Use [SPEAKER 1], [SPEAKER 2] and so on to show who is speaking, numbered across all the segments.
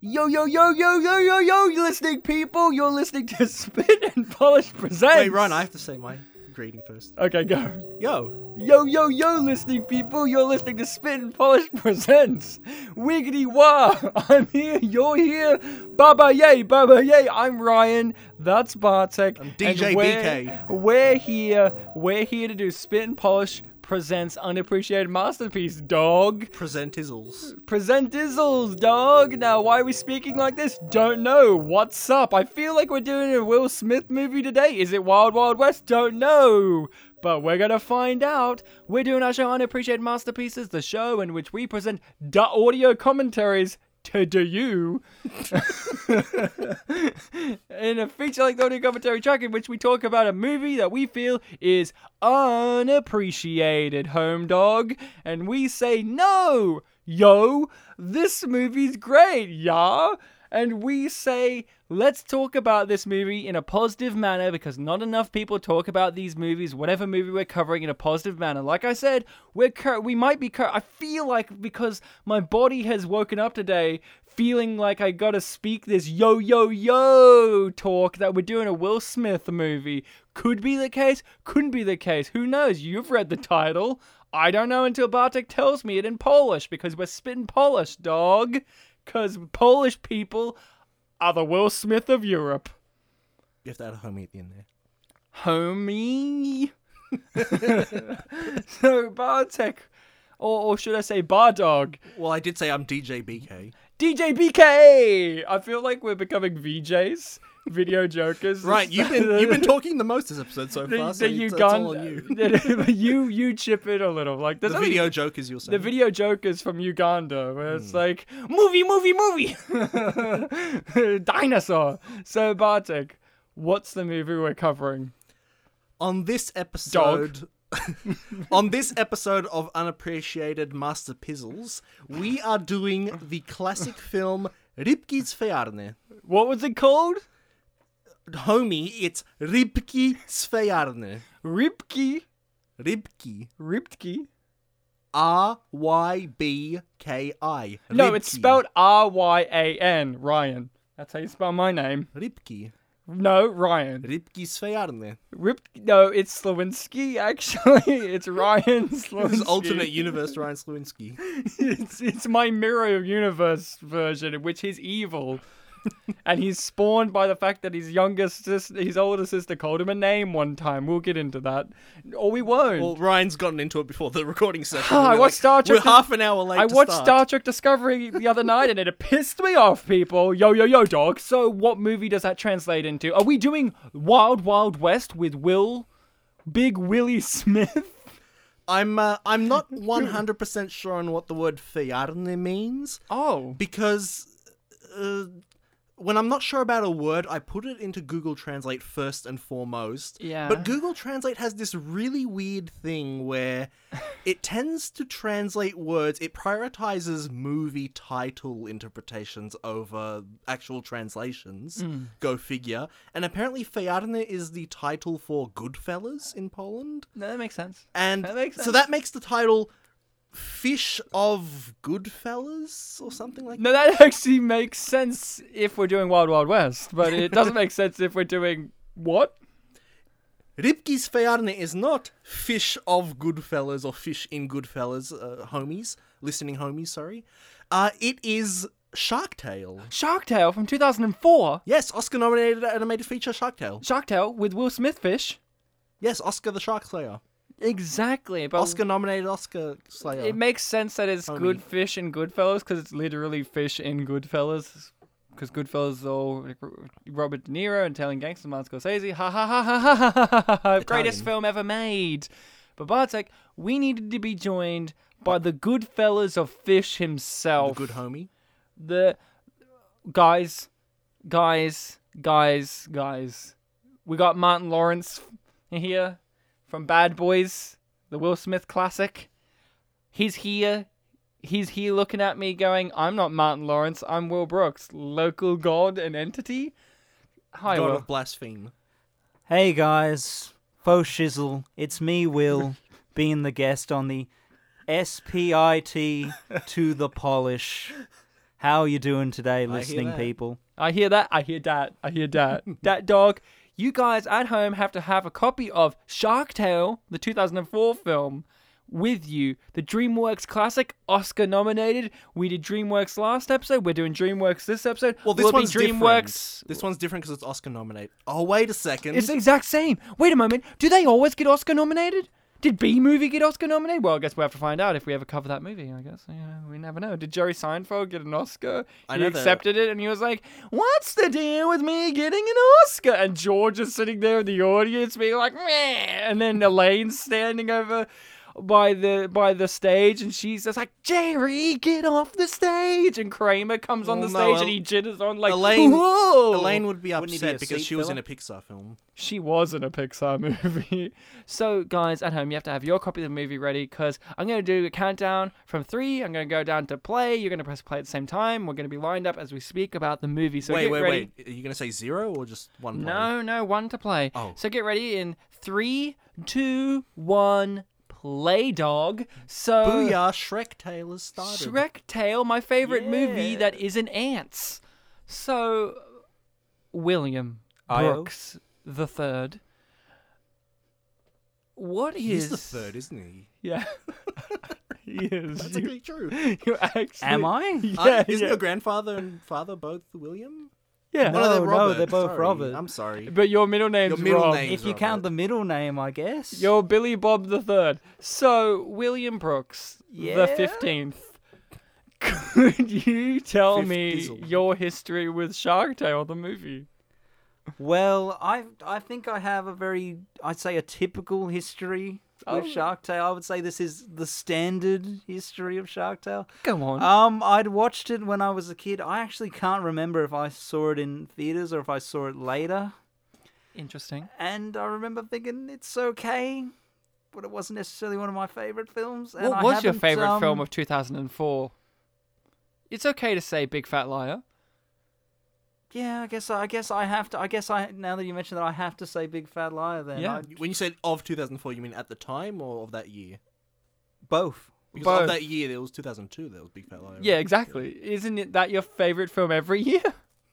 [SPEAKER 1] Yo, yo, yo, yo, yo, yo, yo, you listening people, you're listening to Spit and Polish Presents.
[SPEAKER 2] Wait, Ryan, I have to say my greeting first.
[SPEAKER 1] Okay, go.
[SPEAKER 2] Yo,
[SPEAKER 1] Yo, yo, yo, listening people, you're listening to Spit and Polish Presents. Wiggity wah, I'm here, you're here. Baba yay, baba yay, I'm Ryan, that's Bartek. I'm
[SPEAKER 2] DJ
[SPEAKER 1] BK. We're here, we're here to do Spit and Polish Presents Unappreciated Masterpiece, dog.
[SPEAKER 2] present Izzles.
[SPEAKER 1] Present Dizzles, dog. Now, why are we speaking like this? Don't know. What's up? I feel like we're doing a Will Smith movie today. Is it Wild Wild West? Don't know. But we're gonna find out. We're doing our show Unappreciated Masterpieces, the show in which we present the audio commentaries to do you in a feature like the audio commentary track in which we talk about a movie that we feel is unappreciated, home dog, and we say, no, yo, this movie's great, yeah. And we say, let's talk about this movie in a positive manner because not enough people talk about these movies, whatever movie we're covering, in a positive manner. Like I said, we're cur- we might be. Cur- I feel like because my body has woken up today feeling like I gotta speak this yo yo yo talk that we're doing a Will Smith movie. Could be the case, couldn't be the case. Who knows? You've read the title. I don't know until Bartek tells me it in Polish because we're spitting Polish, dog. Because Polish people are the Will Smith of Europe.
[SPEAKER 2] You have to add a homie at the end there.
[SPEAKER 1] Homie. so, Bartek, or, or should I say Bar Dog,
[SPEAKER 2] Well, I did say I'm DJ BK.
[SPEAKER 1] DJ BK. I feel like we're becoming VJs, video jokers.
[SPEAKER 2] Right, you've been you've been talking the most this episode so
[SPEAKER 1] the,
[SPEAKER 2] far.
[SPEAKER 1] the
[SPEAKER 2] so it's- it's all on you.
[SPEAKER 1] Uganda. You. you chip in a little. Like there's
[SPEAKER 2] The
[SPEAKER 1] only-
[SPEAKER 2] video joke is you'll say.
[SPEAKER 1] the video jokers from Uganda, where it's
[SPEAKER 2] Hmm.
[SPEAKER 1] like movie, movie, movie, dinosaur. So Bartek, what's the movie we're covering?
[SPEAKER 2] on this episode on this episode of unappreciated master pizzles we are doing the classic film ripki's fejarne
[SPEAKER 1] What was it called?
[SPEAKER 2] homie it's ripki svejarne
[SPEAKER 1] Ripki,
[SPEAKER 2] ripki
[SPEAKER 1] Ripki.
[SPEAKER 2] r-y-b-k-i
[SPEAKER 1] No, it's
[SPEAKER 2] Ripki.
[SPEAKER 1] spelled R Y A N. Ryan. That's how you spell my name.
[SPEAKER 2] ripki
[SPEAKER 1] No, Ryan.
[SPEAKER 2] ripki svejarne
[SPEAKER 1] Rip? No, it's Slowinski. Actually, it's Ryan Slowinski.
[SPEAKER 2] this is alternate universe Ryan Slewinski.
[SPEAKER 1] it's, it's my mirror universe version, in which he's evil, and he's spawned by the fact that his youngest sister, his older sister, called him a name one time. We'll get into that, or we won't.
[SPEAKER 2] Well, Ryan's gotten into it before the recording session.
[SPEAKER 1] I watched
[SPEAKER 2] We're like,
[SPEAKER 1] Star Trek
[SPEAKER 2] We're
[SPEAKER 1] the-
[SPEAKER 2] half an hour late.
[SPEAKER 1] I
[SPEAKER 2] to
[SPEAKER 1] watched
[SPEAKER 2] start.
[SPEAKER 1] Star Trek Discovery the other night, and it pissed me off, people. Yo, yo, yo, dog. So, what movie does that translate into? Are we doing Wild Wild West with Will, Big Willie Smith?
[SPEAKER 2] I'm uh, I'm not 100% sure on what the word fiarne means
[SPEAKER 1] Oh.
[SPEAKER 2] because uh, when I'm not sure about a word, I put it into Google Translate first and foremost.
[SPEAKER 1] Yeah.
[SPEAKER 2] But Google Translate has this really weird thing where it tends to translate words, it prioritizes movie title interpretations over actual translations.
[SPEAKER 1] Hmm.
[SPEAKER 2] Go figure. And apparently fiarne is the title for Goodfellas in Poland.
[SPEAKER 1] No, that makes sense.
[SPEAKER 2] And
[SPEAKER 1] That makes
[SPEAKER 2] so
[SPEAKER 1] sense.
[SPEAKER 2] that makes the title Fish of Goodfellas or something like
[SPEAKER 1] No, that actually makes sense if we're doing Wild Wild West, but it doesn't make sense if we're doing what?
[SPEAKER 2] that. Ripke's Fejarne is not Fish of Goodfellas or Fish in Goodfellas, uh, homies, listening homies, sorry. Uh, it is Shark Tale.
[SPEAKER 1] Shark Tale from 2004.
[SPEAKER 2] Yes, Oscar nominated animated feature Shark Tale.
[SPEAKER 1] Shark Tale with Will Smith fish.
[SPEAKER 2] Yes, Oscar the Shark Slayer.
[SPEAKER 1] Exactly, but
[SPEAKER 2] Oscar nominated Oscar Slayer.
[SPEAKER 1] Oh. it makes sense that it's
[SPEAKER 2] Homie.
[SPEAKER 1] good fish in Goodfellas because it's literally fish in Goodfellas. Because Goodfellas is all Robert De Niro and Italian gangster Martin Scorsese. Ha ha ha ha ha ha ha ha ha ha. Greatest
[SPEAKER 2] Italian.
[SPEAKER 1] film ever made. But Bartek, we needed to be joined by the Goodfellas of Fish
[SPEAKER 2] The
[SPEAKER 1] himself.
[SPEAKER 2] good homie.
[SPEAKER 1] the guys, guys, guys, guys. We got Martin Lawrence here from Bad Boys, the Will Smith classic. He's here. He's here looking at me going, I'm not Martin Lawrence, I'm Will Brooks, local god and entity. Hi,
[SPEAKER 2] God
[SPEAKER 1] Will.
[SPEAKER 2] of Blaspheme.
[SPEAKER 3] Hey guys, faux shizzle. It's me, Will, being the guest on the SPIT to the polish How you doing today,
[SPEAKER 2] hear
[SPEAKER 3] listening
[SPEAKER 2] that.
[SPEAKER 3] people?
[SPEAKER 1] I hear that. I hear that. I hear that. that dog. You guys at home have to have a copy of Shark Tale, the 2004 film, with you. The DreamWorks classic, Oscar nominated. We did DreamWorks last episode. We're doing DreamWorks this episode.
[SPEAKER 2] Well, this
[SPEAKER 1] Will it be
[SPEAKER 2] one's
[SPEAKER 1] DreamWorks.
[SPEAKER 2] different. This one's different because it's Oscar nominated. Oh, wait a second.
[SPEAKER 1] It's the exact same. Wait a moment. Do they always get Oscar nominated? Did B movie get Oscar nominated? Well, I guess we'll have to find out if we ever cover that movie. I guess yeah, we never know. Did Jerry Seinfeld get an Oscar?
[SPEAKER 2] I
[SPEAKER 1] he
[SPEAKER 2] know that-
[SPEAKER 1] accepted it, and he was like, "What's the deal with me getting an Oscar?" And George is sitting there in the audience, being like, "Meh," and then Elaine's standing over by the by the stage, and she's just like, "Jerry, get off the stage!" And Kramer comes on
[SPEAKER 2] Well,
[SPEAKER 1] the
[SPEAKER 2] Oh, no,
[SPEAKER 1] stage,
[SPEAKER 2] El-
[SPEAKER 1] and he jitters on like,
[SPEAKER 2] Elaine-
[SPEAKER 1] "Whoa!"
[SPEAKER 2] Elaine would be
[SPEAKER 3] Wouldn't he be
[SPEAKER 2] upset
[SPEAKER 3] a
[SPEAKER 2] because
[SPEAKER 3] seat
[SPEAKER 2] she was in
[SPEAKER 3] filler?
[SPEAKER 2] a Pixar film.
[SPEAKER 1] She was in a Pixar movie. so, guys at home, you have to have your copy of the movie ready because I'm going to do a countdown from three. I'm going to go down to play. You're going to press play at the same time. We're going to be lined up as we speak about the movie. So,
[SPEAKER 2] wait,
[SPEAKER 1] get
[SPEAKER 2] wait,
[SPEAKER 1] ready.
[SPEAKER 2] wait. Are you going to say zero or just one? point?
[SPEAKER 1] No, no, one to play.
[SPEAKER 2] Oh.
[SPEAKER 1] So, get ready in three, two, one, play, dog. So,
[SPEAKER 2] Booyah, Shrek Tale has started.
[SPEAKER 1] Shrek Tale, my favorite movie that isn't ants. So, William
[SPEAKER 3] Io?
[SPEAKER 1] Brooks the third. What is
[SPEAKER 2] He's the third, isn't he?
[SPEAKER 1] Yeah, he is.
[SPEAKER 2] That's
[SPEAKER 1] you,
[SPEAKER 2] actually true.
[SPEAKER 1] you actually,
[SPEAKER 3] Am I?
[SPEAKER 1] Yeah,
[SPEAKER 2] Uh, isn't
[SPEAKER 1] yeah,
[SPEAKER 2] your grandfather and father both William?
[SPEAKER 1] yeah.
[SPEAKER 3] No, no, they're both
[SPEAKER 2] sorry.
[SPEAKER 3] Robert.
[SPEAKER 2] I'm sorry.
[SPEAKER 1] But your middle name's
[SPEAKER 2] middle
[SPEAKER 1] Rob.
[SPEAKER 2] name-
[SPEAKER 3] If you
[SPEAKER 2] Robert.
[SPEAKER 3] count the middle name, I guess.
[SPEAKER 1] You're Billy Bob the third. So William Brooks the
[SPEAKER 3] Yeah?
[SPEAKER 1] fifteenth. Could you tell me
[SPEAKER 2] Fiftizzle.
[SPEAKER 1] your history with Shark Tale, the movie?
[SPEAKER 3] Well, I I think I have a very I'd say a typical history
[SPEAKER 1] Oh.
[SPEAKER 3] with Shark Tale. I would say this is the standard history of Shark Tale.
[SPEAKER 1] Come on.
[SPEAKER 3] Um, I'd watched it when I was a kid. I actually can't remember if I saw it in theaters or if I saw it later.
[SPEAKER 1] Interesting.
[SPEAKER 3] And I remember thinking it's okay, but it wasn't necessarily one of my favorite films. And
[SPEAKER 1] what
[SPEAKER 3] I
[SPEAKER 1] was your
[SPEAKER 3] haven't,
[SPEAKER 1] favorite
[SPEAKER 3] um,
[SPEAKER 1] film of 2004? It's okay to say Big Fat Liar.
[SPEAKER 3] Yeah, I guess I, I guess I have to. I guess I now that you mentioned that, I have to say Big Fat Liar. Then
[SPEAKER 1] Yeah.
[SPEAKER 3] I-
[SPEAKER 2] When you said of 2004, you mean at the time or of that year?
[SPEAKER 3] both.
[SPEAKER 2] Because
[SPEAKER 1] Both.
[SPEAKER 2] of that year, there was 2002. There was Big Fat Liar.
[SPEAKER 1] Yeah, exactly. Isn't it that your favorite film every year?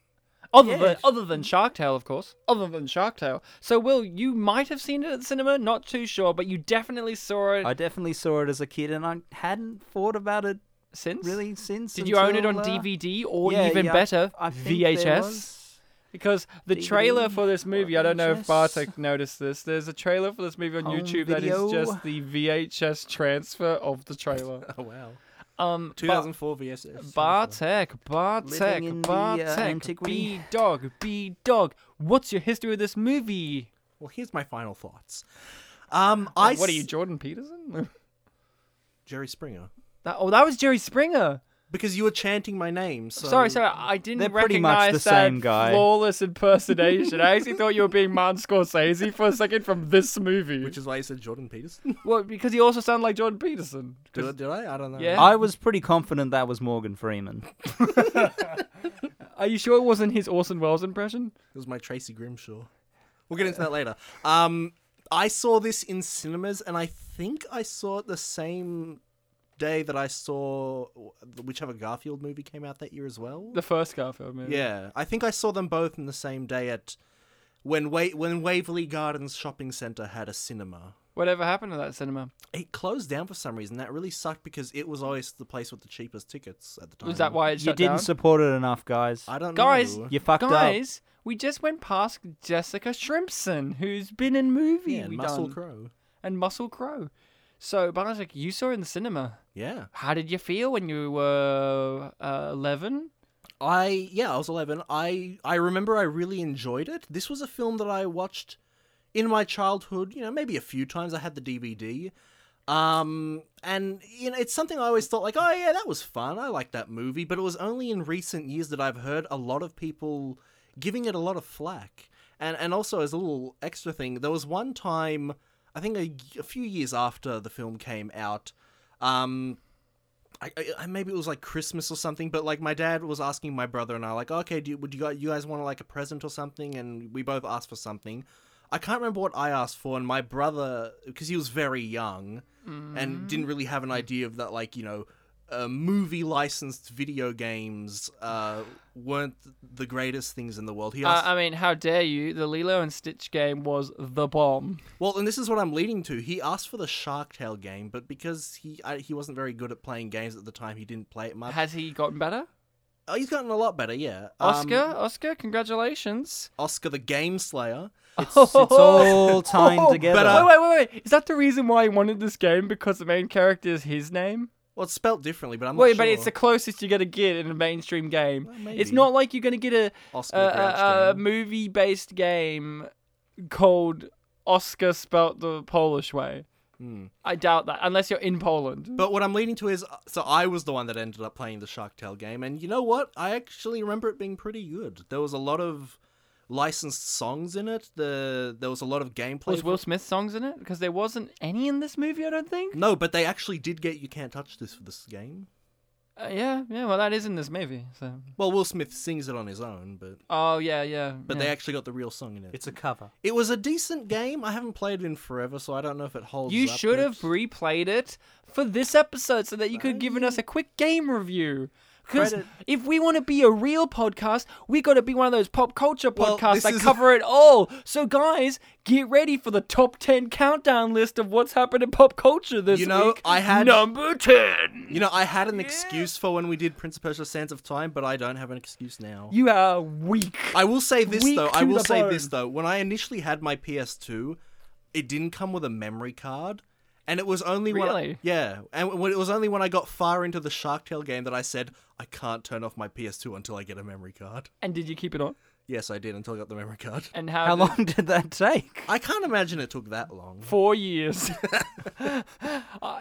[SPEAKER 1] Other than
[SPEAKER 3] Yes.
[SPEAKER 1] other than Shark Tale, of course. Other than Shark Tale. So, Will, you might have seen it at the cinema. Not too sure, but you definitely saw it
[SPEAKER 3] I definitely saw it as a kid, and I hadn't thought about it
[SPEAKER 1] since.
[SPEAKER 3] really since.
[SPEAKER 1] Did you own it on
[SPEAKER 3] until, uh,
[SPEAKER 1] DVD or
[SPEAKER 3] yeah,
[SPEAKER 1] even
[SPEAKER 3] yeah,
[SPEAKER 1] better,
[SPEAKER 3] I think there
[SPEAKER 1] VHS?
[SPEAKER 3] was.
[SPEAKER 1] Because the
[SPEAKER 3] DVD
[SPEAKER 1] trailer for this
[SPEAKER 3] or
[SPEAKER 1] movie, I don't know if
[SPEAKER 3] VHS.
[SPEAKER 1] Bartek noticed this. There's a trailer for this movie on
[SPEAKER 3] Home
[SPEAKER 1] YouTube
[SPEAKER 3] Oh, video.
[SPEAKER 1] that is just the VHS transfer of the trailer.
[SPEAKER 2] Oh wow.
[SPEAKER 1] Um, but-
[SPEAKER 2] 2004 VSS.
[SPEAKER 1] Bartek, Bartek,
[SPEAKER 3] in the, uh,
[SPEAKER 1] Bartek,
[SPEAKER 3] antiquity.
[SPEAKER 1] B dog, B dog. What's your history with this movie?
[SPEAKER 2] Well, here's my final thoughts. Um, I
[SPEAKER 1] what are you,
[SPEAKER 2] s-
[SPEAKER 1] Jordan Peterson?
[SPEAKER 2] Jerry Springer?
[SPEAKER 1] that, oh, that was Jerry Springer.
[SPEAKER 2] Because you were chanting my name. So
[SPEAKER 1] sorry, sorry, I didn't
[SPEAKER 3] They're
[SPEAKER 1] recognize
[SPEAKER 3] pretty much the
[SPEAKER 1] that
[SPEAKER 3] same guy.
[SPEAKER 1] flawless impersonation. I actually thought you were being Martin Scorsese for a second from this movie.
[SPEAKER 2] Which is why you said Jordan Peterson.
[SPEAKER 1] well, because he also sounded like Jordan Peterson.
[SPEAKER 2] did, did I? I don't know.
[SPEAKER 1] Yeah.
[SPEAKER 3] I was pretty confident that was Morgan Freeman.
[SPEAKER 1] Are you sure it wasn't his Orson Welles impression?
[SPEAKER 2] It was my Tracy Grimshaw. We'll get into that later. Um, I saw this in cinemas, and I think I saw it the same day that I saw whichever Garfield movie came out that year as well.
[SPEAKER 1] The first Garfield movie.
[SPEAKER 2] Yeah, I think I saw them both in the same day at when Wa- when Waverly Gardens Shopping Center had a cinema.
[SPEAKER 1] Whatever happened to that cinema?
[SPEAKER 2] It closed down for some reason. That really sucked because it was always the place with the cheapest tickets at the time.
[SPEAKER 1] Was that why it shut
[SPEAKER 3] you didn't
[SPEAKER 1] down?
[SPEAKER 3] support it enough, guys.
[SPEAKER 2] I don't
[SPEAKER 1] Guys,
[SPEAKER 2] know.
[SPEAKER 3] You fucked up.
[SPEAKER 1] Guys, we just went past Jessica Shrimpson, who's been in movie
[SPEAKER 2] yeah,
[SPEAKER 1] we
[SPEAKER 2] Muscle
[SPEAKER 1] done.
[SPEAKER 2] Crow.
[SPEAKER 1] and Muscle Crow. So Bartek, you saw it in the cinema.
[SPEAKER 2] Yeah.
[SPEAKER 1] How did you feel when you were uh, eleven?
[SPEAKER 2] I yeah, I was eleven. I I remember I really enjoyed it. This was a film that I watched in my childhood. You know, maybe a few times. I had the DVD, um, and you know, it's something I always thought like, oh yeah, that was fun. I liked that movie. But it was only in recent years that I've heard a lot of people giving it a lot of flack. And and also as a little extra thing, there was one time I think a, a few years after the film came out. Um, I, I, I- maybe it was like Christmas or something, but like my dad was asking my brother and I like, okay, do you, would you guys, you guys want like a present or something? And we both asked for something. I can't remember what I asked for, and my
[SPEAKER 1] Mm.
[SPEAKER 2] brother because he was very young and didn't really have an idea of that, like you know, uh, movie licensed video games uh, weren't the greatest things in the world. He
[SPEAKER 1] Uh,
[SPEAKER 2] asked,
[SPEAKER 1] I mean, how dare you? The Lilo and Stitch game was the bomb.
[SPEAKER 2] well, and this is what I'm leading to. He asked for the Shark Tale game, but because he I, he wasn't very good at playing games at the time, he didn't play it much.
[SPEAKER 1] Has he gotten better?
[SPEAKER 2] oh, he's gotten a lot better, yeah. Um,
[SPEAKER 1] Oscar, Oscar, congratulations.
[SPEAKER 2] Oscar the Game Slayer.
[SPEAKER 3] It's, it's
[SPEAKER 1] Oh,
[SPEAKER 3] all tied together.
[SPEAKER 2] but,
[SPEAKER 1] wait,
[SPEAKER 2] uh,
[SPEAKER 1] wait, wait, wait. Is that the reason why he wanted this game? Because the main character is his name?
[SPEAKER 2] Well, it's spelt differently, but I'm not
[SPEAKER 1] Wait,
[SPEAKER 2] sure.
[SPEAKER 1] but it's the closest you're gonna get in a mainstream game.
[SPEAKER 2] Well,
[SPEAKER 1] it's
[SPEAKER 2] maybe.
[SPEAKER 1] not like you're gonna get a a, uh, um,
[SPEAKER 2] Oscar the Grouch
[SPEAKER 1] a, a
[SPEAKER 2] game.
[SPEAKER 1] movie-based game called Oscar spelt the Polish way.
[SPEAKER 2] Hmm.
[SPEAKER 1] I doubt that, unless you're in Poland.
[SPEAKER 2] But what I'm leading to is, uh, so I was the one that ended up playing the Shark Tale game, and you know what? I actually remember it being pretty good. There was a lot of licensed songs in it. The there was a lot of gameplay.
[SPEAKER 1] was Will Smith songs in it? Because there wasn't any in this movie, I don't think.
[SPEAKER 2] no, but they actually did get "You Can't Touch This" for this game.
[SPEAKER 1] Uh, yeah, yeah. Well, that is in this movie. So.
[SPEAKER 2] Well, Will Smith sings it on his own, but
[SPEAKER 1] Oh yeah, yeah.
[SPEAKER 2] but
[SPEAKER 1] yeah.
[SPEAKER 2] they actually got the real song in it.
[SPEAKER 3] it's a cover.
[SPEAKER 2] it was a decent game. I haven't played it in forever, so I don't know if it holds.
[SPEAKER 1] You
[SPEAKER 2] up,
[SPEAKER 1] should
[SPEAKER 2] but-
[SPEAKER 1] have replayed it for this episode so that you could have given us a quick game review. Because
[SPEAKER 2] Credit-
[SPEAKER 1] if we want to be a real podcast, we got to be one of those pop culture
[SPEAKER 2] Well,
[SPEAKER 1] podcasts
[SPEAKER 2] this
[SPEAKER 1] that
[SPEAKER 2] is-
[SPEAKER 1] cover it all. So, guys, get ready for the top 10 countdown list of what's happened in pop culture this
[SPEAKER 2] You know,
[SPEAKER 1] week.
[SPEAKER 2] I had-
[SPEAKER 1] Number 10.
[SPEAKER 2] You know, I had an excuse for when we did Prince of Persia: Sands of Time, but I don't have an excuse now.
[SPEAKER 1] You are weak.
[SPEAKER 2] I will say this
[SPEAKER 1] Weak
[SPEAKER 2] though. I
[SPEAKER 1] to
[SPEAKER 2] will
[SPEAKER 1] the
[SPEAKER 2] say this
[SPEAKER 1] bone.
[SPEAKER 2] though. When I initially had my PS2, it didn't come with a memory card, and it was only when I,
[SPEAKER 1] Really?
[SPEAKER 2] yeah, and when, it was only when I got far into the Shark Tale game that I said I can't turn off my PS2 until I get a memory card.
[SPEAKER 1] And did you keep it on?
[SPEAKER 2] Yes, I did until I got the memory card.
[SPEAKER 1] And how,
[SPEAKER 3] How
[SPEAKER 1] did-
[SPEAKER 3] long did that take?
[SPEAKER 2] I can't imagine it took that long.
[SPEAKER 1] Four years. uh,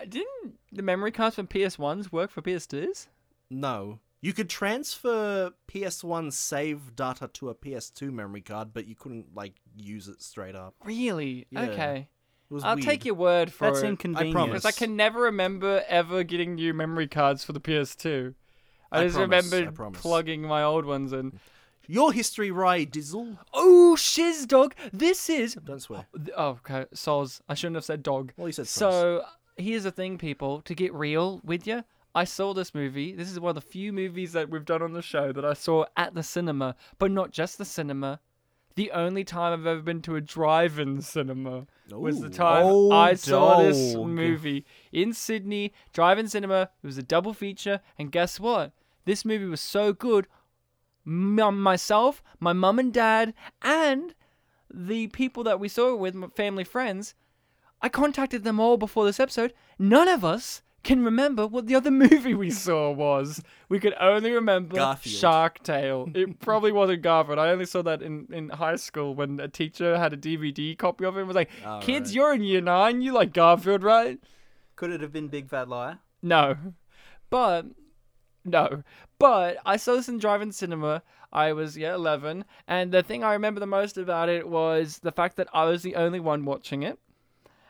[SPEAKER 1] didn't the memory cards from PS1s work for PS2s?
[SPEAKER 2] No. You could transfer PS1 save data to a PS2 memory card, but you couldn't like use it straight up.
[SPEAKER 1] Really?
[SPEAKER 2] Yeah.
[SPEAKER 1] Okay.
[SPEAKER 2] It was
[SPEAKER 1] I'll
[SPEAKER 2] weird.
[SPEAKER 1] take your word for
[SPEAKER 3] That's
[SPEAKER 1] it.
[SPEAKER 3] inconvenient.
[SPEAKER 2] promise.
[SPEAKER 1] Because I can never remember ever getting new memory cards for the PS2. I,
[SPEAKER 2] I
[SPEAKER 1] just
[SPEAKER 2] promise, I
[SPEAKER 1] remembered
[SPEAKER 2] promise. Mm.
[SPEAKER 1] plugging my old ones in.
[SPEAKER 2] your history, Rye Dizzle.
[SPEAKER 1] Oh, shiz dog! This is.
[SPEAKER 2] Don't swear.
[SPEAKER 1] Oh, okay. Soz. I shouldn't have said dog.
[SPEAKER 2] Well, you said soz.
[SPEAKER 1] So, here's the thing, people. To get real with you, I saw this movie. This is one of the few movies that we've done on the show that I saw at the cinema, but not just the cinema. The only time I've ever been to a drive-in cinema was the
[SPEAKER 2] Ooh.
[SPEAKER 1] time
[SPEAKER 3] Oh,
[SPEAKER 1] I saw this
[SPEAKER 3] dog.
[SPEAKER 1] movie in Sydney, drive-in cinema. It was a double feature, and guess what? This movie was so good. m- myself, my mum and dad, and the people that we saw it with, my family friends, I contacted them all before this episode. None of us can remember what the other movie we saw was. We could only remember
[SPEAKER 2] Garfield.
[SPEAKER 1] Shark Tale. It probably wasn't Garfield. I only saw that in, in high school when a teacher had a DVD copy of it and was like,
[SPEAKER 2] All
[SPEAKER 1] Kids,
[SPEAKER 2] right.
[SPEAKER 1] you're in year nine. You like Garfield, right?
[SPEAKER 3] Could it have been Big Fat Liar?
[SPEAKER 1] No. But no. But I saw this in drive-in cinema. I was yeah, 11, and the thing I remember the most about it was the fact that I was the only one watching it.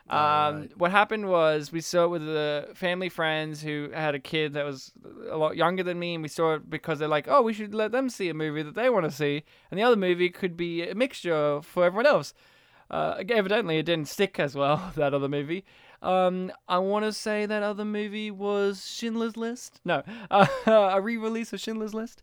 [SPEAKER 1] Um,
[SPEAKER 2] Right.
[SPEAKER 1] What happened was we saw it with the family friends who had a kid that was a lot younger than me, and we saw it because they're like, "Oh, we should let them see a movie that they want to see," and the other movie could be a mixture for everyone else. Uh, evidently, it didn't stick as well that other movie. Um, I want to say that other movie was Schindler's List. No, uh, a re-release of Schindler's List.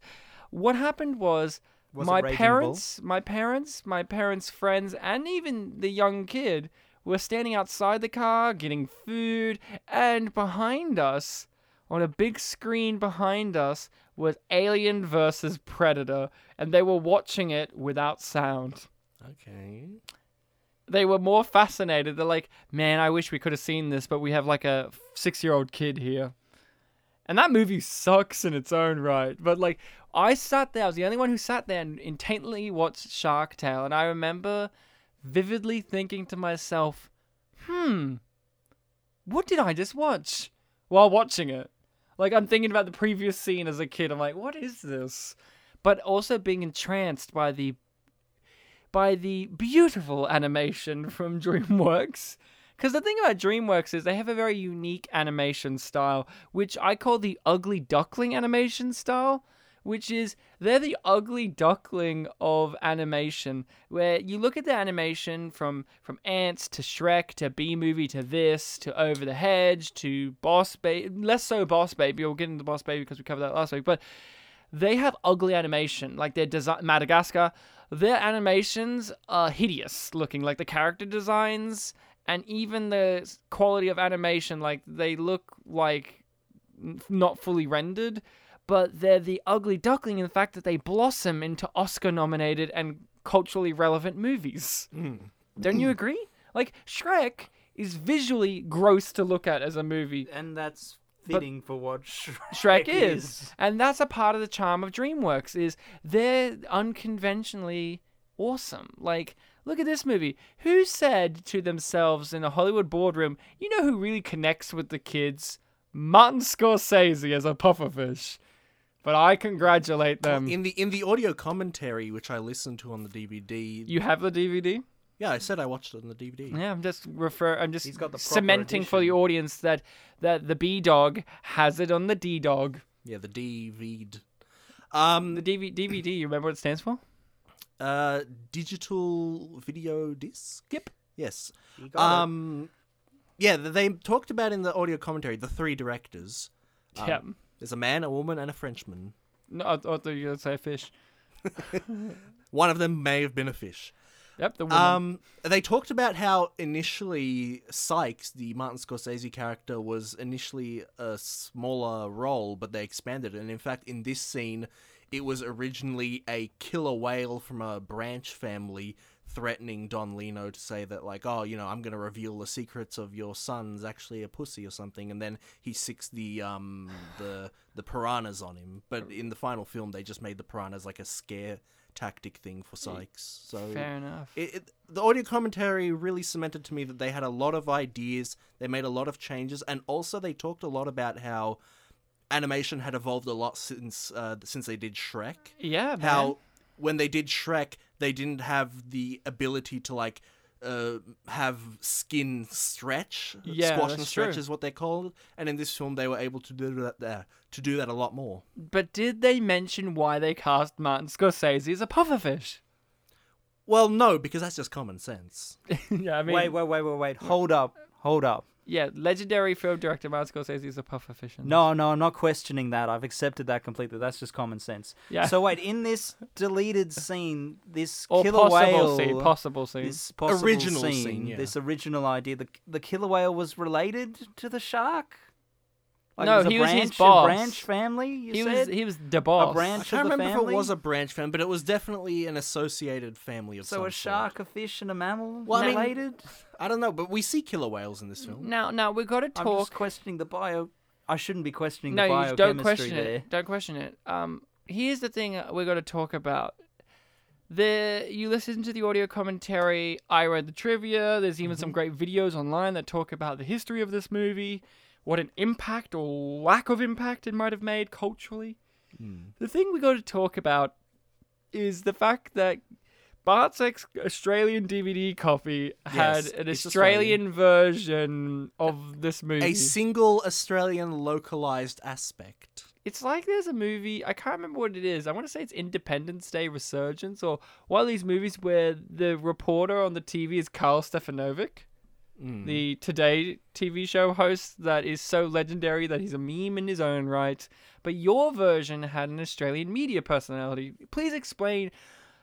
[SPEAKER 1] What happened was,
[SPEAKER 3] Was it
[SPEAKER 1] my
[SPEAKER 3] Raging Bull?
[SPEAKER 1] parents, my parents, my parents' friends, and even the young kid were standing outside the car getting food, and behind us, on a big screen behind us, was Alien versus Predator, and they were watching it without sound
[SPEAKER 2] Okay.
[SPEAKER 1] they were more fascinated. They're like, man, I wish we could have seen this, but we have like a six year old kid here. And that movie sucks in its own right. But like, I sat there, I was the only one who sat there and intently watched Shark Tale. And I remember vividly thinking to myself, hmm, what did I just watch while watching it? Like, I'm thinking about the previous scene as a kid. I'm like, what is this? But also being entranced by the by the beautiful animation from DreamWorks. Because the thing about DreamWorks is they have a very unique animation style, which I call the ugly duckling animation style, which is they're the ugly duckling of animation, where you look at the animation from from Ants to Shrek to B movie to this to Over the Hedge to Boss Baby, less so Boss Baby. We'll get into Boss Baby because we covered that last week, but they have ugly animation. Like their design, Madagascar, their animations are hideous looking. Like the character designs and even the s- quality of animation, like they look like n- not fully rendered. But they're the ugly duckling in the fact that they blossom into Oscar-nominated and culturally relevant movies. Don't you agree? Like Shrek is visually gross to look at as a movie.
[SPEAKER 3] and that's
[SPEAKER 1] But-
[SPEAKER 3] fitting for what Shrek,
[SPEAKER 1] Shrek is. And that's a part of the charm of DreamWorks is they're unconventionally awesome. Like, look at this movie. Who said to themselves in a Hollywood boardroom, you know who really connects with the kids? Martin Scorsese as a pufferfish. But I congratulate them.
[SPEAKER 2] Um, in the in the audio commentary which I listened to on the DVD.
[SPEAKER 1] you have the DVD?
[SPEAKER 2] yeah, I said I watched it on the DVD.
[SPEAKER 1] Yeah, I'm just refer. I'm just
[SPEAKER 3] He's got the proper
[SPEAKER 1] cementing for the
[SPEAKER 3] edition.
[SPEAKER 1] audience that that the B dog has it on the D dog.
[SPEAKER 2] Yeah, the DVD. Um,
[SPEAKER 1] The DV- DVD. You remember what it stands for?
[SPEAKER 2] uh, digital video disc.
[SPEAKER 1] Yep.
[SPEAKER 2] Yes.
[SPEAKER 3] You got it.
[SPEAKER 2] Um, yeah, th- they talked about in the audio commentary the three directors. Um,
[SPEAKER 1] yep.
[SPEAKER 2] There's a man, a woman, and a Frenchman.
[SPEAKER 1] No, I, I thought you were gonna say fish.
[SPEAKER 2] One of them may have been a fish.
[SPEAKER 1] Yep, the woman.
[SPEAKER 2] Um, they talked about how initially Sykes, the Martin Scorsese character, was initially a smaller role, but they expanded. it. And in fact, in this scene, it was originally a killer whale from a branch family threatening Don Leno to say that, like, oh, you know, I'm going to reveal the secrets of your son's actually a pussy or something. And then he sicks the um the the piranhas on him. But in the final film, they just made the piranhas like a scare tactic thing for Sykes. So
[SPEAKER 1] Fair enough.
[SPEAKER 2] it, it, the audio commentary really cemented to me that they had a lot of ideas, they made a lot of changes, and also they talked a lot about how animation had evolved a lot since uh, since they did Shrek.
[SPEAKER 1] yeah,
[SPEAKER 2] How
[SPEAKER 1] man.
[SPEAKER 2] when they did Shrek, they didn't have the ability to like uh, have skin stretch,
[SPEAKER 1] Yeah,
[SPEAKER 2] squash and
[SPEAKER 1] that's
[SPEAKER 2] stretch
[SPEAKER 1] true.
[SPEAKER 2] is what they called. And in this film, they were able to do that there, to do that a lot more.
[SPEAKER 1] But did they mention why they cast Martin Scorsese as a pufferfish?
[SPEAKER 2] Well, no, because that's just common sense.
[SPEAKER 1] yeah, I mean,
[SPEAKER 3] wait, wait, wait, wait, wait. Hold up. Hold up.
[SPEAKER 1] yeah, legendary film director Martin Scorsese is a pufferfish. in
[SPEAKER 3] No, no, I'm not questioning that. I've accepted that completely. That's just common sense.
[SPEAKER 1] Yeah.
[SPEAKER 3] So wait, in this deleted scene, this
[SPEAKER 1] this. or
[SPEAKER 3] killer
[SPEAKER 1] possible
[SPEAKER 3] whale,
[SPEAKER 1] scene, possible scene.
[SPEAKER 3] this possible
[SPEAKER 2] Original
[SPEAKER 3] scene,
[SPEAKER 2] scene, yeah.
[SPEAKER 3] this original idea, the the killer whale was related to the shark. Like
[SPEAKER 1] No,
[SPEAKER 3] it was a
[SPEAKER 1] he was
[SPEAKER 3] branch,
[SPEAKER 1] his
[SPEAKER 3] A
[SPEAKER 1] boss.
[SPEAKER 3] branch family. You
[SPEAKER 1] he was
[SPEAKER 3] said
[SPEAKER 1] he was the boss.
[SPEAKER 2] I
[SPEAKER 3] branch-
[SPEAKER 2] can't
[SPEAKER 3] of the
[SPEAKER 2] remember if
[SPEAKER 3] family?
[SPEAKER 2] it was a branch family, but it was definitely an associated family of
[SPEAKER 3] so
[SPEAKER 2] some
[SPEAKER 3] a shark, a fish, and a mammal
[SPEAKER 2] Well, I mean-
[SPEAKER 3] related.
[SPEAKER 2] sort. I don't know, but we see killer whales in this film.
[SPEAKER 1] Now, now we got to
[SPEAKER 3] I'm
[SPEAKER 1] talk.
[SPEAKER 3] just questioning the bio. I shouldn't be questioning
[SPEAKER 1] No,
[SPEAKER 3] the
[SPEAKER 1] you don't
[SPEAKER 3] biochemistry
[SPEAKER 1] question
[SPEAKER 3] there.
[SPEAKER 1] it. Don't question it. Um, here's the thing we got to talk about. The you listen to the audio commentary. I read the trivia. There's even some great videos online that talk about the history of this movie, what an impact or lack of impact it might have made culturally. The thing we got to talk about is the fact that Bartek's Australian DVD copy had
[SPEAKER 2] Yes,
[SPEAKER 1] an
[SPEAKER 2] it's
[SPEAKER 1] Australian version of this movie.
[SPEAKER 2] A single Australian localized aspect.
[SPEAKER 1] It's like there's a movie, I can't remember what it is. I want to say it's Independence Day Resurgence or one of these movies where the reporter on the TV is Carl Stefanovic, the Today TV show host that is so legendary that he's a meme in his own right. But your version had an Australian media personality. Please explain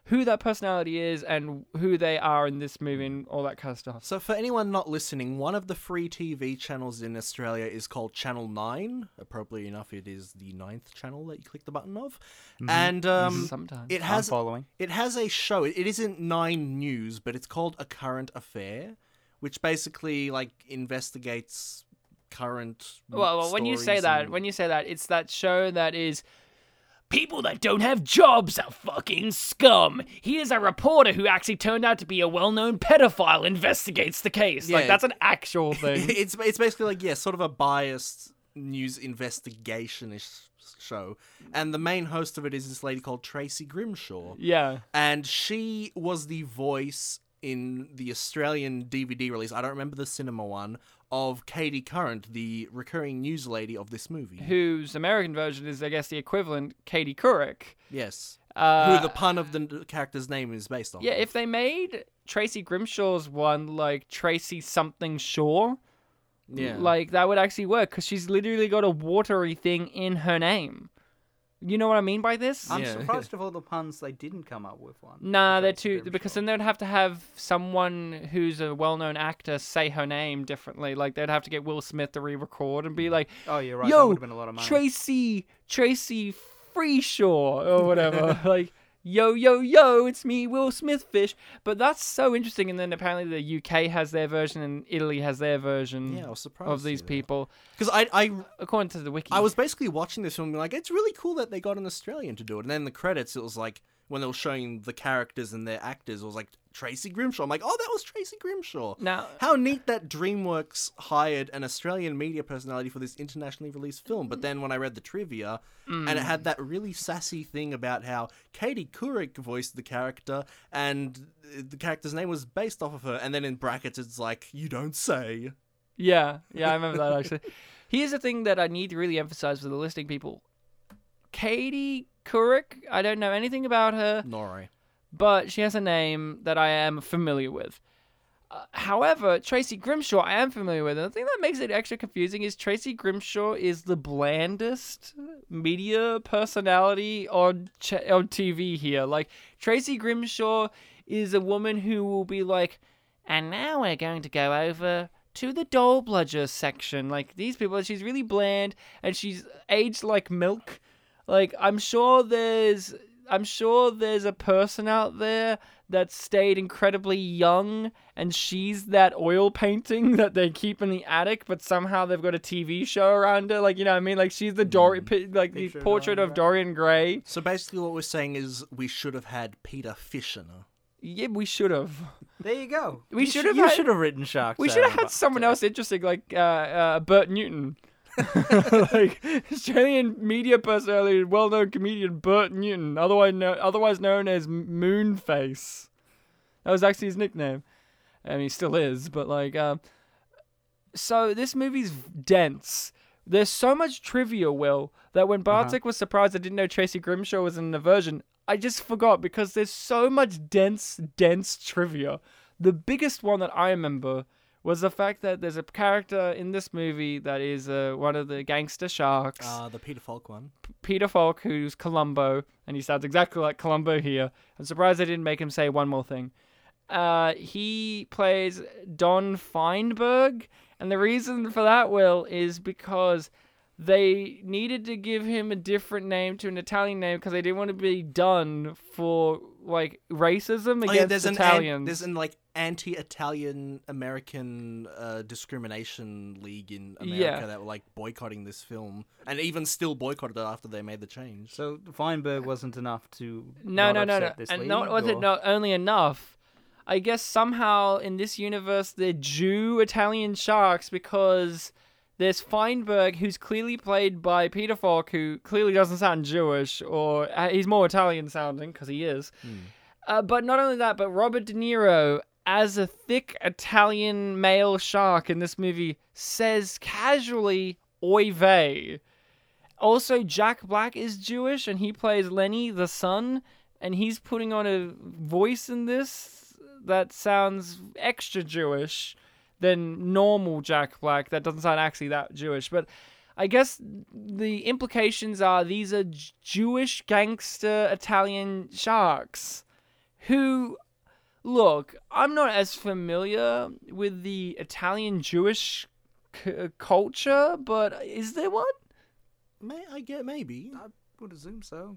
[SPEAKER 1] who that personality is and who they are in this movie and all that kind of stuff.
[SPEAKER 2] So, for anyone not listening, one of the free TV channels in Australia is called Channel 9. Appropriately enough, it is the ninth channel that you click the button of.
[SPEAKER 3] Mm-hmm.
[SPEAKER 2] And um,
[SPEAKER 1] Sometimes.
[SPEAKER 2] it
[SPEAKER 3] I'm
[SPEAKER 2] has
[SPEAKER 3] following.
[SPEAKER 2] It has a show. It it isn't Nine News, but it's called A Current Affair, which basically like investigates current.
[SPEAKER 1] Well, well when you say
[SPEAKER 2] stories
[SPEAKER 1] that,
[SPEAKER 2] and-
[SPEAKER 1] when you say that, it's that show that is people that don't have jobs are fucking scum. Here's a reporter who actually turned out to be a well-known pedophile investigates the case. Like
[SPEAKER 2] Yeah.
[SPEAKER 1] that's an actual thing.
[SPEAKER 2] it's it's basically like yeah, sort of a biased news investigationish show, and the main host of it is this lady called Tracy Grimshaw,
[SPEAKER 1] yeah.
[SPEAKER 2] and she was the voice in the Australian DVD release, I don't remember the cinema one, of Katie Current, the recurring news lady of this movie.
[SPEAKER 1] whose American version is, I guess, the equivalent, Katie Couric.
[SPEAKER 2] yes.
[SPEAKER 1] Uh,
[SPEAKER 2] Who the pun of the n- character's name is based on.
[SPEAKER 1] Yeah, if they made Tracy Grimshaw's one like Tracy something Shaw,
[SPEAKER 2] Yeah.
[SPEAKER 1] like that would actually work because she's literally got a watery thing in her name. You know what I mean by this?
[SPEAKER 3] I'm
[SPEAKER 2] Yeah.
[SPEAKER 3] surprised of all the puns they didn't come up with one.
[SPEAKER 1] Nah,
[SPEAKER 3] for
[SPEAKER 1] they're
[SPEAKER 3] Tracy
[SPEAKER 1] too because then
[SPEAKER 3] Grimshaw.
[SPEAKER 1] they'd have to have someone who's a well-known actor say her name differently. Like they'd have to get Will Smith to re-record and
[SPEAKER 2] Mm.
[SPEAKER 1] be like,
[SPEAKER 3] oh yeah, right. that
[SPEAKER 1] "Yo,
[SPEAKER 3] would have been a lot of money.
[SPEAKER 1] Tracy, Tracy Freeshaw or whatever. like, yo, yo, yo, it's me, Will Smith Fish. But that's so interesting. And then apparently the UK has their version and Italy has their version
[SPEAKER 2] Yeah, I was surprised.
[SPEAKER 1] of these people,
[SPEAKER 2] Because I, I,
[SPEAKER 1] according to the wiki.
[SPEAKER 2] I was basically watching this film, and like, it's really cool that they got an Australian to do it. And then in the credits, it was like when they were showing the characters and their actors, it was like Tracy Grimshaw. I'm like, oh, that was Tracy Grimshaw.
[SPEAKER 1] now.
[SPEAKER 2] How neat that DreamWorks hired an Australian media personality for this internationally released film. But then when I read the trivia, and it had that really sassy thing about how Katie Couric voiced the character, and uh, the character's name was based off of her. And then in brackets, it's like, you don't say.
[SPEAKER 1] Yeah, yeah, I remember that actually. Here's the thing that I need to really emphasize for the listening people. Katie Couric, I don't know anything about her.
[SPEAKER 2] Nori.
[SPEAKER 1] but she has a name that I am familiar with. Uh, however, Tracy Grimshaw, I am familiar with, and the thing that makes it extra confusing is Tracy Grimshaw is the blandest media personality on ch- on TV here. Like Tracy Grimshaw is a woman who will be like, and now we're going to go over to the doll bludger section. Like these people, she's really bland, and she's aged like milk. Like I'm sure there's I'm sure there's a person out there that stayed incredibly young and she's that oil painting that they keep in the attic but somehow they've got a TV show around her like you know what I mean like she's the Dor- pi like the
[SPEAKER 3] Picture of
[SPEAKER 1] portrait
[SPEAKER 3] Dorian
[SPEAKER 1] of Dorian Gray.
[SPEAKER 2] So basically, what we're saying is we should have had Peter Fishner.
[SPEAKER 1] Yeah, we should have.
[SPEAKER 3] There you go.
[SPEAKER 1] We
[SPEAKER 3] You
[SPEAKER 1] should
[SPEAKER 3] sh-
[SPEAKER 1] have
[SPEAKER 3] You
[SPEAKER 1] had-
[SPEAKER 3] should have written Shark.
[SPEAKER 1] We should have had someone else interesting like uh, uh Bert Newton. like Australian media personality, well-known comedian Bert Newton, otherwise known, otherwise known as Moonface. That was actually his nickname. I mean, he still is, but like, um, so this movie's dense. There's so much trivia, Will, that when Bartek was surprised I didn't know Tracy Grimshaw was in the version, I just forgot because there's so much dense, dense trivia. The biggest one that I remember was the fact that there's a character in this movie that is uh, one of the gangster sharks.
[SPEAKER 2] Uh, the Peter Falk one.
[SPEAKER 1] Peter Falk, who's Columbo, and he sounds exactly like Columbo here. I'm surprised they didn't make him say one more thing. Uh, he plays Don Feinberg, and the reason for that, Will, is because they needed to give him a different name to an Italian name because they didn't want to be done for like racism against
[SPEAKER 2] Oh, yeah, there's an,
[SPEAKER 1] Italians.
[SPEAKER 2] an there's an like anti-Italian American uh, discrimination league in America
[SPEAKER 1] Yeah.
[SPEAKER 2] that were like boycotting this film, and even still boycotted it after they made the change.
[SPEAKER 3] So Feinberg wasn't enough to.
[SPEAKER 1] No,
[SPEAKER 3] not
[SPEAKER 1] no, no,
[SPEAKER 3] upset
[SPEAKER 1] no.
[SPEAKER 3] This
[SPEAKER 1] And
[SPEAKER 3] league,
[SPEAKER 1] not was it
[SPEAKER 3] or-
[SPEAKER 1] not only enough. I guess somehow in this universe they're Jew Italian sharks because there's Feinberg who's clearly played by Peter Falk who clearly doesn't sound Jewish or uh, he's more Italian sounding because he is.
[SPEAKER 3] Hmm.
[SPEAKER 1] Uh, but not only that, but Robert De Niro as a thick Italian male shark in this movie says casually "oy vey." Also, Jack Black is Jewish and he plays Lenny the son, and he's putting on a voice in this that sounds extra Jewish than normal Jack Black. That doesn't sound actually that Jewish, but I guess the implications are these are J- Jewish gangster Italian sharks who look, I'm not as familiar with the Italian Jewish c- culture, but is there one?
[SPEAKER 2] May I get maybe?
[SPEAKER 3] I would assume so.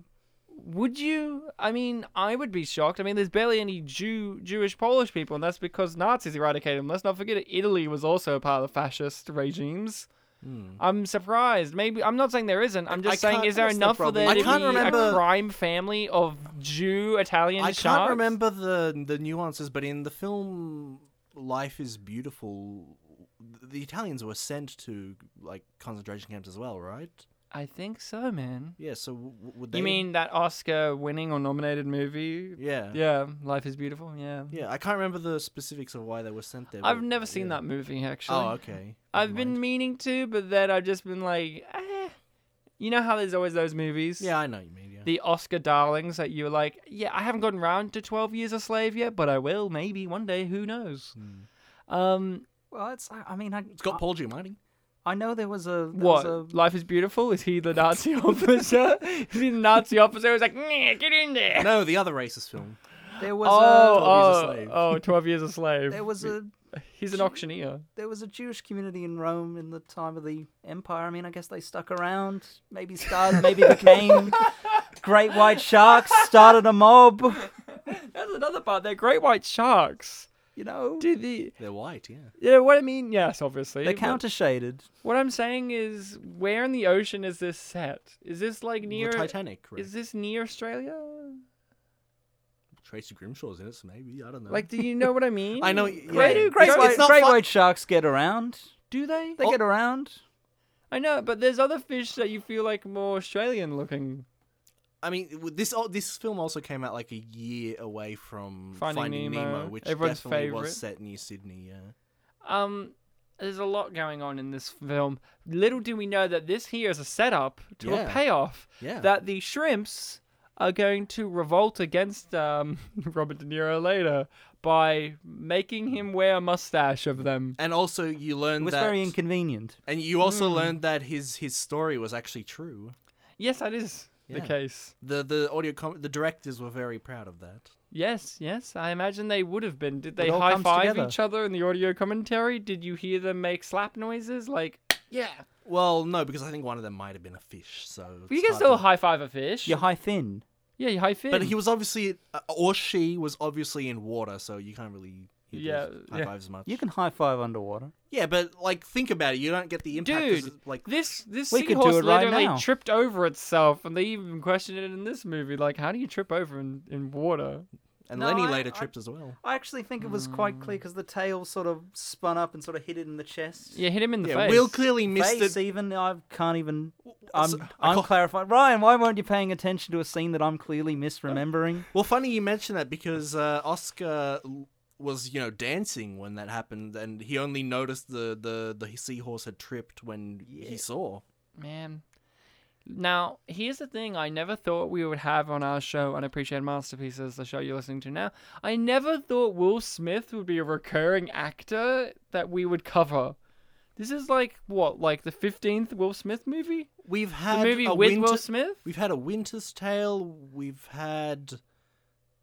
[SPEAKER 1] Would you? I mean, I would be shocked. I mean, there's barely any Jew, Jewish, Polish people, and that's because Nazis eradicated them. Let's not forget it. Italy was also part of the fascist regimes.
[SPEAKER 2] Hmm.
[SPEAKER 1] I'm surprised. Maybe I'm not saying there isn't. I'm just
[SPEAKER 2] I
[SPEAKER 1] saying,
[SPEAKER 2] can't-
[SPEAKER 1] is there
[SPEAKER 2] that's the
[SPEAKER 1] enough for
[SPEAKER 2] problem.
[SPEAKER 1] there
[SPEAKER 2] I
[SPEAKER 1] to
[SPEAKER 2] can't
[SPEAKER 1] be a
[SPEAKER 2] remember-
[SPEAKER 1] crime family of Jew, Italian,
[SPEAKER 2] I can't
[SPEAKER 1] sharks?
[SPEAKER 2] remember the the nuances, but in the film Life is Beautiful, the Italians were sent to like concentration camps as well, right?
[SPEAKER 1] I think so, man.
[SPEAKER 2] Yeah, so w- w- would they?
[SPEAKER 1] You mean that Oscar winning or nominated movie?
[SPEAKER 2] Yeah.
[SPEAKER 1] Yeah, Life is Beautiful. Yeah.
[SPEAKER 2] Yeah, I can't remember the specifics of why they were sent there.
[SPEAKER 1] I've
[SPEAKER 2] but-
[SPEAKER 1] never seen
[SPEAKER 2] yeah.
[SPEAKER 1] that movie actually.
[SPEAKER 2] Oh, okay.
[SPEAKER 1] I've
[SPEAKER 2] Never
[SPEAKER 1] been
[SPEAKER 2] mind.
[SPEAKER 1] meaning to, but then I've just been like, eh. You know how there's always those movies?
[SPEAKER 2] Yeah, I know what you mean. Yeah.
[SPEAKER 1] The Oscar darlings that you were like, yeah, I haven't gotten round to 12 Years a Slave yet, but I will maybe one day, who knows?
[SPEAKER 2] Mm.
[SPEAKER 1] Um,
[SPEAKER 3] Well, it's. I I mean, I,
[SPEAKER 2] It's got Paul Giamatti.
[SPEAKER 3] I, I know there was a. There
[SPEAKER 1] what?
[SPEAKER 3] Was a
[SPEAKER 1] Life is Beautiful? Is he the Nazi officer? is he the Nazi officer who's like, "Nyeh, get in there?
[SPEAKER 2] No, the other racist film.
[SPEAKER 3] there was uh, a.
[SPEAKER 2] 12
[SPEAKER 1] oh,
[SPEAKER 2] Years a
[SPEAKER 1] oh,
[SPEAKER 2] Slave.
[SPEAKER 1] oh, 12 Years a Slave.
[SPEAKER 3] There was a.
[SPEAKER 1] He's an auctioneer.
[SPEAKER 3] There was a Jewish community in Rome in the time of the Empire. I mean, I guess they stuck around. Maybe started. Maybe became great white sharks. Started a mob.
[SPEAKER 1] That's another part. They're great white sharks.
[SPEAKER 3] You know,
[SPEAKER 1] Do the
[SPEAKER 2] They're white, yeah.
[SPEAKER 1] yeah? What I mean, yes, obviously.
[SPEAKER 3] they're
[SPEAKER 1] but-
[SPEAKER 3] counter shaded.
[SPEAKER 1] What I'm saying is, where in the ocean is this set? Is this like near?
[SPEAKER 2] the Titanic, right?
[SPEAKER 1] Is this near Australia?
[SPEAKER 2] Tracy Grimshaw's in it, so maybe I don't know.
[SPEAKER 1] Like, do you know what I mean?
[SPEAKER 2] I know,
[SPEAKER 1] Where
[SPEAKER 2] yeah.
[SPEAKER 1] do
[SPEAKER 3] Great,
[SPEAKER 1] great
[SPEAKER 2] it's
[SPEAKER 3] white,
[SPEAKER 2] not
[SPEAKER 3] great
[SPEAKER 2] fu-
[SPEAKER 3] white sharks get around.
[SPEAKER 1] Do they?
[SPEAKER 3] They
[SPEAKER 2] Oh.
[SPEAKER 3] get around.
[SPEAKER 1] I know, but there's other fish that you feel like more Australian looking.
[SPEAKER 2] I mean, w- this al- this film also came out like a year away from
[SPEAKER 1] Finding
[SPEAKER 2] Finding,
[SPEAKER 1] Nemo,
[SPEAKER 2] Nemo, which
[SPEAKER 1] everyone's
[SPEAKER 2] definitely
[SPEAKER 1] favourite.
[SPEAKER 2] was set near Sydney. Yeah.
[SPEAKER 1] Um, there's a lot going on in this film. Little do we know that this here is a setup to a
[SPEAKER 2] Yeah.
[SPEAKER 1] payoff.
[SPEAKER 2] Yeah.
[SPEAKER 1] That the shrimps are going to revolt against um, Robert De Niro later by making him wear a mustache of them.
[SPEAKER 2] and also, you
[SPEAKER 3] It
[SPEAKER 2] learned
[SPEAKER 3] was
[SPEAKER 2] that,
[SPEAKER 3] very inconvenient.
[SPEAKER 2] and you also
[SPEAKER 1] Hmm.
[SPEAKER 2] learned that his his story was actually true.
[SPEAKER 1] Yes, that is the
[SPEAKER 2] Yeah.
[SPEAKER 1] case.
[SPEAKER 2] The the audio com- the directors were very proud of that.
[SPEAKER 1] Yes, yes, I imagine they would have been. Did they
[SPEAKER 3] all
[SPEAKER 1] high
[SPEAKER 3] comes
[SPEAKER 1] five
[SPEAKER 3] together.
[SPEAKER 1] each other in the audio commentary? Did you hear them make slap noises? Like, yeah.
[SPEAKER 2] Well, no, because I think one of them might have been a fish. So
[SPEAKER 1] But you
[SPEAKER 2] it's
[SPEAKER 1] can
[SPEAKER 2] hard
[SPEAKER 1] still
[SPEAKER 2] to-
[SPEAKER 1] high five a fish.
[SPEAKER 3] You're high thin.
[SPEAKER 1] yeah, you high fin.
[SPEAKER 2] But he was obviously, uh, or she was obviously in water, so you can't really hit
[SPEAKER 1] Yeah,
[SPEAKER 2] those high
[SPEAKER 1] yeah.
[SPEAKER 2] fives much.
[SPEAKER 3] You can high five underwater.
[SPEAKER 2] yeah, but like think about it, you don't get the impact. 'cause
[SPEAKER 1] Dude,
[SPEAKER 2] it's, like
[SPEAKER 1] This this
[SPEAKER 3] We could do
[SPEAKER 1] seahorse
[SPEAKER 3] it right
[SPEAKER 1] literally
[SPEAKER 3] now.
[SPEAKER 1] tripped over itself, and they even questioned it in this movie. Like, how do you trip over in, in water?
[SPEAKER 2] and
[SPEAKER 3] No,
[SPEAKER 2] Lenny
[SPEAKER 3] I-
[SPEAKER 2] later
[SPEAKER 3] I-
[SPEAKER 2] tripped as well.
[SPEAKER 3] I actually think it was quite clear because the tail sort of spun up and sort of hit it in the chest.
[SPEAKER 1] Yeah, hit him in the
[SPEAKER 2] yeah,
[SPEAKER 1] face.
[SPEAKER 2] Will clearly missed
[SPEAKER 3] Face
[SPEAKER 2] it.
[SPEAKER 3] even I can't even. I'm
[SPEAKER 2] so- I
[SPEAKER 3] I'm
[SPEAKER 2] call-
[SPEAKER 3] clarified. Ryan, why weren't you paying attention to a scene that I'm clearly misremembering?
[SPEAKER 2] Well, funny you mention that because uh, Oscar l- was you know dancing when that happened, and he only noticed the the the seahorse had tripped when he saw.
[SPEAKER 1] Man. Now, here's the thing I never thought we would have on our show, Unappreciated Masterpieces, the show you're listening to now. I never thought Will Smith would be a recurring actor that we would cover. This is like, what, like the 15th Will Smith movie?
[SPEAKER 2] We've
[SPEAKER 1] The
[SPEAKER 2] had
[SPEAKER 1] movie
[SPEAKER 2] a
[SPEAKER 1] with
[SPEAKER 2] winter.
[SPEAKER 1] Will Smith?
[SPEAKER 2] We've had a Winter's Tale. We've had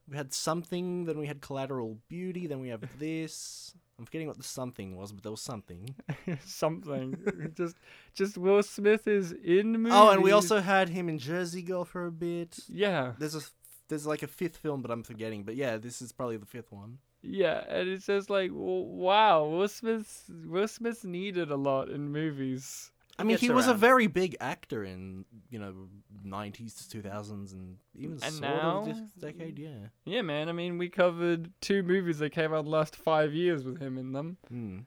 [SPEAKER 2] we had something. Then we had Collateral Beauty. Then we have this. I'm forgetting what the something was, but there was something.
[SPEAKER 1] Something. just just Will Smith is in movies.
[SPEAKER 2] Oh, and we also had him in Jersey Girl for a bit.
[SPEAKER 1] Yeah.
[SPEAKER 2] There's a there's like a fifth film, but I'm forgetting. But yeah, this is probably the fifth one.
[SPEAKER 1] Yeah, and it's just like, w- wow, Will Smith's, Will Smith's needed a lot in movies.
[SPEAKER 2] I mean,
[SPEAKER 3] gets
[SPEAKER 2] he was a
[SPEAKER 3] around.
[SPEAKER 2] very big actor in you know 90s to 2000s and even
[SPEAKER 1] And
[SPEAKER 2] sort
[SPEAKER 1] now-
[SPEAKER 2] of this decade. Yeah.
[SPEAKER 1] Yeah, man. I mean, we covered two movies that came out in the last five years with him in them
[SPEAKER 2] Hmm.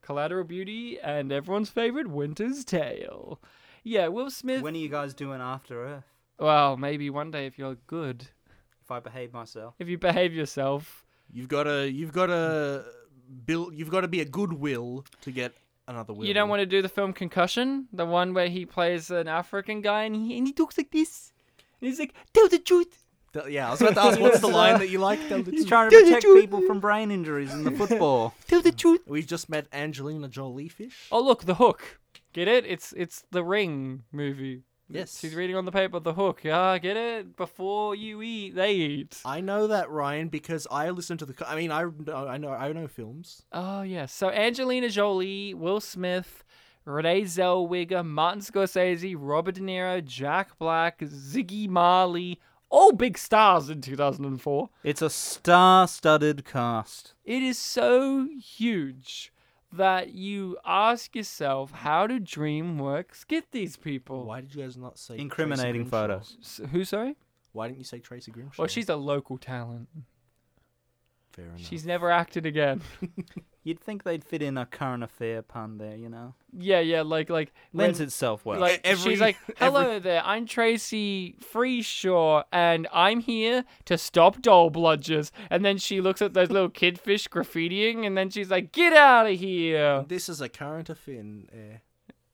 [SPEAKER 1] Collateral Beauty and everyone's favorite, Winter's Tale. Yeah, Will Smith.
[SPEAKER 3] when are you guys doing After Earth?
[SPEAKER 1] well, maybe one day if you're good,
[SPEAKER 3] If I behave myself,
[SPEAKER 1] if you behave yourself.
[SPEAKER 2] You've got to you've got to build. You've got to be a good will to get another will.
[SPEAKER 1] You don't want to do the film Concussion, the one where he plays an African guy and he, and he talks like this. And he's like, tell the truth.
[SPEAKER 2] Th- yeah, I was about to ask, what's the line that you like? Tell the
[SPEAKER 3] he's
[SPEAKER 2] truth.
[SPEAKER 3] trying to
[SPEAKER 1] Dude, did
[SPEAKER 3] protect
[SPEAKER 1] you-
[SPEAKER 3] people from brain injuries in the football.
[SPEAKER 1] Tell the truth.
[SPEAKER 2] We just met Angelina Jolie Fish.
[SPEAKER 1] Oh, look, The Hook. Get it? It's it's the Ring movie.
[SPEAKER 2] Yes.
[SPEAKER 1] She's reading on the paper The Hook. Yeah, get it? Before you eat, they eat.
[SPEAKER 2] I know that Ryan because I listen to the. co- I mean, I know- I know I know films.
[SPEAKER 1] Oh yes. So Angelina Jolie, Will Smith, Renee Zellweger, Martin Scorsese, Robert De Niro, Jack Black, Ziggy Marley, all big stars in 2004.
[SPEAKER 3] It's a star-studded cast.
[SPEAKER 1] It is so huge that you ask yourself, how do DreamWorks get these people?
[SPEAKER 2] Why did you guys not say Tracy
[SPEAKER 3] Incriminating
[SPEAKER 2] Grimshaw?
[SPEAKER 3] photos.
[SPEAKER 1] S- Who sorry?
[SPEAKER 2] Why didn't you say Tracy Grimshaw?
[SPEAKER 1] Well, she's a local talent.
[SPEAKER 2] Fair enough.
[SPEAKER 1] She's never acted again.
[SPEAKER 3] You'd think they'd fit in a current affair pun there, you know?
[SPEAKER 1] Yeah, yeah, like like when-
[SPEAKER 3] Lends itself well.
[SPEAKER 1] Like
[SPEAKER 2] every-
[SPEAKER 1] she's like,
[SPEAKER 2] every-
[SPEAKER 1] "Hello there, I'm Tracy Freeshaw, and I'm here to stop doll bludgers." And then she looks at those little kidfish graffitiing, and then she's like, "Get out of here!"
[SPEAKER 2] This is a current affin. Eh.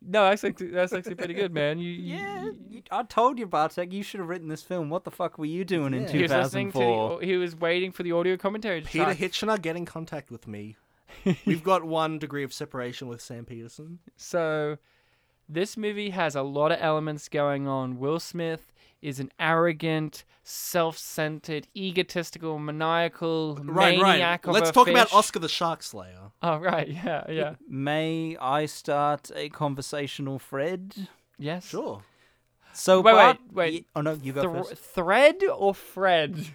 [SPEAKER 1] No, that's actually, that's actually pretty good, man. You, you-
[SPEAKER 3] yeah, you- I told you, Bartek, you should have written this film. What the fuck were you doing in
[SPEAKER 2] Yeah.
[SPEAKER 1] he was listening to.
[SPEAKER 3] 2004?
[SPEAKER 1] The, he was waiting for the audio commentary. To
[SPEAKER 2] Peter
[SPEAKER 1] try-
[SPEAKER 2] Hitchener, get in contact with me. We've got one degree of separation with Sam Peterson.
[SPEAKER 1] So, this movie has a lot of elements going on. Will Smith is an arrogant, self-centered, egotistical, maniacal
[SPEAKER 2] Right,
[SPEAKER 1] maniac
[SPEAKER 2] right.
[SPEAKER 1] of
[SPEAKER 2] Let's
[SPEAKER 1] a
[SPEAKER 2] talk about
[SPEAKER 1] fish.
[SPEAKER 2] Oscar the Shark Slayer.
[SPEAKER 1] Oh right, yeah, yeah,
[SPEAKER 3] May I start a conversational thread?
[SPEAKER 1] yes.
[SPEAKER 2] Sure.
[SPEAKER 3] So,
[SPEAKER 1] Wait,
[SPEAKER 3] Bart-
[SPEAKER 1] wait, wait.
[SPEAKER 3] y- oh, no, you go
[SPEAKER 1] Thre-
[SPEAKER 3] first.
[SPEAKER 1] thread or Fred?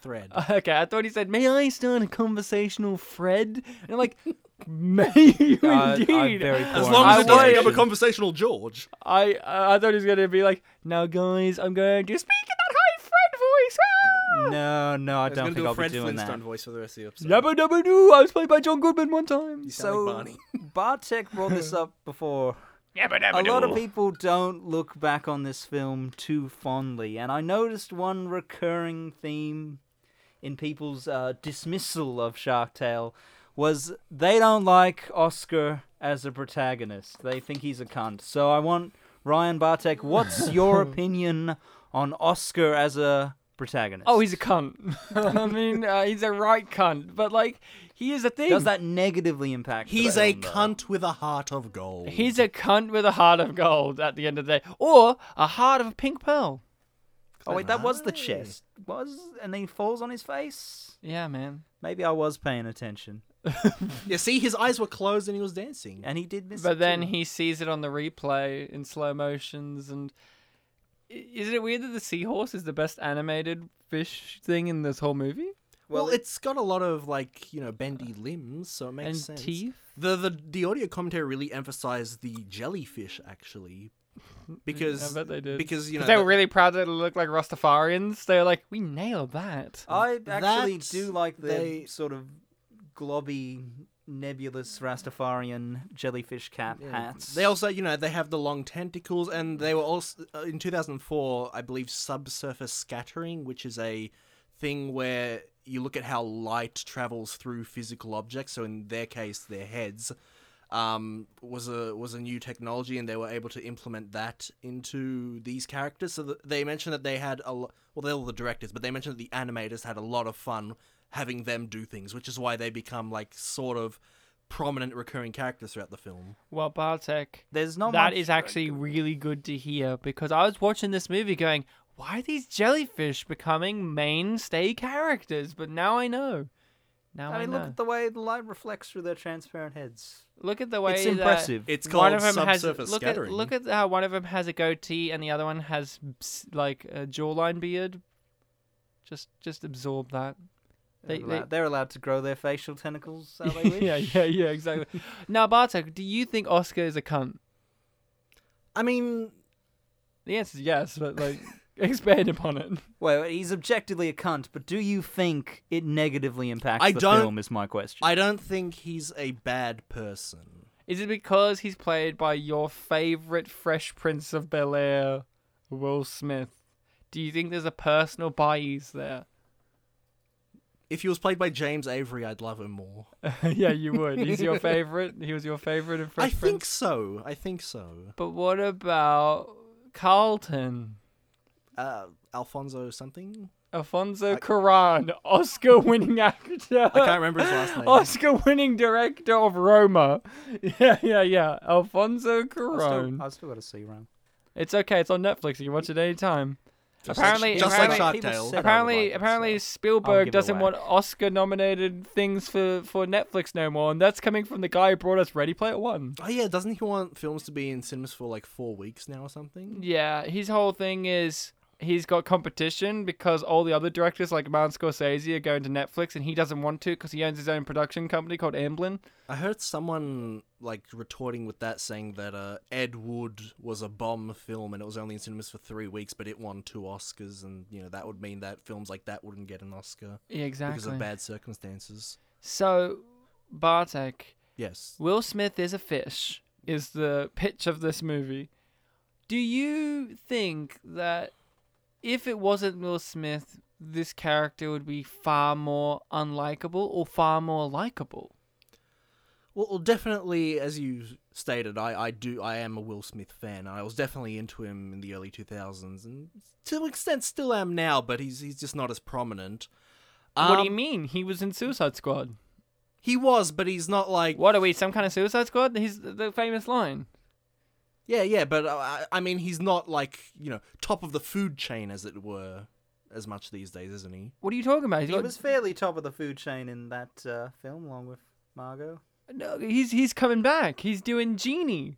[SPEAKER 2] Thread.
[SPEAKER 1] Okay, I thought he said, "May I start a conversational Fred?" And I'm like, "May you
[SPEAKER 3] I- I'm
[SPEAKER 1] indeed."
[SPEAKER 3] very
[SPEAKER 2] as
[SPEAKER 3] Or
[SPEAKER 2] long
[SPEAKER 1] I
[SPEAKER 2] as it doesn't
[SPEAKER 1] was-
[SPEAKER 2] become a conversational George.
[SPEAKER 1] I I thought he was gonna be like, "Now, guys, I'm going to speak in that high Fred voice." Ah!
[SPEAKER 3] No, no, I
[SPEAKER 2] I
[SPEAKER 3] don't
[SPEAKER 2] was gonna
[SPEAKER 3] think
[SPEAKER 2] do a
[SPEAKER 3] I'll
[SPEAKER 2] Fred
[SPEAKER 3] be doing
[SPEAKER 2] Flintstone
[SPEAKER 3] that.
[SPEAKER 2] voice for the rest of the episode.
[SPEAKER 1] Yabba dabba doo. I was played by John Goodman one time.
[SPEAKER 2] You sound like Barney.
[SPEAKER 3] Bartek brought this up before.
[SPEAKER 1] Yabba
[SPEAKER 3] A
[SPEAKER 1] dabba
[SPEAKER 3] lot of
[SPEAKER 1] doo.
[SPEAKER 3] people don't look back on this film too fondly, and I noticed one recurring theme in people's uh, dismissal of Shark Tale was they don't like Oscar as a protagonist. They think he's a cunt. So I want Ryan Bartek, what's your opinion on Oscar as a protagonist?
[SPEAKER 1] Oh, he's a cunt. I mean, uh, he's a right cunt, but like, he is a thing.
[SPEAKER 3] does that negatively impact? the
[SPEAKER 2] He's a
[SPEAKER 3] film, though?
[SPEAKER 2] cunt with a heart of gold.
[SPEAKER 1] He's a cunt with a heart of gold at the end of the day, or a heart of pink pearl.
[SPEAKER 3] Oh wait, that was the chest. Was and then he falls on his face.
[SPEAKER 1] Yeah, man.
[SPEAKER 3] Maybe I was paying attention,
[SPEAKER 2] You see, his eyes were closed and he was dancing.
[SPEAKER 3] and he did miss.
[SPEAKER 1] But
[SPEAKER 3] it
[SPEAKER 1] then
[SPEAKER 3] too.
[SPEAKER 1] he sees it on the replay in slow motions, and I- isn't it weird that the seahorse is the best animated fish thing in this whole movie?
[SPEAKER 2] Well,
[SPEAKER 3] Well,
[SPEAKER 2] it's got a lot of like you know bendy limbs, so it makes
[SPEAKER 1] and
[SPEAKER 2] sense.
[SPEAKER 1] teeth.
[SPEAKER 2] The the the audio commentary really emphasized the jellyfish actually, because
[SPEAKER 1] I bet they did.
[SPEAKER 2] because you know
[SPEAKER 1] they were
[SPEAKER 2] the-
[SPEAKER 1] really proud that it looked like Rastafarians. They were like, "We nailed that."
[SPEAKER 2] Uh,
[SPEAKER 3] I actually
[SPEAKER 2] That's-
[SPEAKER 3] do like the
[SPEAKER 2] they-
[SPEAKER 3] sort of globby, nebulous Rastafarian jellyfish cap hats.
[SPEAKER 2] They also, you know, they have the long tentacles, and they were also uh, in 2004, I believe, subsurface scattering, which is a thing where you look at how light travels through physical objects. So in their case, their heads um, was a was a new technology, and they were able to implement that into these characters. So that they mentioned that they had a lo- well, they were the directors, but they mentioned that the animators had a lot of fun having them do things, which is why they become like sort of prominent recurring characters throughout the film.
[SPEAKER 1] well, Bartek,
[SPEAKER 3] There's not
[SPEAKER 1] That
[SPEAKER 3] much-
[SPEAKER 1] is actually really good to hear because I was watching this movie going, why are these jellyfish becoming mainstay characters? But now I know. Now I,
[SPEAKER 3] I mean,
[SPEAKER 1] know.
[SPEAKER 3] look at the way the light reflects through their transparent heads.
[SPEAKER 1] look at the way
[SPEAKER 3] it's
[SPEAKER 1] that
[SPEAKER 3] impressive.
[SPEAKER 2] It's
[SPEAKER 1] one
[SPEAKER 2] called
[SPEAKER 1] of them has
[SPEAKER 2] subsurface
[SPEAKER 1] look at,
[SPEAKER 2] scattering.
[SPEAKER 1] look at how one of them has a goatee and the other one has s- like a jawline beard. Just just absorb that. They,
[SPEAKER 3] they're,
[SPEAKER 1] they-
[SPEAKER 3] allowed, they're allowed to grow their facial tentacles how they wish.
[SPEAKER 1] yeah, yeah, yeah, exactly. now, Bartek, do you think Oscar is a cunt?
[SPEAKER 2] I mean,
[SPEAKER 1] The answer is yes, but like expand upon it.
[SPEAKER 3] Wait, wait, he's objectively a cunt, but do you think it negatively impacts
[SPEAKER 2] I
[SPEAKER 3] the
[SPEAKER 2] don't-
[SPEAKER 3] film? Is my question.
[SPEAKER 2] I don't think he's a bad person.
[SPEAKER 1] Is it because he's played by your favorite Fresh Prince of Bel Air, Will Smith? Do you think there's a personal bias there?
[SPEAKER 2] If he was played by James Avery, I'd love him more.
[SPEAKER 1] yeah, you would. He's your favorite. He was your favorite in Fresh
[SPEAKER 2] I think
[SPEAKER 1] Prince.
[SPEAKER 2] so. I think so.
[SPEAKER 1] But what about Carlton?
[SPEAKER 2] Uh, Alfonso something.
[SPEAKER 1] Alfonso Cuarón, Oscar-winning actor.
[SPEAKER 2] I can't remember his last
[SPEAKER 1] oh,
[SPEAKER 2] name.
[SPEAKER 1] Oscar-winning director of Roma. Yeah, yeah, yeah. Alfonso
[SPEAKER 3] I still,
[SPEAKER 1] Cuarón.
[SPEAKER 3] I still got to see Rome.
[SPEAKER 1] It's okay. It's on Netflix. You can watch it anytime.
[SPEAKER 2] Just
[SPEAKER 1] apparently,
[SPEAKER 2] like, just
[SPEAKER 1] apparently,
[SPEAKER 2] like Shark
[SPEAKER 3] people
[SPEAKER 2] Tale.
[SPEAKER 3] said- that I would
[SPEAKER 1] apparently,
[SPEAKER 3] like it,
[SPEAKER 1] apparently
[SPEAKER 3] so I'll
[SPEAKER 1] Spielberg
[SPEAKER 3] give it a
[SPEAKER 1] doesn't want
[SPEAKER 3] whack.
[SPEAKER 1] Oscar-nominated things for for Netflix no more, and that's coming from the guy who brought us Ready Player One.
[SPEAKER 2] Oh yeah, doesn't he want films to be in cinemas for like four weeks now or something?
[SPEAKER 1] Yeah, his whole thing is he's got competition because all the other directors like Martin Scorsese are going to Netflix and he doesn't want to because he owns his own production company called Amblin.
[SPEAKER 2] I heard someone like retorting with that saying that uh, Ed Wood was a bomb film and it was only in cinemas for three weeks, but it won two Oscars, and you know that would mean that films like that wouldn't get an Oscar
[SPEAKER 1] Yeah,
[SPEAKER 2] because
[SPEAKER 1] exactly.
[SPEAKER 2] of bad circumstances.
[SPEAKER 1] So Bartek,
[SPEAKER 2] Yes.
[SPEAKER 1] Will Smith is a fish is the pitch of this movie. Do you think that if it wasn't Will Smith, this character would be far more unlikable or far more likable?
[SPEAKER 2] Well, well, definitely, as you stated, I, I do I am a Will Smith fan. I was definitely into him in the early two thousands, and to an extent still am now. But he's he's just not as prominent.
[SPEAKER 1] what do you
[SPEAKER 2] Um,
[SPEAKER 1] mean? He was in Suicide Squad.
[SPEAKER 2] He was, but he's not like
[SPEAKER 1] What are we? Some kind of Suicide Squad? He's the famous line.
[SPEAKER 2] yeah, yeah. But uh, I, I mean, he's not like you know top of the food chain, as it were, as much these days, isn't he?
[SPEAKER 1] What are you talking about? He's
[SPEAKER 3] He
[SPEAKER 1] got-
[SPEAKER 3] was fairly top of the food chain in that uh, film, along with Margot.
[SPEAKER 1] No, he's he's coming back. He's doing Genie,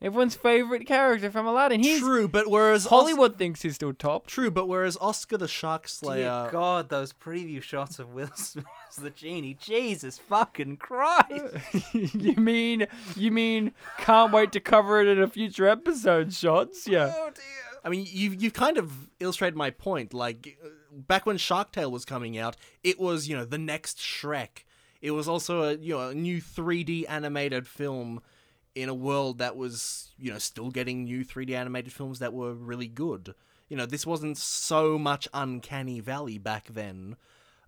[SPEAKER 1] everyone's favorite character from Aladdin. He's
[SPEAKER 2] True, but whereas Os-
[SPEAKER 1] Hollywood thinks he's still top.
[SPEAKER 2] True, but whereas Oscar the Shark Slayer.
[SPEAKER 3] Dear God, those preview shots of Will Smith as the genie. Jesus fucking Christ!
[SPEAKER 1] you mean you mean can't wait to cover it in a future episode, shots? Yeah.
[SPEAKER 2] Uh,
[SPEAKER 3] Oh dear.
[SPEAKER 2] I mean, you've you've kind of illustrated my point. Like uh, back when Shark Tale was coming out, it was you know the next Shrek. It was also a you know a new 3D animated film in a world that was you know still getting new 3D animated films that were really good. You know, this wasn't so much uncanny valley back then.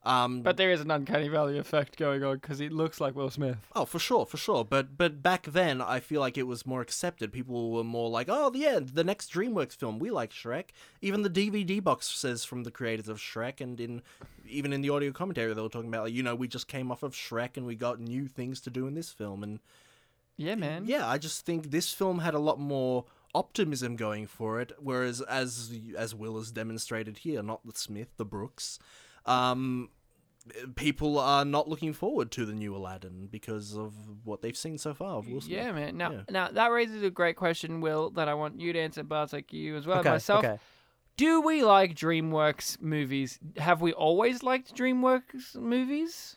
[SPEAKER 2] Um,
[SPEAKER 1] But there is an uncanny valley effect going on because he looks like Will Smith.
[SPEAKER 2] Oh, for sure, for sure. But but back then, I feel like it was more accepted. People were more like, "Oh, yeah, the next DreamWorks film, we like Shrek." Even the DVD box says from the creators of Shrek, and in even in the audio commentary, they were talking about, like, you know, we just came off of Shrek and we got new things to do in this film. And
[SPEAKER 1] Yeah, man.
[SPEAKER 2] yeah, I just think this film had a lot more optimism going for it, whereas as as Will has demonstrated here, not the Smith, the Brooks, um, people are not looking forward to the new Aladdin because of what they've seen so far of Will Smith.
[SPEAKER 1] Yeah, man. Now,
[SPEAKER 2] Yeah.
[SPEAKER 1] now that raises a great question, Will, that I want you to answer, Bartek, you as well,
[SPEAKER 3] Okay,
[SPEAKER 1] myself.
[SPEAKER 3] okay.
[SPEAKER 1] Do we like DreamWorks movies? Have we always liked DreamWorks movies?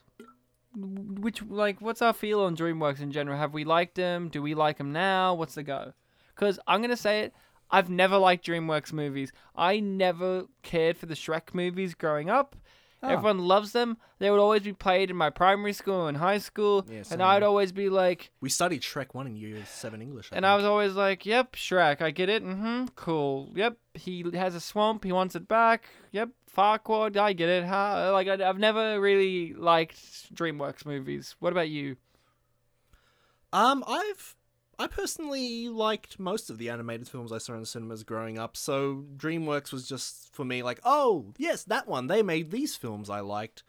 [SPEAKER 1] Which, like, what's our feel on DreamWorks in general? Have we liked them? Do we like them now? What's the go? Because I'm going to say it, I've never liked DreamWorks movies. I never cared for the Shrek movies growing up.
[SPEAKER 2] Ah.
[SPEAKER 1] Everyone loves them. They would always be played in my primary school and high school.
[SPEAKER 2] Yeah,
[SPEAKER 1] and
[SPEAKER 2] same.
[SPEAKER 1] I'd always be like,
[SPEAKER 2] We studied Shrek one in Year Seven English, I
[SPEAKER 1] and I
[SPEAKER 2] think.
[SPEAKER 1] was always like, "Yep, Shrek, I get it. Mm-hmm, cool. Yep, he has a swamp. He wants it back. Yep, Farquaad, I get it. Huh? Like I, I've never really liked DreamWorks movies. What about you?
[SPEAKER 2] Um, I've I personally liked most of the animated films I saw in cinemas growing up, so DreamWorks was just for me like, oh yes, that one. They made these films I liked.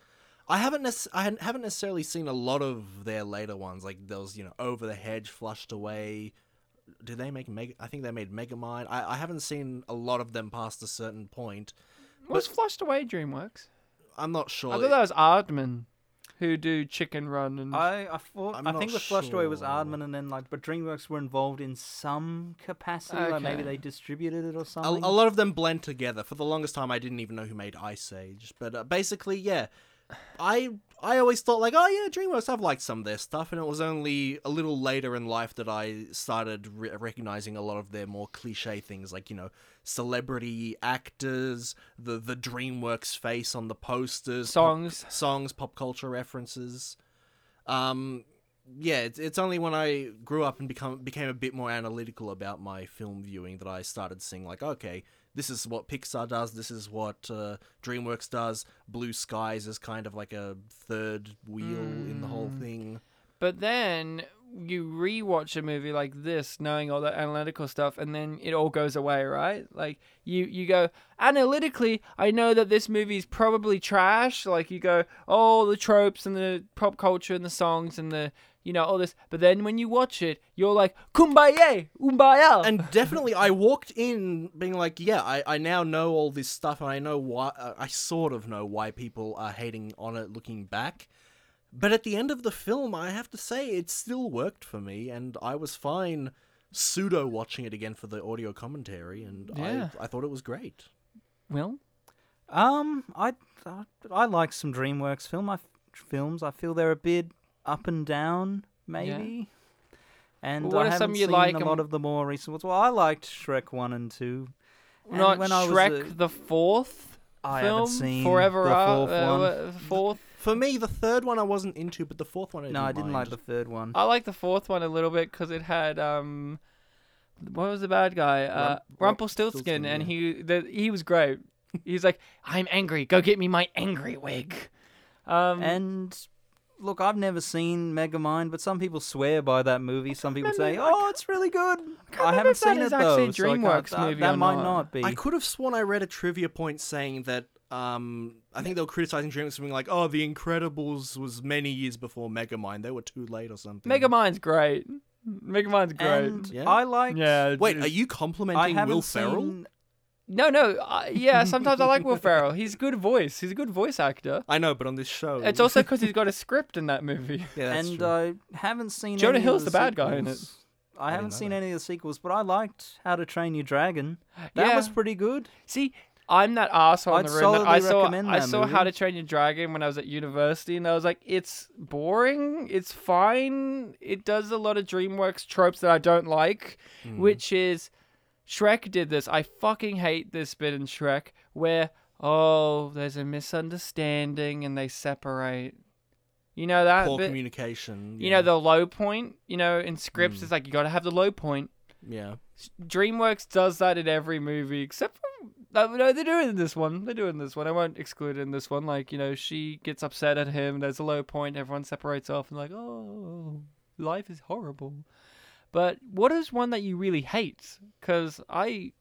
[SPEAKER 2] I haven't nec- I hadn't- haven't necessarily seen a lot of their later ones. Like there was you know Over the Hedge, Flushed Away. Did they make Meg? I think they made Megamind. I, I haven't seen a lot of them past a certain point.
[SPEAKER 1] Was Flushed Away DreamWorks?
[SPEAKER 2] I'm not sure.
[SPEAKER 1] I thought that was Aardman, who do Chicken Run and.
[SPEAKER 3] I I, thought,
[SPEAKER 2] I'm
[SPEAKER 3] I
[SPEAKER 2] not
[SPEAKER 3] think the flushed away was
[SPEAKER 2] sure.
[SPEAKER 3] Aardman, and then like, but DreamWorks were involved in some capacity. Like
[SPEAKER 1] Okay.
[SPEAKER 3] maybe they distributed it or
[SPEAKER 2] a,
[SPEAKER 3] something.
[SPEAKER 2] a lot of them blend together. For the longest time, I didn't even know who made Ice Age. But uh, basically, yeah, I I always thought like, oh yeah, DreamWorks. I've liked some of their stuff, and it was only a little later in life that I started re- recognizing a lot of their more cliche things, like you know, celebrity actors, the the DreamWorks face on the posters, pop-
[SPEAKER 1] Songs.
[SPEAKER 2] songs, pop culture references. Um, yeah, it's, it's only when I grew up and become became a bit more analytical about my film viewing that I started seeing like, okay, this is what Pixar does, this is what uh, DreamWorks does. Blue Skies is kind of like a third wheel in the whole thing.
[SPEAKER 1] But then you rewatch a movie like this, knowing all that analytical stuff, and then it all goes away, right? Like you, you go analytically. I know that this movie's probably trash. Like you go, oh, the tropes and the pop culture and the songs and the you know all this. But then when you watch it, you're like, kumbaya, umbaya.
[SPEAKER 2] And definitely, I walked in being like, yeah, I, I now know all this stuff, and I know why. Uh, I sort of know why people are hating on it looking back. But at the end of the film, I have to say it still worked for me, and I was fine pseudo watching it again for the audio commentary, and
[SPEAKER 1] Yeah.
[SPEAKER 2] I, I thought it was great.
[SPEAKER 1] Will?
[SPEAKER 3] Um, I, I I like some DreamWorks film. I f- films. I feel they're a bit up and down, maybe. And
[SPEAKER 1] What
[SPEAKER 3] I
[SPEAKER 1] are
[SPEAKER 3] haven't
[SPEAKER 1] some you
[SPEAKER 3] seen
[SPEAKER 1] like
[SPEAKER 3] a
[SPEAKER 1] and-
[SPEAKER 3] lot of the more recent ones. Well, I liked Shrek one and two. And
[SPEAKER 1] Not
[SPEAKER 3] when I was
[SPEAKER 1] Shrek
[SPEAKER 3] a-
[SPEAKER 1] the fourth
[SPEAKER 3] I
[SPEAKER 1] film?
[SPEAKER 3] haven't seen
[SPEAKER 1] Forever
[SPEAKER 3] the
[SPEAKER 1] Ar-
[SPEAKER 3] fourth
[SPEAKER 1] uh,
[SPEAKER 3] one.
[SPEAKER 1] uh, fourth.
[SPEAKER 2] For me, the third one I wasn't into, but the fourth one I
[SPEAKER 3] no, I didn't like
[SPEAKER 2] mind.
[SPEAKER 3] the third one.
[SPEAKER 1] I like the fourth one a little bit because it had um, what was the bad guy? Uh,
[SPEAKER 2] Rump-
[SPEAKER 1] Rumpelstiltskin,
[SPEAKER 2] Rumpelstiltskin,
[SPEAKER 1] and
[SPEAKER 2] yeah.
[SPEAKER 1] he the, he was great. He's like, I'm angry. Go get me my angry wig. Um,
[SPEAKER 3] and look, I've never seen Megamind, but some people swear by that movie. Some people say,
[SPEAKER 1] remember- I
[SPEAKER 3] "Oh, it's really good."
[SPEAKER 1] can't
[SPEAKER 3] I,
[SPEAKER 1] remember
[SPEAKER 3] haven't
[SPEAKER 1] if that
[SPEAKER 3] seen
[SPEAKER 1] is
[SPEAKER 3] it
[SPEAKER 1] actually a
[SPEAKER 3] though, so I can't-
[SPEAKER 1] DreamWorks
[SPEAKER 3] that-
[SPEAKER 1] movie
[SPEAKER 3] That
[SPEAKER 1] or
[SPEAKER 3] might
[SPEAKER 1] not.
[SPEAKER 3] not be.
[SPEAKER 2] I could have sworn I read a trivia point saying that um, I think they were criticizing DreamWorks something like, "Oh, The Incredibles was many years before Megamind. They were too late or something."
[SPEAKER 1] Megamind's great. Megamind's great.
[SPEAKER 3] And
[SPEAKER 2] Yeah.
[SPEAKER 3] I like.
[SPEAKER 1] yeah.
[SPEAKER 2] Wait,
[SPEAKER 1] it's-
[SPEAKER 2] are you
[SPEAKER 3] I
[SPEAKER 2] complimenting
[SPEAKER 3] haven't
[SPEAKER 2] Will Ferrell?
[SPEAKER 3] seen
[SPEAKER 1] No, no. I yeah, sometimes I like Will Ferrell. He's good voice. He's a good voice actor.
[SPEAKER 2] I know, but on this show, uh,
[SPEAKER 1] It's also because he's got a script in that movie.
[SPEAKER 2] yeah, that's
[SPEAKER 3] and
[SPEAKER 2] true.
[SPEAKER 3] I haven't seen.
[SPEAKER 1] Jonah
[SPEAKER 3] any
[SPEAKER 1] Hill's
[SPEAKER 3] of
[SPEAKER 1] the bad guy in it.
[SPEAKER 3] sequels. I,
[SPEAKER 2] didn't
[SPEAKER 3] haven't
[SPEAKER 2] know
[SPEAKER 3] seen
[SPEAKER 2] that.
[SPEAKER 3] any of the sequels, but I liked How to Train Your Dragon. That
[SPEAKER 1] Yeah.
[SPEAKER 3] was pretty good.
[SPEAKER 1] See, I'm that asshole in
[SPEAKER 3] I'd
[SPEAKER 1] the room that I
[SPEAKER 3] solidly
[SPEAKER 1] saw.
[SPEAKER 3] recommend
[SPEAKER 1] I
[SPEAKER 3] that
[SPEAKER 1] saw How
[SPEAKER 3] movie.
[SPEAKER 1] to Train Your Dragon when I was at university, and I was like, it's boring. It's fine. It does a lot of DreamWorks tropes that I don't like,
[SPEAKER 3] Hmm.
[SPEAKER 1] which is Shrek did this. I fucking hate this bit in Shrek where oh, there's a misunderstanding and they separate. You know that
[SPEAKER 2] poor
[SPEAKER 1] bit.
[SPEAKER 2] communication.
[SPEAKER 1] You
[SPEAKER 2] yeah.
[SPEAKER 1] know the low point. You know in
[SPEAKER 3] Hmm.
[SPEAKER 1] scripts, it's like you got to have the low point.
[SPEAKER 2] yeah.
[SPEAKER 1] DreamWorks does that in every movie, except for no, no, they do it in this one. They do it in this one. I won't exclude it in this one. Like you know, she gets upset at him. There's a low point. Everyone separates off and like, oh, life is horrible. But what is one that you really hate? Because I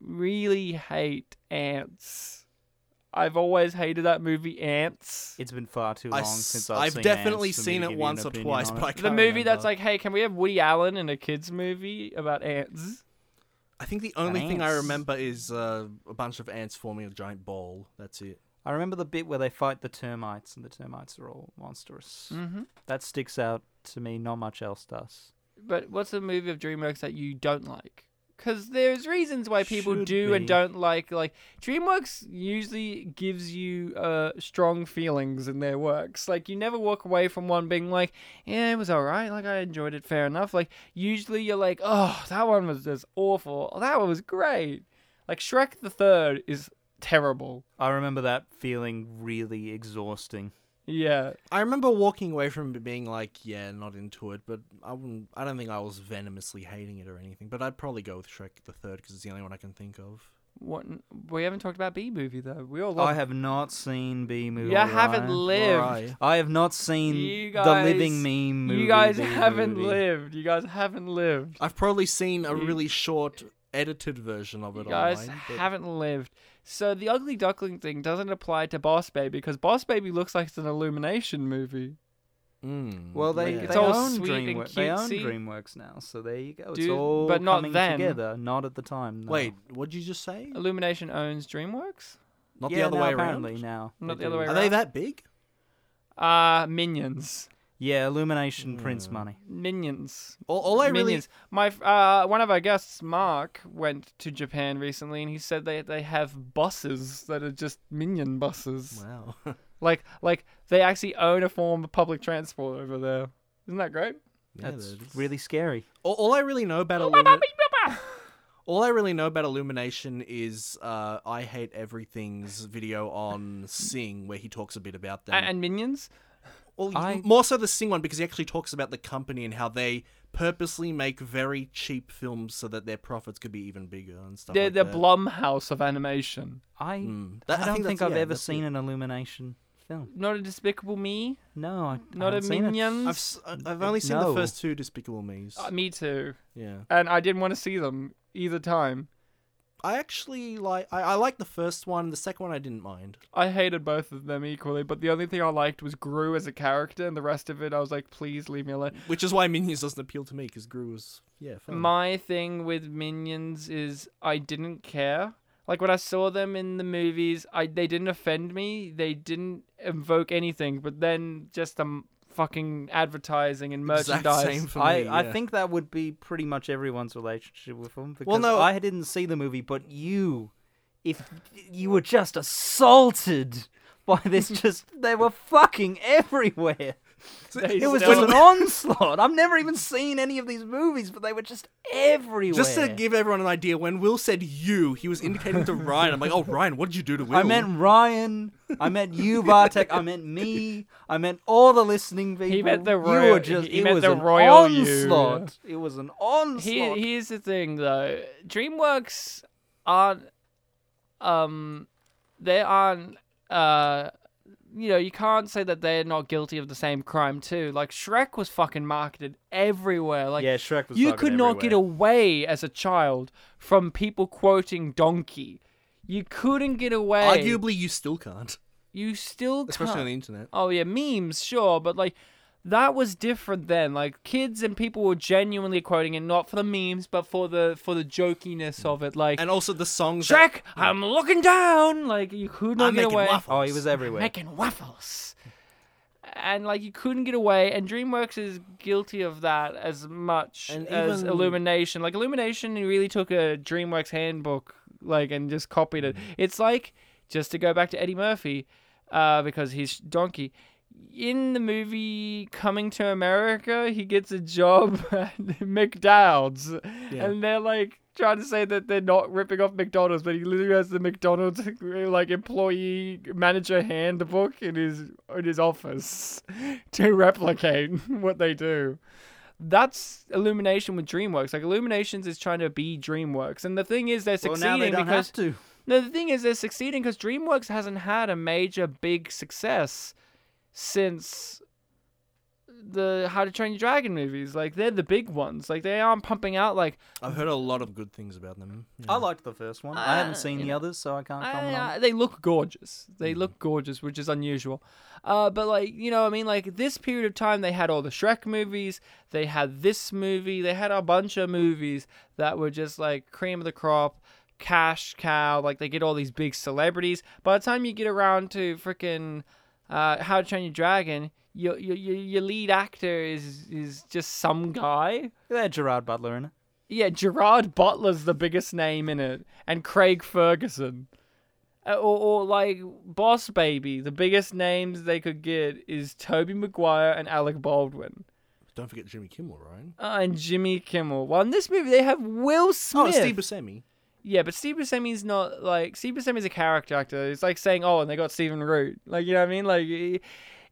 [SPEAKER 1] really hate ants. I've always hated that movie, Ants.
[SPEAKER 3] It's been far too
[SPEAKER 2] I
[SPEAKER 3] long since I've,
[SPEAKER 2] have
[SPEAKER 3] seen
[SPEAKER 2] definitely
[SPEAKER 3] Ants for me
[SPEAKER 2] seen
[SPEAKER 3] to
[SPEAKER 2] it
[SPEAKER 3] give you
[SPEAKER 2] once
[SPEAKER 3] an
[SPEAKER 2] or
[SPEAKER 3] opinion
[SPEAKER 2] twice,
[SPEAKER 3] on
[SPEAKER 2] but I
[SPEAKER 3] it.
[SPEAKER 2] can't
[SPEAKER 1] the movie that's
[SPEAKER 2] remember.
[SPEAKER 1] like, hey, can we have Woody Allen in a kids movie about ants?
[SPEAKER 2] I think the only thing I
[SPEAKER 3] ants.
[SPEAKER 2] remember is uh, a bunch of ants forming a giant ball. That's it.
[SPEAKER 3] I remember the bit where they fight the termites, and the termites are all monstrous.
[SPEAKER 1] Mm-hmm.
[SPEAKER 3] That sticks out to me. Not much else does.
[SPEAKER 1] But what's a movie of DreamWorks that you don't like? Because there's reasons why people
[SPEAKER 3] Should
[SPEAKER 1] do and
[SPEAKER 3] be.
[SPEAKER 1] don't like. Like DreamWorks usually gives you uh, strong feelings in their works. Like you never walk away from one being like, "Yeah, it was alright. Like I enjoyed it. Fair enough." Like usually you're like, "Oh, that one was just awful. Oh, that one was great." Like Shrek the Third is terrible.
[SPEAKER 3] I remember that feeling really exhausting.
[SPEAKER 1] Yeah,
[SPEAKER 2] I remember walking away from it being like, yeah, not into it, but I wouldn't. I don't think I was venomously hating it or anything. But I'd probably go with Shrek the Third because it's the only one I can think of.
[SPEAKER 1] what we haven't talked about B movie though. We all love.
[SPEAKER 3] I have not seen B movie.
[SPEAKER 1] you haven't lived.
[SPEAKER 2] Alright.
[SPEAKER 3] I have not seen
[SPEAKER 1] You
[SPEAKER 3] the living
[SPEAKER 1] guys-
[SPEAKER 3] meme movie.
[SPEAKER 1] You guys
[SPEAKER 3] B
[SPEAKER 1] haven't
[SPEAKER 3] movie.
[SPEAKER 1] lived. You guys haven't lived.
[SPEAKER 2] I've probably seen a
[SPEAKER 1] You-
[SPEAKER 2] really short edited version of
[SPEAKER 1] You
[SPEAKER 2] it
[SPEAKER 1] guys
[SPEAKER 2] online. but-
[SPEAKER 1] haven't lived. So the ugly duckling thing doesn't apply to Boss Baby because Boss Baby looks like it's an Illumination movie.
[SPEAKER 2] Mm,
[SPEAKER 3] Well, they,
[SPEAKER 2] yeah.
[SPEAKER 1] It's
[SPEAKER 3] they
[SPEAKER 1] all
[SPEAKER 3] own
[SPEAKER 1] sweet and
[SPEAKER 3] DreamWorks. They own
[SPEAKER 1] cutesy.
[SPEAKER 3] DreamWorks now, so there you go. It's
[SPEAKER 1] Do-
[SPEAKER 3] all
[SPEAKER 1] but not
[SPEAKER 3] coming
[SPEAKER 1] then.
[SPEAKER 3] together. Not at the time. no.
[SPEAKER 2] Wait, what'd you just say?
[SPEAKER 1] Uh, Illumination owns DreamWorks,
[SPEAKER 2] Not
[SPEAKER 3] yeah,
[SPEAKER 2] the other
[SPEAKER 3] now
[SPEAKER 2] way
[SPEAKER 3] apparently
[SPEAKER 2] around.
[SPEAKER 3] now.
[SPEAKER 1] Not
[SPEAKER 3] they
[SPEAKER 1] the other way
[SPEAKER 3] do.
[SPEAKER 2] Are they
[SPEAKER 1] around.
[SPEAKER 2] that big?
[SPEAKER 1] uh, Minions,
[SPEAKER 3] Yeah, Illumination
[SPEAKER 2] Mm.
[SPEAKER 3] prints money.
[SPEAKER 1] Minions,
[SPEAKER 2] All, all I really
[SPEAKER 1] Minions. My f- uh, one of our guests, Mark, went to Japan recently, and he said they they have buses that are just Minion buses.
[SPEAKER 2] wow.
[SPEAKER 1] Like like they actually own a form of public transport over there. Isn't that great?
[SPEAKER 2] Yeah,
[SPEAKER 3] That's
[SPEAKER 2] that is-
[SPEAKER 3] really scary.
[SPEAKER 2] All, all I really know about Illumi- all I really know about Illumination is uh, I hate everything's video on Sing where he talks a bit about
[SPEAKER 1] A-
[SPEAKER 2] that.
[SPEAKER 1] And, minions.
[SPEAKER 2] Well,
[SPEAKER 3] I-
[SPEAKER 2] more so the Sing one because he actually talks about the company and how they purposely make very cheap films so that their profits could be even bigger and stuff.
[SPEAKER 1] They're
[SPEAKER 2] like
[SPEAKER 1] the
[SPEAKER 2] that.
[SPEAKER 1] Blumhouse of animation.
[SPEAKER 3] I
[SPEAKER 2] Mm. That-
[SPEAKER 3] I don't think,
[SPEAKER 2] that's-
[SPEAKER 3] I've
[SPEAKER 2] yeah,
[SPEAKER 3] ever
[SPEAKER 2] that's
[SPEAKER 3] seen
[SPEAKER 2] it.
[SPEAKER 3] an Illumination film.
[SPEAKER 1] Not a Despicable Me.
[SPEAKER 3] No, I
[SPEAKER 1] Not a
[SPEAKER 3] haven't seen it.
[SPEAKER 1] Minions.
[SPEAKER 2] I've s- I- I've only seen
[SPEAKER 3] No.
[SPEAKER 2] the first two Despicable Me's.
[SPEAKER 1] Uh, me too.
[SPEAKER 2] yeah,
[SPEAKER 1] And I didn't want to see them either time.
[SPEAKER 2] I actually like I, I like the first one. The second one I didn't mind.
[SPEAKER 1] I hated both of them equally, but the only thing I liked was Gru as a character, and the rest of it I was like, please leave me alone.
[SPEAKER 2] Which is why Minions doesn't appeal to me because Gru was yeah. Fun.
[SPEAKER 1] My thing with Minions is I didn't care. Like when I saw them in the movies, I they didn't offend me. They didn't invoke anything. But then just the m- fucking advertising and merchandise.
[SPEAKER 2] Exact same for
[SPEAKER 3] I,
[SPEAKER 2] me,
[SPEAKER 3] I
[SPEAKER 2] yeah.
[SPEAKER 3] think that would be pretty much everyone's relationship with them because
[SPEAKER 2] no-
[SPEAKER 3] I didn't see the movie, but you if you were just assaulted by this just they were fucking everywhere.
[SPEAKER 1] They
[SPEAKER 3] It was
[SPEAKER 1] still-
[SPEAKER 3] just an onslaught. I've never even seen any of these movies, but they were just everywhere.
[SPEAKER 2] Just to give everyone an idea, when Will said you, he was indicating to Ryan. I'm like, oh, Ryan, what did you do to Will?
[SPEAKER 3] I meant Ryan. I meant you, Bartek. I meant me. I meant all the listening people.
[SPEAKER 1] meant the
[SPEAKER 3] You
[SPEAKER 1] royal-
[SPEAKER 3] were just.
[SPEAKER 1] he
[SPEAKER 3] it
[SPEAKER 1] meant
[SPEAKER 3] was
[SPEAKER 1] the
[SPEAKER 3] an
[SPEAKER 1] royal you.
[SPEAKER 3] onslaught. It was an
[SPEAKER 1] Here,
[SPEAKER 3] onslaught.
[SPEAKER 1] here's the thing, though. DreamWorks aren't, um, they aren't, uh, you know, you can't say that they're not guilty of the same crime too. Like Shrek was fucking marketed everywhere. Like
[SPEAKER 3] yeah, Shrek was.
[SPEAKER 1] you
[SPEAKER 3] fucking
[SPEAKER 1] could not get
[SPEAKER 3] everywhere.
[SPEAKER 1] away as a child from people quoting donkey. You couldn't get away.
[SPEAKER 2] Arguably, you still can't,
[SPEAKER 1] you still
[SPEAKER 2] especially on
[SPEAKER 1] can't.
[SPEAKER 2] the internet.
[SPEAKER 1] Oh yeah, memes, sure, but like that was different then. Like kids and people were genuinely quoting it, not for the memes, but for the for the jokiness of it. Like
[SPEAKER 2] And also the songs. that-
[SPEAKER 1] Shrek, I'm looking down. Like you could not
[SPEAKER 2] I'm
[SPEAKER 1] get
[SPEAKER 2] making
[SPEAKER 1] away.
[SPEAKER 2] waffles.
[SPEAKER 3] Oh, he was everywhere.
[SPEAKER 1] Making waffles. And like you couldn't get away, and DreamWorks is guilty of that as much
[SPEAKER 2] And
[SPEAKER 1] as
[SPEAKER 2] even-
[SPEAKER 1] Illumination. Like Illumination really took a DreamWorks handbook, like and just copied it. It's like just to go back to Eddie Murphy, uh, because he's donkey. In the movie Coming to America, he gets a job at McDowell's, and they're like trying to say that they're not ripping off McDonald's, but he literally has the McDonald's like employee manager handbook in his in his office to replicate what they do that's Illumination with DreamWorks. Like Illuminations is trying to be DreamWorks, and the thing is they're
[SPEAKER 3] Well,
[SPEAKER 1] succeeding
[SPEAKER 3] now they don't
[SPEAKER 1] because
[SPEAKER 3] have to.
[SPEAKER 1] no, the thing is they're succeeding because DreamWorks hasn't had a major big success since the How to Train Your Dragon movies. Like they're the big ones. Like they aren't pumping out like
[SPEAKER 2] I've heard a lot of good things about them.
[SPEAKER 3] I liked the first one. I haven't
[SPEAKER 1] Uh,
[SPEAKER 3] seen
[SPEAKER 1] you
[SPEAKER 3] the
[SPEAKER 1] know.
[SPEAKER 3] others, so I can't
[SPEAKER 1] I- uh,
[SPEAKER 3] comment on.
[SPEAKER 1] I-
[SPEAKER 3] it. Mm.
[SPEAKER 1] they look gorgeous. They look gorgeous, which is unusual. Uh, but like you know, what I mean, like this period of time, they had all the Shrek movies. They had this movie. They had a bunch of movies that were just like cream of the crop, cash cow. Like they get all these big celebrities. By the time you get around to freaking uh, How to Train Your Dragon, your your your your lead actor is is just some guy.
[SPEAKER 3] They had Gerard Butler in it.
[SPEAKER 1] Yeah, Gerard Butler's the biggest name in it, and Craig Ferguson. Uh, Or, or like Boss Baby, the biggest names they could get is Toby Maguire and Alec Baldwin
[SPEAKER 2] Don't forget Jimmy Kimmel, Ryan.
[SPEAKER 1] uh, and Jimmy Kimmel. Well, in this movie they have Will Smith.
[SPEAKER 2] Oh, Steve Buscemi.
[SPEAKER 1] yeah, but Steve Buscemi's not like Steve Buscemi's a character actor. It's like saying, oh, and they got Stephen Root. Like you know what I mean? Like i-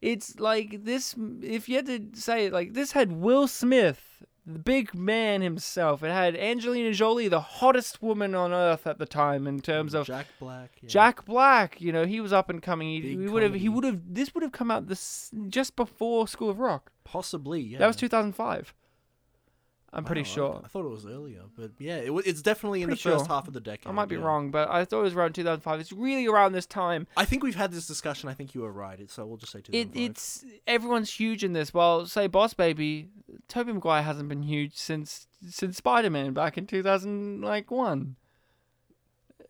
[SPEAKER 1] it's like this. If you had to say it, like this had Will Smith, the big man himself. It had Angelina Jolie, the hottest woman on earth at the time in terms of
[SPEAKER 2] Jack Black. yeah.
[SPEAKER 1] Jack Black, you know, he was up and coming. He
[SPEAKER 2] Big
[SPEAKER 1] would have, he
[SPEAKER 2] comedy.
[SPEAKER 1] would have, this would have come out this just before School of Rock.
[SPEAKER 2] Possibly. Yeah.
[SPEAKER 1] That was 2005. I'm pretty
[SPEAKER 2] Wow, I-
[SPEAKER 1] sure.
[SPEAKER 2] I, thought it was earlier, but yeah, it, wa- it's definitely in
[SPEAKER 1] Pretty
[SPEAKER 2] the first
[SPEAKER 1] sure.
[SPEAKER 2] half of the decade.
[SPEAKER 1] I might be
[SPEAKER 2] yeah.
[SPEAKER 1] wrong, but I thought it was around 2005. It's really around this time.
[SPEAKER 2] I think we've had this discussion. I think you were right. It, so we'll just say two.
[SPEAKER 1] It, it's everyone's huge in this. Well, say Boss Baby, Tobey Maguire hasn't been huge since since Spider Man back in 2000 like
[SPEAKER 2] Mm.
[SPEAKER 1] one.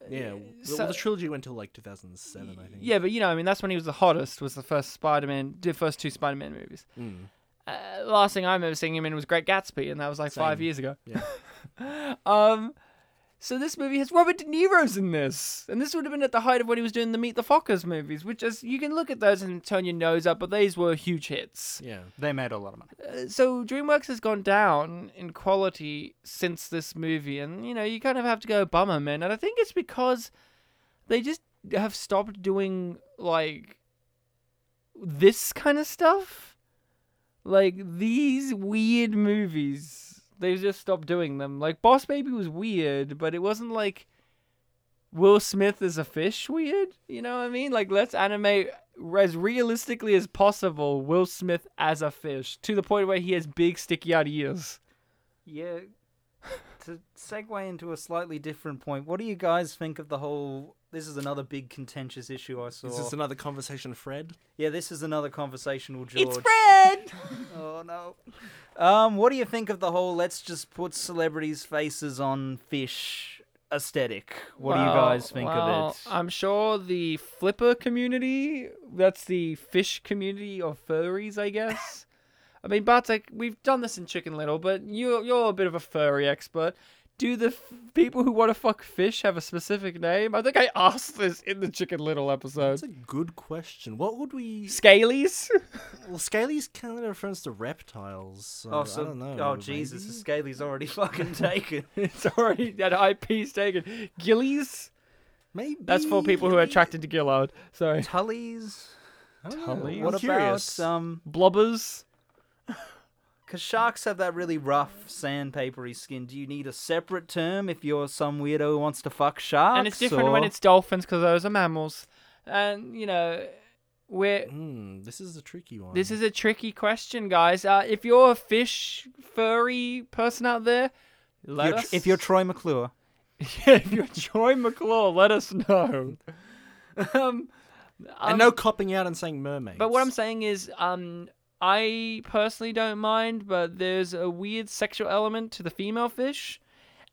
[SPEAKER 2] yeah. well,
[SPEAKER 1] so-
[SPEAKER 2] the trilogy went till like 2007, I think.
[SPEAKER 1] Yeah, but you know, I mean, that's when he was the hottest. Was the first Spider Man, the first two Spider Man movies.
[SPEAKER 2] Mm.
[SPEAKER 1] Uh, last thing I remember seeing him in was Great Gatsby, and that was like five
[SPEAKER 2] Same.
[SPEAKER 1] years ago.
[SPEAKER 2] Yeah.
[SPEAKER 1] Um, so this movie has Robert De Niro's in this, and this would have been at the height of when he was doing the Meet the Fockers movies, which is you can look at those and turn your nose up, but these were huge hits.
[SPEAKER 2] Yeah.
[SPEAKER 3] They made a lot of money.
[SPEAKER 1] Uh, so DreamWorks has gone down in quality since this movie, and you know you kind of have to go bummer, man. And I think it's because they just have stopped doing like this kind of stuff, like these weird movies. They've just stopped doing them. Like Boss Baby was weird, but it wasn't like Will Smith as a fish weird. You know what I mean? Like let's animate as realistically as possible Will Smith as a fish to the point where he has big sticky out ears.
[SPEAKER 3] Yeah. to segue into a slightly different point, what do you guys think of the whole? This is another big contentious issue I saw.
[SPEAKER 2] Is this another conversation, Fred?
[SPEAKER 3] yeah, this is another conversational George.
[SPEAKER 1] Fred.
[SPEAKER 3] oh no. Um, what do you think of the whole? Let's just put celebrities' faces on fish aesthetic. What do you guys think of it?
[SPEAKER 1] I'm sure the flipper community, that's the fish community of furries, I guess. I mean, Bartek, we've done this in Chicken Little, but you you're a bit of a furry expert. do the f- people who want to fuck fish have a specific name? I think I asked this in the Chicken Little episode.
[SPEAKER 2] That's a good question. What would we?
[SPEAKER 1] Scalies?
[SPEAKER 2] Well, Scaly's kind of reference to reptiles. So
[SPEAKER 3] Oh,
[SPEAKER 2] I
[SPEAKER 3] so,
[SPEAKER 2] don't know.
[SPEAKER 3] oh Jesus, the
[SPEAKER 2] maybe?
[SPEAKER 3] Scaly's already fucking taken.
[SPEAKER 1] it's already that IP's taken. Gillies?
[SPEAKER 2] Maybe
[SPEAKER 1] That's for people who are
[SPEAKER 2] maybe?
[SPEAKER 1] attracted to Gillard. Sorry.
[SPEAKER 3] Tullies.
[SPEAKER 2] I don't know.
[SPEAKER 1] Tullies?
[SPEAKER 2] I'm
[SPEAKER 3] What
[SPEAKER 2] curious.
[SPEAKER 3] about um?
[SPEAKER 1] Blobbers?
[SPEAKER 3] Because sharks have that really rough, sandpapery skin. Do you need a separate term if you're some weirdo who wants to fuck sharks?
[SPEAKER 1] and it's different when
[SPEAKER 3] or-
[SPEAKER 1] it's dolphins because those are mammals. And, you know, we're.
[SPEAKER 2] Hmm, this is a tricky one.
[SPEAKER 1] This is a tricky question, guys. Uh, if you're a fish furry person out there, let
[SPEAKER 3] You're-
[SPEAKER 1] us.
[SPEAKER 3] if you're Troy McClure.
[SPEAKER 1] Yeah, if you're Joy McClure, let us know. um,
[SPEAKER 2] and
[SPEAKER 1] um,
[SPEAKER 2] no copping out and saying mermaids.
[SPEAKER 1] but what I'm saying is, um, I personally don't mind, but there's a weird sexual element to the female fish.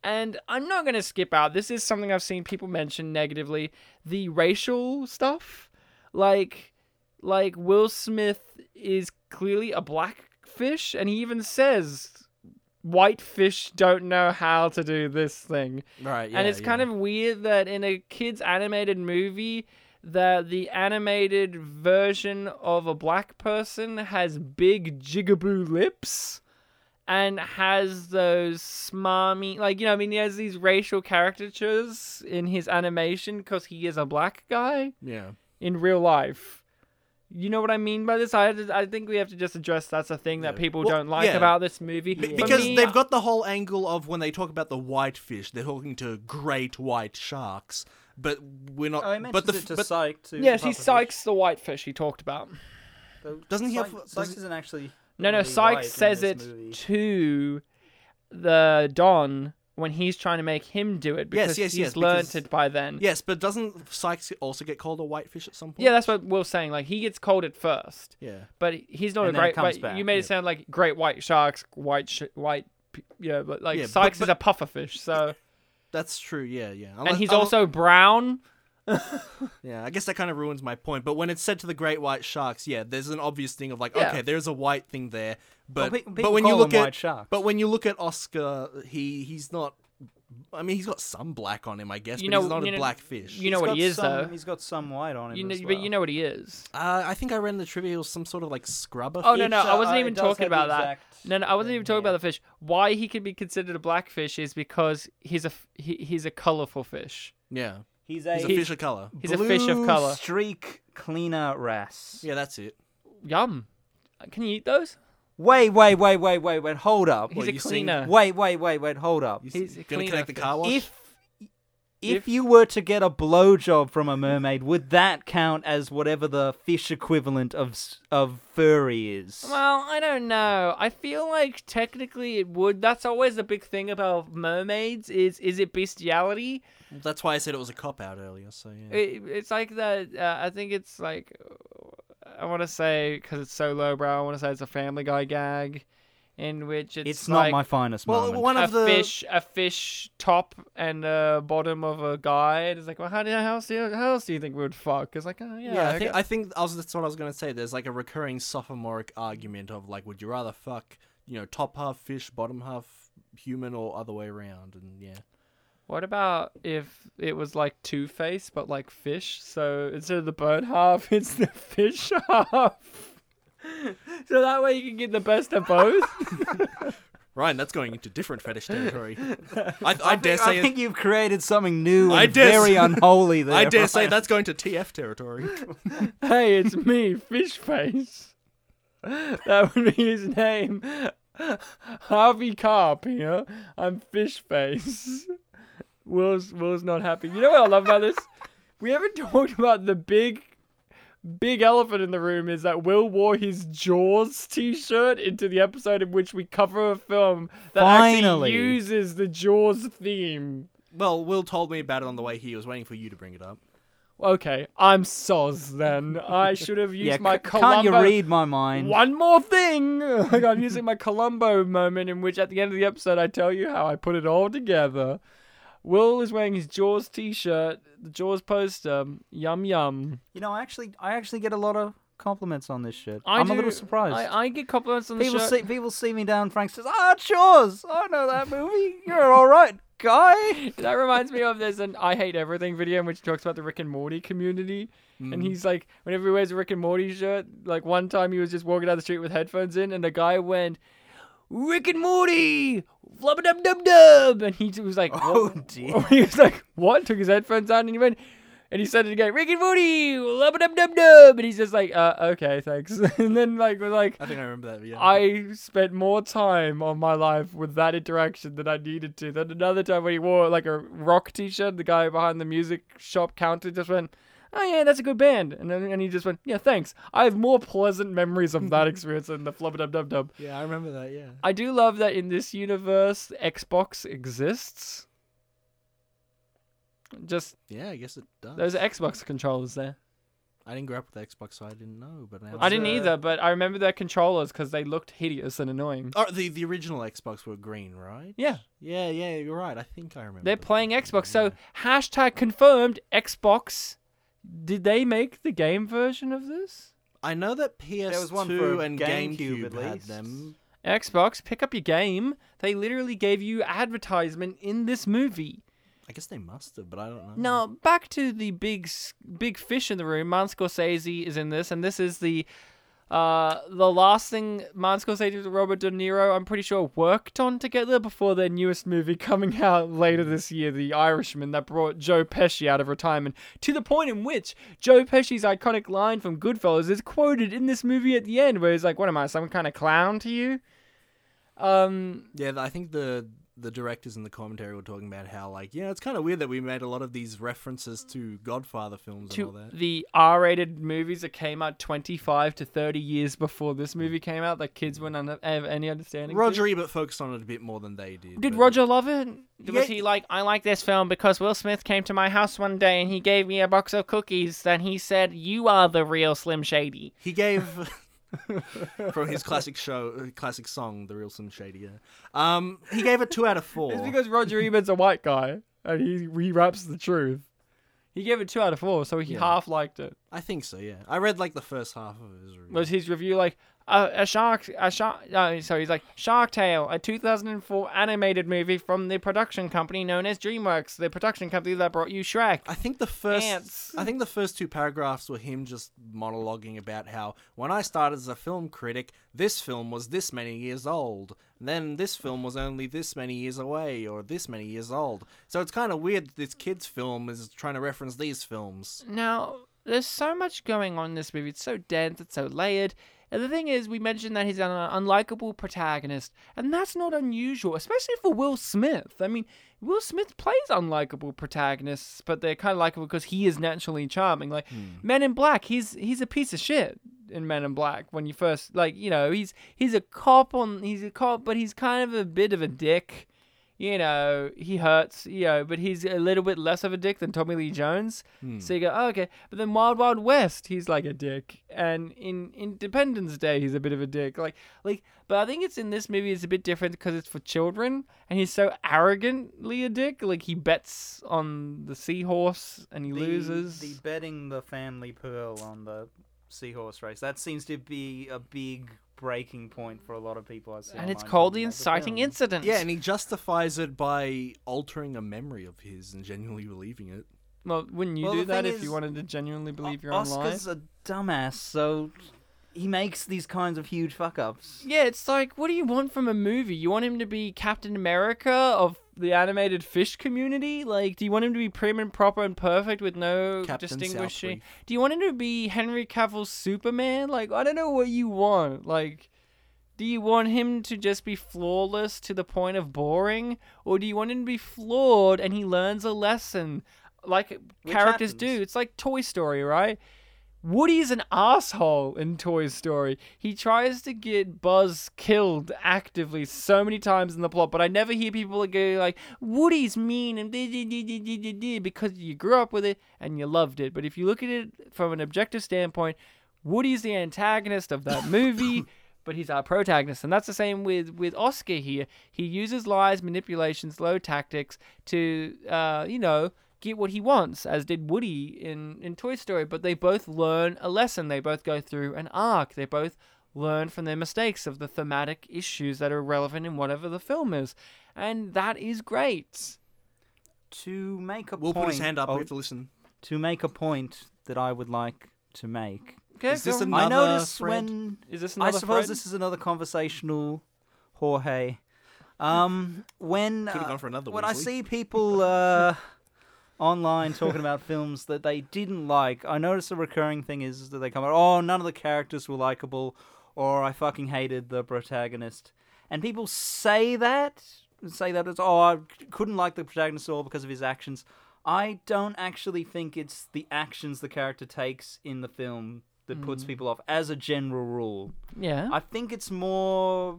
[SPEAKER 1] And I'm not going to skip out. This is something I've seen people mention negatively. The racial stuff. Like, like Will Smith is clearly a black fish, and he even says, white fish don't know how to do this thing
[SPEAKER 2] right,
[SPEAKER 1] and it's kind of weird that in a kids animated movie that the animated version of a black person has big jigaboo lips and has those smarmy like you know i mean he has these racial caricatures in his animation because he is a black guy
[SPEAKER 2] yeah.
[SPEAKER 1] in real life you know what I mean by this? I had to, I think we have to just address that's a thing that
[SPEAKER 2] Yeah.
[SPEAKER 1] people
[SPEAKER 2] Well,
[SPEAKER 1] don't like
[SPEAKER 2] yeah.
[SPEAKER 1] about this movie.
[SPEAKER 2] B-
[SPEAKER 1] For
[SPEAKER 2] Because
[SPEAKER 1] me, uh,
[SPEAKER 2] they've got the whole angle of when they talk about the white fish, they're talking to great white sharks, but we're not.
[SPEAKER 3] Oh, I
[SPEAKER 2] but
[SPEAKER 3] mentioned
[SPEAKER 2] the
[SPEAKER 3] it to
[SPEAKER 2] but
[SPEAKER 3] Psych too.
[SPEAKER 1] yeah, see, Sykes the whitefish he talked about.
[SPEAKER 2] Doesn't he have-
[SPEAKER 3] Psych,
[SPEAKER 2] does
[SPEAKER 3] Sykes
[SPEAKER 2] he-
[SPEAKER 3] isn't actually.
[SPEAKER 1] No, no,
[SPEAKER 3] really white
[SPEAKER 1] Sykes
[SPEAKER 3] in
[SPEAKER 1] says
[SPEAKER 3] this
[SPEAKER 1] it
[SPEAKER 3] movie.
[SPEAKER 1] to the Don when he's trying to make him do it because
[SPEAKER 2] Yes, yes,
[SPEAKER 1] he's
[SPEAKER 2] yes,
[SPEAKER 1] learnt
[SPEAKER 2] because-
[SPEAKER 1] it by then.
[SPEAKER 2] yes, but doesn't Sykes also get called a white fish at some point?
[SPEAKER 1] Yeah, that's what Will's saying. Like he gets cold at first,
[SPEAKER 2] yeah.
[SPEAKER 1] but he's not
[SPEAKER 3] And
[SPEAKER 1] a
[SPEAKER 3] then it
[SPEAKER 1] great.
[SPEAKER 3] comes
[SPEAKER 1] But
[SPEAKER 3] back,
[SPEAKER 1] you made
[SPEAKER 2] yeah.
[SPEAKER 1] it sound like great white sharks, white sh- white. p- Yeah, but like
[SPEAKER 2] Yeah, but-
[SPEAKER 1] Sykes
[SPEAKER 2] but-
[SPEAKER 1] is a puffer fish, so
[SPEAKER 2] That's true. Yeah, yeah.
[SPEAKER 1] and
[SPEAKER 2] Unless-
[SPEAKER 1] he's
[SPEAKER 2] unle-
[SPEAKER 1] also brown.
[SPEAKER 2] yeah. I guess that kind of ruins my point. But when it's said to the great white sharks, yeah, there's an obvious thing of like,
[SPEAKER 1] Yeah.
[SPEAKER 2] okay, there's a white thing there, but
[SPEAKER 3] pe-
[SPEAKER 2] but
[SPEAKER 3] people
[SPEAKER 2] when you
[SPEAKER 3] call
[SPEAKER 2] look
[SPEAKER 3] them
[SPEAKER 2] at
[SPEAKER 3] white sharks.
[SPEAKER 2] but when you look at Oscar, he he's not. I mean, he's got some black on him, I guess,
[SPEAKER 1] You
[SPEAKER 2] but
[SPEAKER 1] know-
[SPEAKER 2] he's not
[SPEAKER 1] you
[SPEAKER 2] a
[SPEAKER 1] know-
[SPEAKER 2] black fish.
[SPEAKER 1] you know
[SPEAKER 3] He's
[SPEAKER 1] what
[SPEAKER 3] got
[SPEAKER 1] he is,
[SPEAKER 3] some-
[SPEAKER 1] though.
[SPEAKER 3] He's got some white on him.
[SPEAKER 1] You know,
[SPEAKER 3] as
[SPEAKER 1] but you
[SPEAKER 3] well.
[SPEAKER 1] know what he is.
[SPEAKER 2] Uh, I think I read in the trivia it was some sort of like scrubber.
[SPEAKER 1] Oh no,
[SPEAKER 2] fish.
[SPEAKER 1] no, I
[SPEAKER 3] uh,
[SPEAKER 1] wasn't
[SPEAKER 3] it
[SPEAKER 1] even
[SPEAKER 3] does
[SPEAKER 1] talking
[SPEAKER 3] have the
[SPEAKER 1] about that.
[SPEAKER 3] exact
[SPEAKER 1] No, no, I wasn't even
[SPEAKER 3] thing,
[SPEAKER 1] talking
[SPEAKER 3] yeah.
[SPEAKER 1] about the fish. Why he can be considered a blackfish is because he's a f- he, he's a colorful fish.
[SPEAKER 2] Yeah,
[SPEAKER 3] He's a,
[SPEAKER 2] he's a fish of color.
[SPEAKER 1] He's a fish of
[SPEAKER 3] blue
[SPEAKER 1] color.
[SPEAKER 3] Streak cleaner ras.
[SPEAKER 2] Yeah, that's it.
[SPEAKER 1] Yum.
[SPEAKER 2] Uh,
[SPEAKER 1] Can you eat those?
[SPEAKER 3] Wait, wait, wait, wait, wait, wait. Hold up.
[SPEAKER 1] He's
[SPEAKER 2] What,
[SPEAKER 1] a
[SPEAKER 2] you saying-
[SPEAKER 1] cleaner.
[SPEAKER 3] Wait, wait, wait, wait. Hold up.
[SPEAKER 2] You
[SPEAKER 1] He's
[SPEAKER 2] s-
[SPEAKER 1] a
[SPEAKER 2] gonna
[SPEAKER 1] cleaner
[SPEAKER 2] connect the car
[SPEAKER 1] fish.
[SPEAKER 2] wash.
[SPEAKER 3] If if
[SPEAKER 1] If-
[SPEAKER 3] you were to get a blowjob from a mermaid, would that count as whatever the fish equivalent of s- of furry is?
[SPEAKER 1] Well, I don't know. I feel like technically it would. That's always the big thing about mermaids is is it bestiality?
[SPEAKER 2] that's why I said it was a cop out earlier. So yeah.
[SPEAKER 1] It, it's like that. Uh, I think it's like I want to say because it's so lowbrow. I want to say it's a Family Guy gag, in which it's
[SPEAKER 3] it's
[SPEAKER 1] like,
[SPEAKER 3] not my finest
[SPEAKER 2] well,
[SPEAKER 3] moment.
[SPEAKER 2] one
[SPEAKER 1] a
[SPEAKER 2] of the
[SPEAKER 1] fish a fish top and uh, bottom of a guy and it's like well how do you, how else do you, how else do you think we would fuck it's like oh, yeah,
[SPEAKER 2] Yeah, I think
[SPEAKER 1] okay.
[SPEAKER 2] I think I was, that's what I was gonna say. There's like a recurring sophomoric argument of like, would you rather fuck, you know, top half fish, bottom half human, or other way around? And yeah,
[SPEAKER 1] what about if it was like two face but like fish so instead of the bird half it's the fish half so that way you can get the best of both
[SPEAKER 2] Ryan, that's going into different fetish territory. I, I,
[SPEAKER 3] I,
[SPEAKER 2] dare
[SPEAKER 3] think, I
[SPEAKER 2] say, it-
[SPEAKER 3] think you've created something new
[SPEAKER 2] I
[SPEAKER 3] and
[SPEAKER 2] dare
[SPEAKER 3] very
[SPEAKER 2] say-
[SPEAKER 3] unholy there.
[SPEAKER 2] I dare say
[SPEAKER 3] Ryan.
[SPEAKER 2] that's going to TF territory.
[SPEAKER 1] hey it's me fish face that would be his name Harvey Carp here. I'm fish face. Will's Will's not happy. You know what I love about this? We haven't talked about the big big elephant in the room is that Will wore his Jaws t-shirt into the episode in which we cover a film that
[SPEAKER 3] Finally.
[SPEAKER 1] actually uses the Jaws theme.
[SPEAKER 2] well, Will told me about it on the way here. He was waiting for you to bring it up.
[SPEAKER 1] Okay, I'm soz then. I should have used
[SPEAKER 3] Yeah,
[SPEAKER 1] my
[SPEAKER 3] c- can't you
[SPEAKER 1] Columbo-
[SPEAKER 3] read my mind?
[SPEAKER 1] One more thing! Like, I'm using my Columbo moment in which at the end of the episode I tell you how I put it all together. Will is wearing his Jaws t shirt, the Jaws poster. Yum yum.
[SPEAKER 3] You know, I actually I actually get a lot of compliments on this shit.
[SPEAKER 1] I
[SPEAKER 3] am a
[SPEAKER 1] do-
[SPEAKER 3] little surprised.
[SPEAKER 1] I, I get compliments on the
[SPEAKER 3] people
[SPEAKER 1] show.
[SPEAKER 3] see people see me down. Frank says, "Ah, chores. I know that movie. You're all right, guy."
[SPEAKER 1] that reminds me of there's an I hate everything video in which he talks about the Rick and Morty community. And he's like, whenever he wears a Rick and Morty shirt, like one time he was just walking down the street with headphones in, and the guy went, Rick and Morty, flubba dub dub dub, and he was like,
[SPEAKER 3] Oh,
[SPEAKER 1] "What?"
[SPEAKER 3] dear.
[SPEAKER 1] He was like, what? Took his headphones on and he went, and he said it again, Rick and Morty, flubba dub dub dub, and he's just like, uh, okay, thanks. and then like was like,
[SPEAKER 2] I think I remember that. Yeah.
[SPEAKER 1] I spent more time on my life with that interaction than I needed to. Then another time when he wore like a rock t-shirt, the guy behind the music shop counter just went, "Oh yeah, that's a good band," and then and he just went, "Yeah, thanks." I have more pleasant memories of that experience than the flubba dub dub dub.
[SPEAKER 2] yeah, I remember that. Yeah.
[SPEAKER 1] I do love that in this universe, Xbox exists. Just
[SPEAKER 2] Yeah, I guess it does.
[SPEAKER 1] those Xbox controllers there.
[SPEAKER 2] I didn't grow up with Xbox, so I didn't know. But now
[SPEAKER 1] I didn't
[SPEAKER 3] uh,
[SPEAKER 1] either, but I remember their controllers because they looked hideous and annoying.
[SPEAKER 2] Oh, the the original Xbox were green, right?
[SPEAKER 1] Yeah.
[SPEAKER 2] Yeah, yeah, you're right. I think I remember.
[SPEAKER 1] They're
[SPEAKER 2] that.
[SPEAKER 1] playing Xbox. So
[SPEAKER 2] Yeah.
[SPEAKER 1] hashtag confirmed Xbox. Did they make the game version of this?
[SPEAKER 2] I know that PS2
[SPEAKER 3] was one for
[SPEAKER 2] and
[SPEAKER 3] GameCube,
[SPEAKER 2] GameCube,
[SPEAKER 3] at
[SPEAKER 2] had
[SPEAKER 3] least.
[SPEAKER 2] them.
[SPEAKER 1] Xbox, pick up your game. They literally gave you advertisement in this movie.
[SPEAKER 2] I guess they must have, but I don't know.
[SPEAKER 1] Now back to the big s- big fish in the room. Martin Scorsese is in this, and this is the uh, the last thing Martin Scorsese and Robert De Niro, I'm pretty sure, worked on together before their newest movie coming out later this year, The Irishman, that brought Joe Pesci out of retirement. To the point in which Joe Pesci's iconic line from Goodfellas is quoted in this movie at the end, where he's like, "What am I, some kind of clown to you?" Um,
[SPEAKER 2] Yeah, I think the the directors in the commentary were talking about how like yeah, it's kind of weird that we made a lot of these references to Godfather films and all
[SPEAKER 1] to
[SPEAKER 2] that.
[SPEAKER 1] the R-rated movies that came out 25 to 30 years before this movie came out that kids wouldn't under- have any understanding. to.
[SPEAKER 2] Roger Ebert focused on it a bit more than they did.
[SPEAKER 1] Did
[SPEAKER 2] but-
[SPEAKER 1] Roger love it?
[SPEAKER 2] Yeah.
[SPEAKER 1] Was he like, I like this film because Will Smith came to my house one day and he gave me a box of cookies and he said, "You are the real Slim Shady."
[SPEAKER 2] He gave from his classic show, uh, classic song, "The Real Slim Shady." Yeah. Um, he gave it two out of four.
[SPEAKER 1] It's because Roger Ebert's a white guy and he raps the truth. He gave it two out of four, so he
[SPEAKER 2] Yeah.
[SPEAKER 1] half liked it.
[SPEAKER 2] I think so. Yeah, I read like the first half of his review.
[SPEAKER 1] was his review like uh, a shark a shark uh, so he's like shark tale a 2004 animated movie from the production company known as dreamworks the production company that brought you shrek
[SPEAKER 2] I think the first
[SPEAKER 1] Ants.
[SPEAKER 2] I think the first two paragraphs were him just monologuing about how when I started as a film critic, this film was this many years old. Then this film was only this many years away or this many years old. So it's kind of weird that this kid's film is trying to reference these films.
[SPEAKER 1] now there's so much going on in this movie it's so dense it's so layered and the thing is we mentioned that he's an unlikable protagonist and that's not unusual especially for will smith i mean will smith plays unlikable protagonists but they're kind of likable because he is naturally charming like men in black he's he's a piece of shit in Men in Black when you first like you know he's he's a cop on he's a cop but he's kind of a bit of a dick you know he hurts you know but he's a little bit less of a dick than Tommy Lee Jones
[SPEAKER 3] Hmm. Mm.
[SPEAKER 1] so you go oh, okay but then Wild Wild West he's like a dick and in Independence Day he's a bit of a dick like like but I think it's in this movie it's a bit different because it's for children and he's so arrogantly a dick like he bets on the seahorse and he loses
[SPEAKER 3] the betting the family pearl on the seahorse race. That seems to be a big breaking point for a lot of people. I see,
[SPEAKER 1] and it's
[SPEAKER 3] online
[SPEAKER 1] called the
[SPEAKER 3] talking about
[SPEAKER 1] inciting
[SPEAKER 3] film.
[SPEAKER 1] incident
[SPEAKER 2] Yeah, and he justifies it by altering a memory of his and genuinely believing it.
[SPEAKER 1] Well, wouldn't you
[SPEAKER 3] Well,
[SPEAKER 1] do
[SPEAKER 3] the
[SPEAKER 1] that
[SPEAKER 3] thing
[SPEAKER 1] if you
[SPEAKER 3] is,
[SPEAKER 1] wanted to genuinely believe you're online?
[SPEAKER 3] Oscar's a dumbass, so he makes these kinds of huge fuck ups.
[SPEAKER 1] Yeah, it's like, what do you want from a movie? You want him to be Captain America of the animated fish community? Like, do you want him to be prim and proper and perfect with no
[SPEAKER 2] Captain
[SPEAKER 1] distinguishing?
[SPEAKER 2] Southwick.
[SPEAKER 1] Do you want him to be Henry Cavill's Superman? Like, I don't know what you want. Like, do you want him to just be flawless to the point of boring, or do you want him to be flawed and he learns a lesson, like characters do?
[SPEAKER 3] happens.
[SPEAKER 1] It's like Toy Story, right? Woody's an asshole in Toy Story. He tries to get Buzz killed actively so many times in the plot, but I never hear people go like, Woody's mean and dee dee dee dee dee dee dee because you grew up with it and you loved it. But if you look at it from an objective standpoint, Woody's the antagonist of that movie, but he's our protagonist. And that's the same with, with Oscar here. He uses lies, manipulations, low tactics to, uh, you know, get what he wants, as did Woody in, in Toy Story. But they both learn a lesson. They both go through an arc. They both learn from their mistakes of the thematic issues that are relevant in whatever the film is. And that is great.
[SPEAKER 3] To make a
[SPEAKER 2] Will
[SPEAKER 3] point,
[SPEAKER 2] put his hand up.
[SPEAKER 3] oh,
[SPEAKER 2] We have to listen.
[SPEAKER 3] to make a point that I would like to make.
[SPEAKER 1] Okay,
[SPEAKER 2] Is this
[SPEAKER 1] go on.
[SPEAKER 2] an-
[SPEAKER 3] I
[SPEAKER 2] Another
[SPEAKER 3] notice
[SPEAKER 2] friend?
[SPEAKER 3] when
[SPEAKER 1] is this
[SPEAKER 3] I
[SPEAKER 1] another
[SPEAKER 3] suppose
[SPEAKER 1] friend?
[SPEAKER 3] this is another conversational Jorge. Um, when
[SPEAKER 2] Could have
[SPEAKER 3] uh,
[SPEAKER 2] gone for another
[SPEAKER 3] when I
[SPEAKER 2] Weasley.
[SPEAKER 3] see people uh, online talking about films that they didn't like, I notice a recurring thing is that they come out, oh, none of the characters were likable, or I fucking hated the protagonist. And people say that, say that as, oh, I couldn't like the protagonist at all because of his actions. I don't actually think it's the actions the character takes in the film that puts people off, as a general rule.
[SPEAKER 1] yeah.
[SPEAKER 3] I think it's more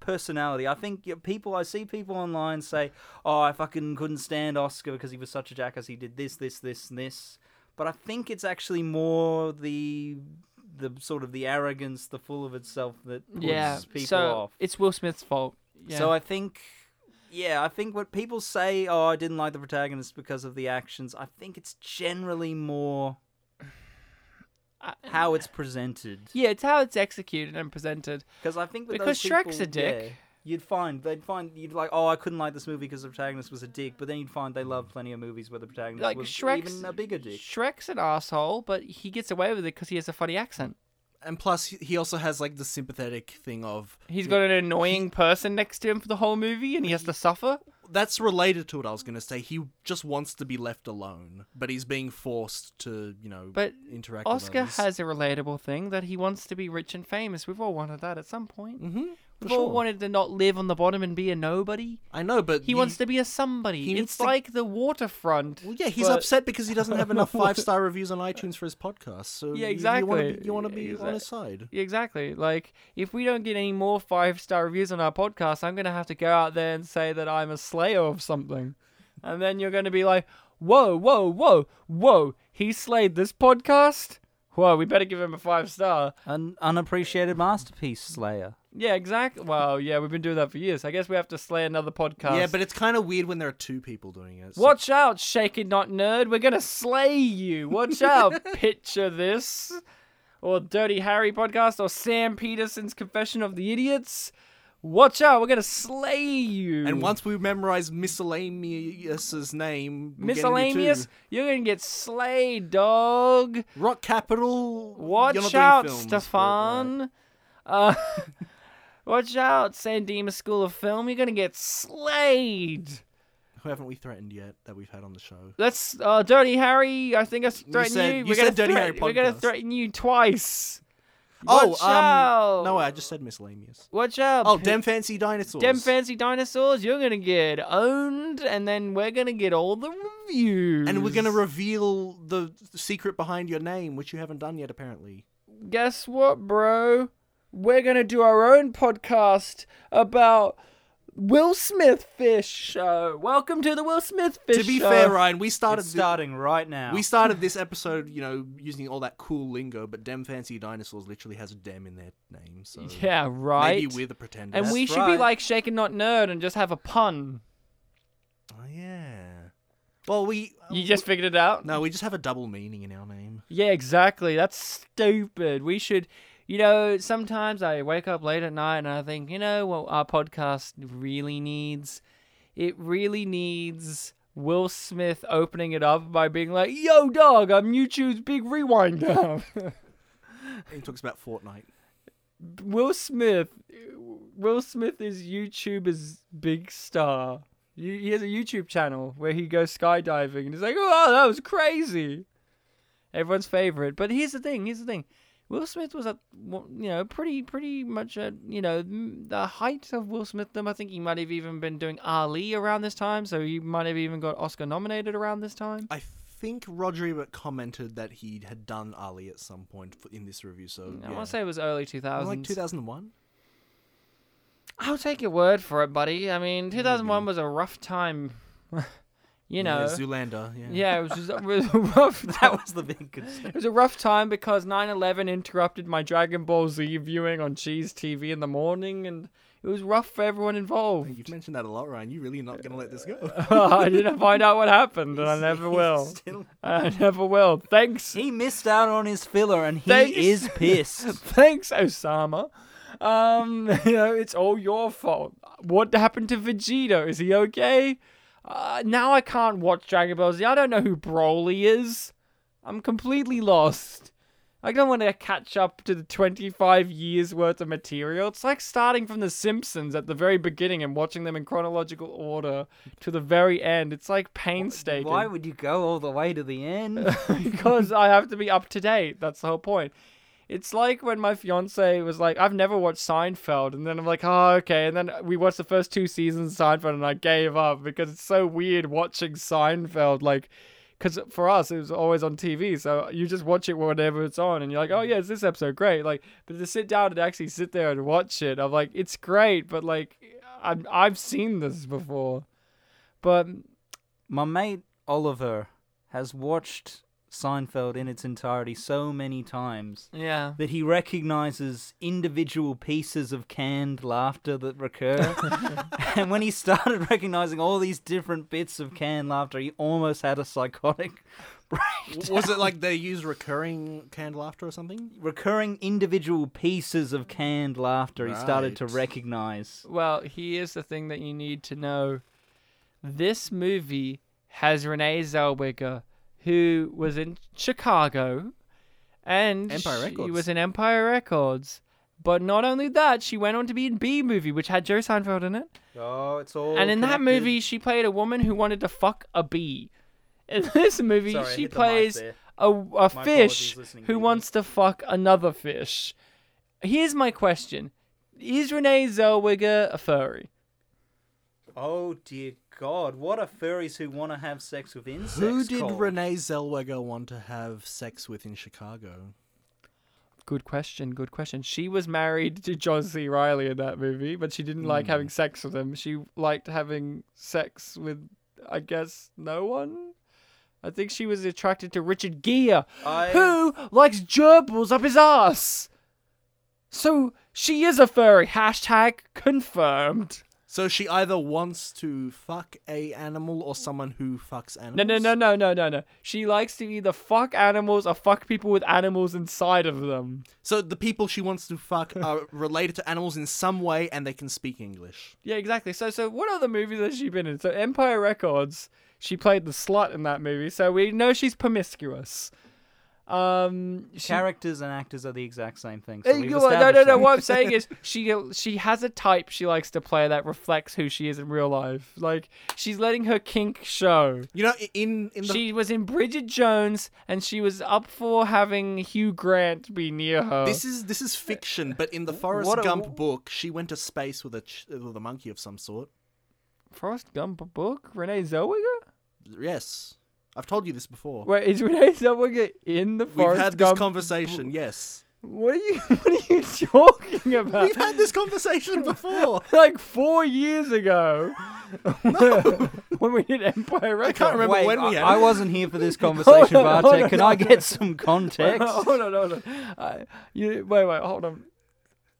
[SPEAKER 3] personality. I think yeah, people, I see people online say, oh, I fucking couldn't stand Oscar because he was such a jackass. He did this, this, this, and this. But I think it's actually more the the sort of the arrogance, the full of itself that puts
[SPEAKER 1] yeah.
[SPEAKER 3] people
[SPEAKER 1] so
[SPEAKER 3] off.
[SPEAKER 1] it's Will Smith's fault. Yeah.
[SPEAKER 3] So I think, yeah, I think what people say, oh, I didn't like the protagonist because of the actions. I think it's generally more
[SPEAKER 1] I-
[SPEAKER 3] how it's presented.
[SPEAKER 1] yeah, it's how it's executed and presented.
[SPEAKER 3] Because I think with
[SPEAKER 1] Because
[SPEAKER 3] those
[SPEAKER 1] Shrek's
[SPEAKER 3] people,
[SPEAKER 1] a dick.
[SPEAKER 3] yeah, you'd find they'd find you'd like, oh, I couldn't like this movie because the protagonist was a dick. But then you'd find they love plenty of movies where the protagonist
[SPEAKER 1] Like
[SPEAKER 3] was
[SPEAKER 1] Shrek's
[SPEAKER 3] even a bigger dick.
[SPEAKER 1] Shrek's an asshole, but he gets away with it because he has a funny accent.
[SPEAKER 2] And plus, he- he also has like the sympathetic thing of
[SPEAKER 1] He's got an annoying person next to him for the whole movie, and he has to suffer.
[SPEAKER 2] that's related to what I was going to say. He just wants to be left alone, but he's being forced to, you know,
[SPEAKER 1] But
[SPEAKER 2] interact.
[SPEAKER 1] Oscar
[SPEAKER 2] with
[SPEAKER 1] has
[SPEAKER 2] others.
[SPEAKER 1] a relatable thing that he wants to be rich and famous. We've all wanted that at some point.
[SPEAKER 2] Mhm, for
[SPEAKER 1] We've all
[SPEAKER 2] sure.
[SPEAKER 1] wanted to not live on the bottom and be a nobody.
[SPEAKER 2] I know, but
[SPEAKER 1] He wants to be a somebody.
[SPEAKER 2] he needs
[SPEAKER 1] it's
[SPEAKER 2] to-
[SPEAKER 1] like the waterfront.
[SPEAKER 2] Well, yeah, he's
[SPEAKER 1] but-
[SPEAKER 2] upset because he doesn't have enough five star reviews on iTunes for his podcast. So
[SPEAKER 1] Yeah,
[SPEAKER 2] you- You want to
[SPEAKER 1] exactly.
[SPEAKER 2] be, you wanna be
[SPEAKER 1] Exact-
[SPEAKER 2] on his side.
[SPEAKER 1] Yeah, Exactly. Like, if we don't get any more five star reviews on our podcast, I'm going to have to go out there and say that I'm a slayer of something. And then you're going to be like, whoa, whoa, whoa, whoa, he slayed this podcast? Whoa, we better give him a five star.
[SPEAKER 3] An unappreciated masterpiece, Slayer.
[SPEAKER 1] Yeah, exactly. Wow, yeah, we've been doing that for years. I guess we have to slay another podcast.
[SPEAKER 2] Yeah, but it's kind of weird when there are two people doing it. So-
[SPEAKER 1] Watch out, shake it not nerd. We're gonna slay you. Watch out. Picture this, or Dirty Harry podcast, or Sam Peterson's Confession of the Idiots. Watch out. We're gonna slay you.
[SPEAKER 2] And once we memorize miscellaneous's name, we'll get into
[SPEAKER 1] miscellaneous,
[SPEAKER 2] two.
[SPEAKER 1] you're gonna get slayed, dog.
[SPEAKER 2] rock capital. you're not
[SPEAKER 1] Watch
[SPEAKER 2] doing
[SPEAKER 1] out,
[SPEAKER 2] films, but- right.
[SPEAKER 1] Stefan. Uh, watch out, San Dimas School of Film. You're gonna get slayed.
[SPEAKER 2] uh, Who haven't we threatened yet that we've had on the show?
[SPEAKER 1] That's uh, Dirty Harry. I think I threatened you.
[SPEAKER 2] said- you
[SPEAKER 1] We're
[SPEAKER 2] said
[SPEAKER 1] gonna
[SPEAKER 2] Dirty Harry
[SPEAKER 1] threat- We're gonna
[SPEAKER 2] podcast.
[SPEAKER 1] threaten you twice.
[SPEAKER 2] Oh,
[SPEAKER 1] Watch
[SPEAKER 2] um,
[SPEAKER 1] out.
[SPEAKER 2] no, I just said miscellaneous.
[SPEAKER 1] Watch out.
[SPEAKER 2] Oh,
[SPEAKER 1] p-
[SPEAKER 2] damn fancy dinosaurs.
[SPEAKER 1] Dem fancy dinosaurs. You're gonna get owned, and then we're gonna get all the reviews.
[SPEAKER 2] and we're gonna reveal the secret behind your name, which you haven't done yet, apparently.
[SPEAKER 1] guess what, bro? We're gonna do our own podcast about Will Smith Fish Show. Welcome to the Will Smith Fish.
[SPEAKER 2] to be
[SPEAKER 1] Show.
[SPEAKER 2] fair, Ryan, we started
[SPEAKER 3] It's
[SPEAKER 2] thi-
[SPEAKER 3] starting right now.
[SPEAKER 2] we started this episode, you know, using all that cool lingo, but damn fancy dinosaurs literally has a dem in their name, so
[SPEAKER 1] yeah, right.
[SPEAKER 2] maybe we're the pretenders.
[SPEAKER 1] and we
[SPEAKER 3] That's
[SPEAKER 1] should be
[SPEAKER 3] right.
[SPEAKER 1] like Shaken Not Nerd and just have a pun.
[SPEAKER 2] oh, yeah. Well, we
[SPEAKER 1] You just figured it out?
[SPEAKER 2] no, we just have a double meaning in our name.
[SPEAKER 1] Yeah, exactly. That's stupid. We should, you know, sometimes I wake up late at night and I think, you know, what our podcast really needs? It really needs Will Smith opening it up by being like, yo, dog, I'm YouTube's big rewind down.
[SPEAKER 2] He talks about Fortnite.
[SPEAKER 1] Will Smith, Will Smith is YouTube's big star. You- He has a YouTube channel where he goes skydiving and he's like, "Oh, that was crazy." Everyone's favorite. But here's the thing. Here's the thing. Will Smith was at well, you know pretty pretty much at you know m- the height of Will Smithdom. I think he might have even been doing Ali around this time, so he might have even got Oscar nominated around this time.
[SPEAKER 2] I think Roger Ebert commented that he had done Ali at some point f- in this review, so
[SPEAKER 1] Mm, I
[SPEAKER 2] Oh, yeah.
[SPEAKER 1] want to say it was early 2000s.
[SPEAKER 2] like 2001.
[SPEAKER 1] I'll take your word for it, buddy. I mean, 2001 was a rough time. You know,
[SPEAKER 2] Mm-hmm. yeah, Zoolander. Yeah.
[SPEAKER 1] yeah, it was, just, it was a rough.
[SPEAKER 3] That was the big concern.
[SPEAKER 1] It was a rough time because 9/11 interrupted my Dragon Ball Z viewing on Cheese TV in the morning, and it was rough for everyone involved.
[SPEAKER 2] You've mentioned that a lot, Ryan. You really not gonna let this go.
[SPEAKER 1] I didn't find out what happened, and I
[SPEAKER 3] He's-
[SPEAKER 1] never
[SPEAKER 3] he's
[SPEAKER 1] will.
[SPEAKER 3] still-
[SPEAKER 1] I never will. Thanks,
[SPEAKER 3] He missed out on his filler, and he
[SPEAKER 1] Thanks.
[SPEAKER 3] is pissed.
[SPEAKER 1] thanks, Osama. Um, you know, it's all your fault. What happened to Vegeta? Is he okay? Uh, now I can't watch Dragon Ball Z. I don't know who Broly is. I'm completely lost. I don't want to catch up to the 25 years worth of material. It's like starting from The Simpsons at the very beginning and watching them in chronological order to the very end. It's like painstaking.
[SPEAKER 3] Why would you go all the way to the end?
[SPEAKER 1] because I have to be up to date. That's the whole point. It's like when my fiance was like, "I've never watched Seinfeld," and then I'm like, "Oh, okay." And then we watched the first two seasons of Seinfeld, and I gave up because it's so weird watching Seinfeld. Like, because for us it was always on TV, so you just watch it whenever it's on, and you're like, "Oh yeah, it's this episode, great!" Like, but to sit down and actually sit there and watch it, I'm like, "It's great," but like, I'm, I've seen this before, but
[SPEAKER 3] My mate Oliver has watched Seinfeld in its entirety so many times
[SPEAKER 1] yeah,
[SPEAKER 3] that he recognizes individual pieces of canned laughter that recur. and when he started recognizing all these different bits of canned laughter, he almost had a psychotic break.
[SPEAKER 2] W- Was it like they use recurring canned laughter or something?
[SPEAKER 3] Recurring individual pieces of canned laughter he started to
[SPEAKER 2] Right.
[SPEAKER 3] recognize.
[SPEAKER 1] Well, here's the thing that you need to know. This movie has Renee Zellweger, who was in Chicago, and
[SPEAKER 2] Empire
[SPEAKER 1] she
[SPEAKER 2] Records.
[SPEAKER 1] was in Empire Records. But not only that, she went on to be in B Movie, which had Joe Seinfeld in it.
[SPEAKER 3] Oh, it's all.
[SPEAKER 1] and in that movie, she played a woman who wanted to fuck a bee. In this movie,
[SPEAKER 3] Sorry, I
[SPEAKER 1] she
[SPEAKER 3] hit the mic
[SPEAKER 1] plays
[SPEAKER 3] there.
[SPEAKER 1] a, a
[SPEAKER 3] My
[SPEAKER 1] fish
[SPEAKER 3] apologies, listening
[SPEAKER 1] who
[SPEAKER 3] people.
[SPEAKER 1] wants to fuck another fish. Here's my question Is Renee Zellweger a furry?
[SPEAKER 3] Oh dear God! What are furries who want to have sex with insects?
[SPEAKER 2] Who did
[SPEAKER 3] called?
[SPEAKER 2] Renee Zellweger want to have sex with in Chicago?
[SPEAKER 1] Good question. Good question. She was married to John C. Riley in that movie, but she didn't like having sex with him. She liked having sex with, I guess, no one. I think she was attracted to Richard Gere,
[SPEAKER 3] I-
[SPEAKER 1] who likes gerbils up his ass. So she is a furry. Hashtag confirmed.
[SPEAKER 2] So she either wants to fuck a animal or someone who fucks animals.
[SPEAKER 1] No, no, no, no, no, no, no. She likes to either fuck animals or fuck people with animals inside of them.
[SPEAKER 2] So the people she wants to fuck are related to animals in some way, and they can speak English.
[SPEAKER 1] Yeah, exactly. So, so what other movies has she been in? So, Empire Records, she played the slut in that movie, so we know she's promiscuous. Um, she,
[SPEAKER 3] Characters and actors are the exact same thing. So
[SPEAKER 1] Hey,
[SPEAKER 3] we've
[SPEAKER 1] you are- no, no, no.
[SPEAKER 3] established
[SPEAKER 1] What I'm saying is, she she has a type she likes to play that reflects who she is in real life. Like she's letting her kink show.
[SPEAKER 2] You know, i- in in the
[SPEAKER 1] She was in Bridget Jones, and she was up for having Hugh Grant be near her.
[SPEAKER 2] this is this is fiction, but in the Forrest
[SPEAKER 3] what a-
[SPEAKER 2] Gump book, she went to space with a ch- with a monkey of some sort.
[SPEAKER 1] Forrest Gump book. Renee Zellweger.
[SPEAKER 2] Yes, I've told you this before.
[SPEAKER 1] Wait, is Renee Zellweger in the
[SPEAKER 2] We've
[SPEAKER 1] Forrest
[SPEAKER 2] had this
[SPEAKER 1] Gump
[SPEAKER 2] conversation. Yes,
[SPEAKER 1] What are you what are you talking about?
[SPEAKER 2] we've had this conversation before.
[SPEAKER 1] like four years ago. when we did Empire Records.
[SPEAKER 2] can't remember
[SPEAKER 3] Wait,
[SPEAKER 2] when we
[SPEAKER 3] I,
[SPEAKER 2] had
[SPEAKER 3] I
[SPEAKER 2] it.
[SPEAKER 3] wasn't here for this conversation,
[SPEAKER 1] on, hold
[SPEAKER 3] Bartek.
[SPEAKER 1] on,
[SPEAKER 3] Can I
[SPEAKER 1] hold on.
[SPEAKER 3] get some context?
[SPEAKER 1] Hold on, hold on. I, you, wait, wait, hold on.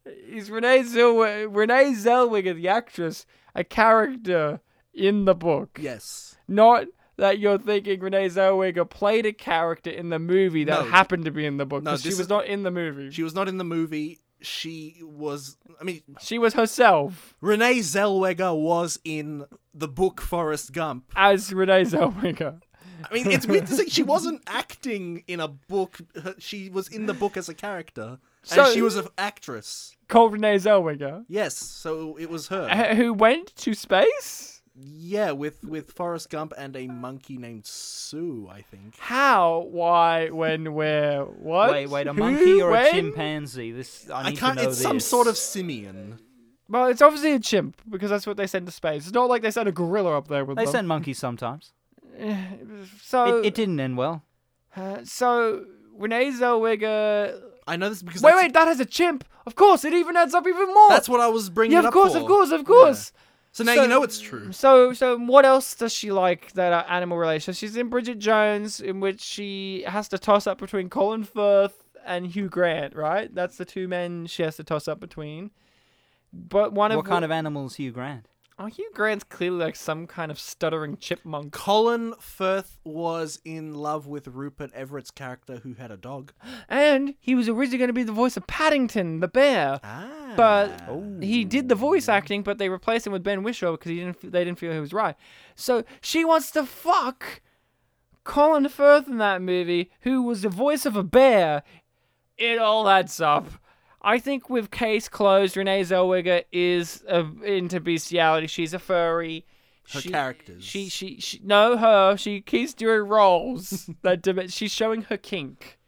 [SPEAKER 1] Is Renee Zellweger, Renee Zellweger, the actress, a character in the book?
[SPEAKER 2] Yes,
[SPEAKER 1] Not that you're thinking Renee Zellweger played a character in the movie that
[SPEAKER 2] No.
[SPEAKER 1] happened to be in the book.
[SPEAKER 2] No,
[SPEAKER 1] because she
[SPEAKER 2] this
[SPEAKER 1] was
[SPEAKER 2] is-
[SPEAKER 1] not in the movie.
[SPEAKER 2] she was not in the movie. She was. I mean,
[SPEAKER 1] she was herself
[SPEAKER 2] Renee Zellweger was in the book Forrest Gump.
[SPEAKER 1] as Renee Zellweger.
[SPEAKER 2] I mean, it's weird to say she wasn't acting in a book. Her- She was in the book as a character, and
[SPEAKER 1] So-
[SPEAKER 2] she was an actress.
[SPEAKER 1] Called Renee Zellweger.
[SPEAKER 2] Yes, so it was her.
[SPEAKER 3] Uh-huh.
[SPEAKER 1] Uh, who went to space?
[SPEAKER 2] Yeah, with with Forrest Gump and a monkey named Sue, I think.
[SPEAKER 1] How? Why? When? Where? What?
[SPEAKER 3] Wait, wait, a
[SPEAKER 1] Who?
[SPEAKER 3] monkey or
[SPEAKER 1] When?
[SPEAKER 3] a chimpanzee? This I
[SPEAKER 2] I
[SPEAKER 3] need
[SPEAKER 2] can't.
[SPEAKER 3] to know
[SPEAKER 2] It's some
[SPEAKER 3] this.
[SPEAKER 2] sort of simian.
[SPEAKER 1] Well, it's obviously a chimp because that's what they send to space. It's not like they sent a gorilla up there with
[SPEAKER 3] They
[SPEAKER 1] them.
[SPEAKER 3] send monkeys sometimes.
[SPEAKER 1] so.
[SPEAKER 3] It, it didn't end well.
[SPEAKER 1] uh, so Renee Zellweger.
[SPEAKER 2] I know this because
[SPEAKER 1] Wait,
[SPEAKER 2] that's,
[SPEAKER 1] wait, that has a chimp. Of course, it even adds up even more.
[SPEAKER 2] that's what I was bringing
[SPEAKER 1] yeah, of
[SPEAKER 2] up
[SPEAKER 1] course, of
[SPEAKER 2] for.
[SPEAKER 1] course, of
[SPEAKER 2] Yeah.
[SPEAKER 1] course.
[SPEAKER 2] So now
[SPEAKER 1] So-
[SPEAKER 2] you know it's true.
[SPEAKER 1] So, so what else does she like that are animal relations? She's in Bridget Jones, in which she has to toss up between Colin Firth and Hugh Grant, right? That's the two men she has to toss up between. But one
[SPEAKER 3] What
[SPEAKER 1] of
[SPEAKER 3] kind of animals, Hugh Grant?
[SPEAKER 1] oh, Hugh Grant's clearly like some kind of stuttering chipmunk.
[SPEAKER 2] Colin Firth was in love with Rupert Everett's character who had a dog.
[SPEAKER 1] And he was originally going to be the voice of Paddington the bear,
[SPEAKER 2] Ah.
[SPEAKER 1] but he did the voice acting, but they replaced him with Ben Whishaw because he didn't. f- They didn't feel he was right. So she wants to fuck Colin Firth in that movie, who was the voice of a bear. It all adds up. I think with case closed, Renee Zellweger is uh into bestiality. She's a furry.
[SPEAKER 2] Her
[SPEAKER 1] She-
[SPEAKER 2] characters.
[SPEAKER 1] She, she, she, no, her. She keeps doing roles that dim- she's showing her kink.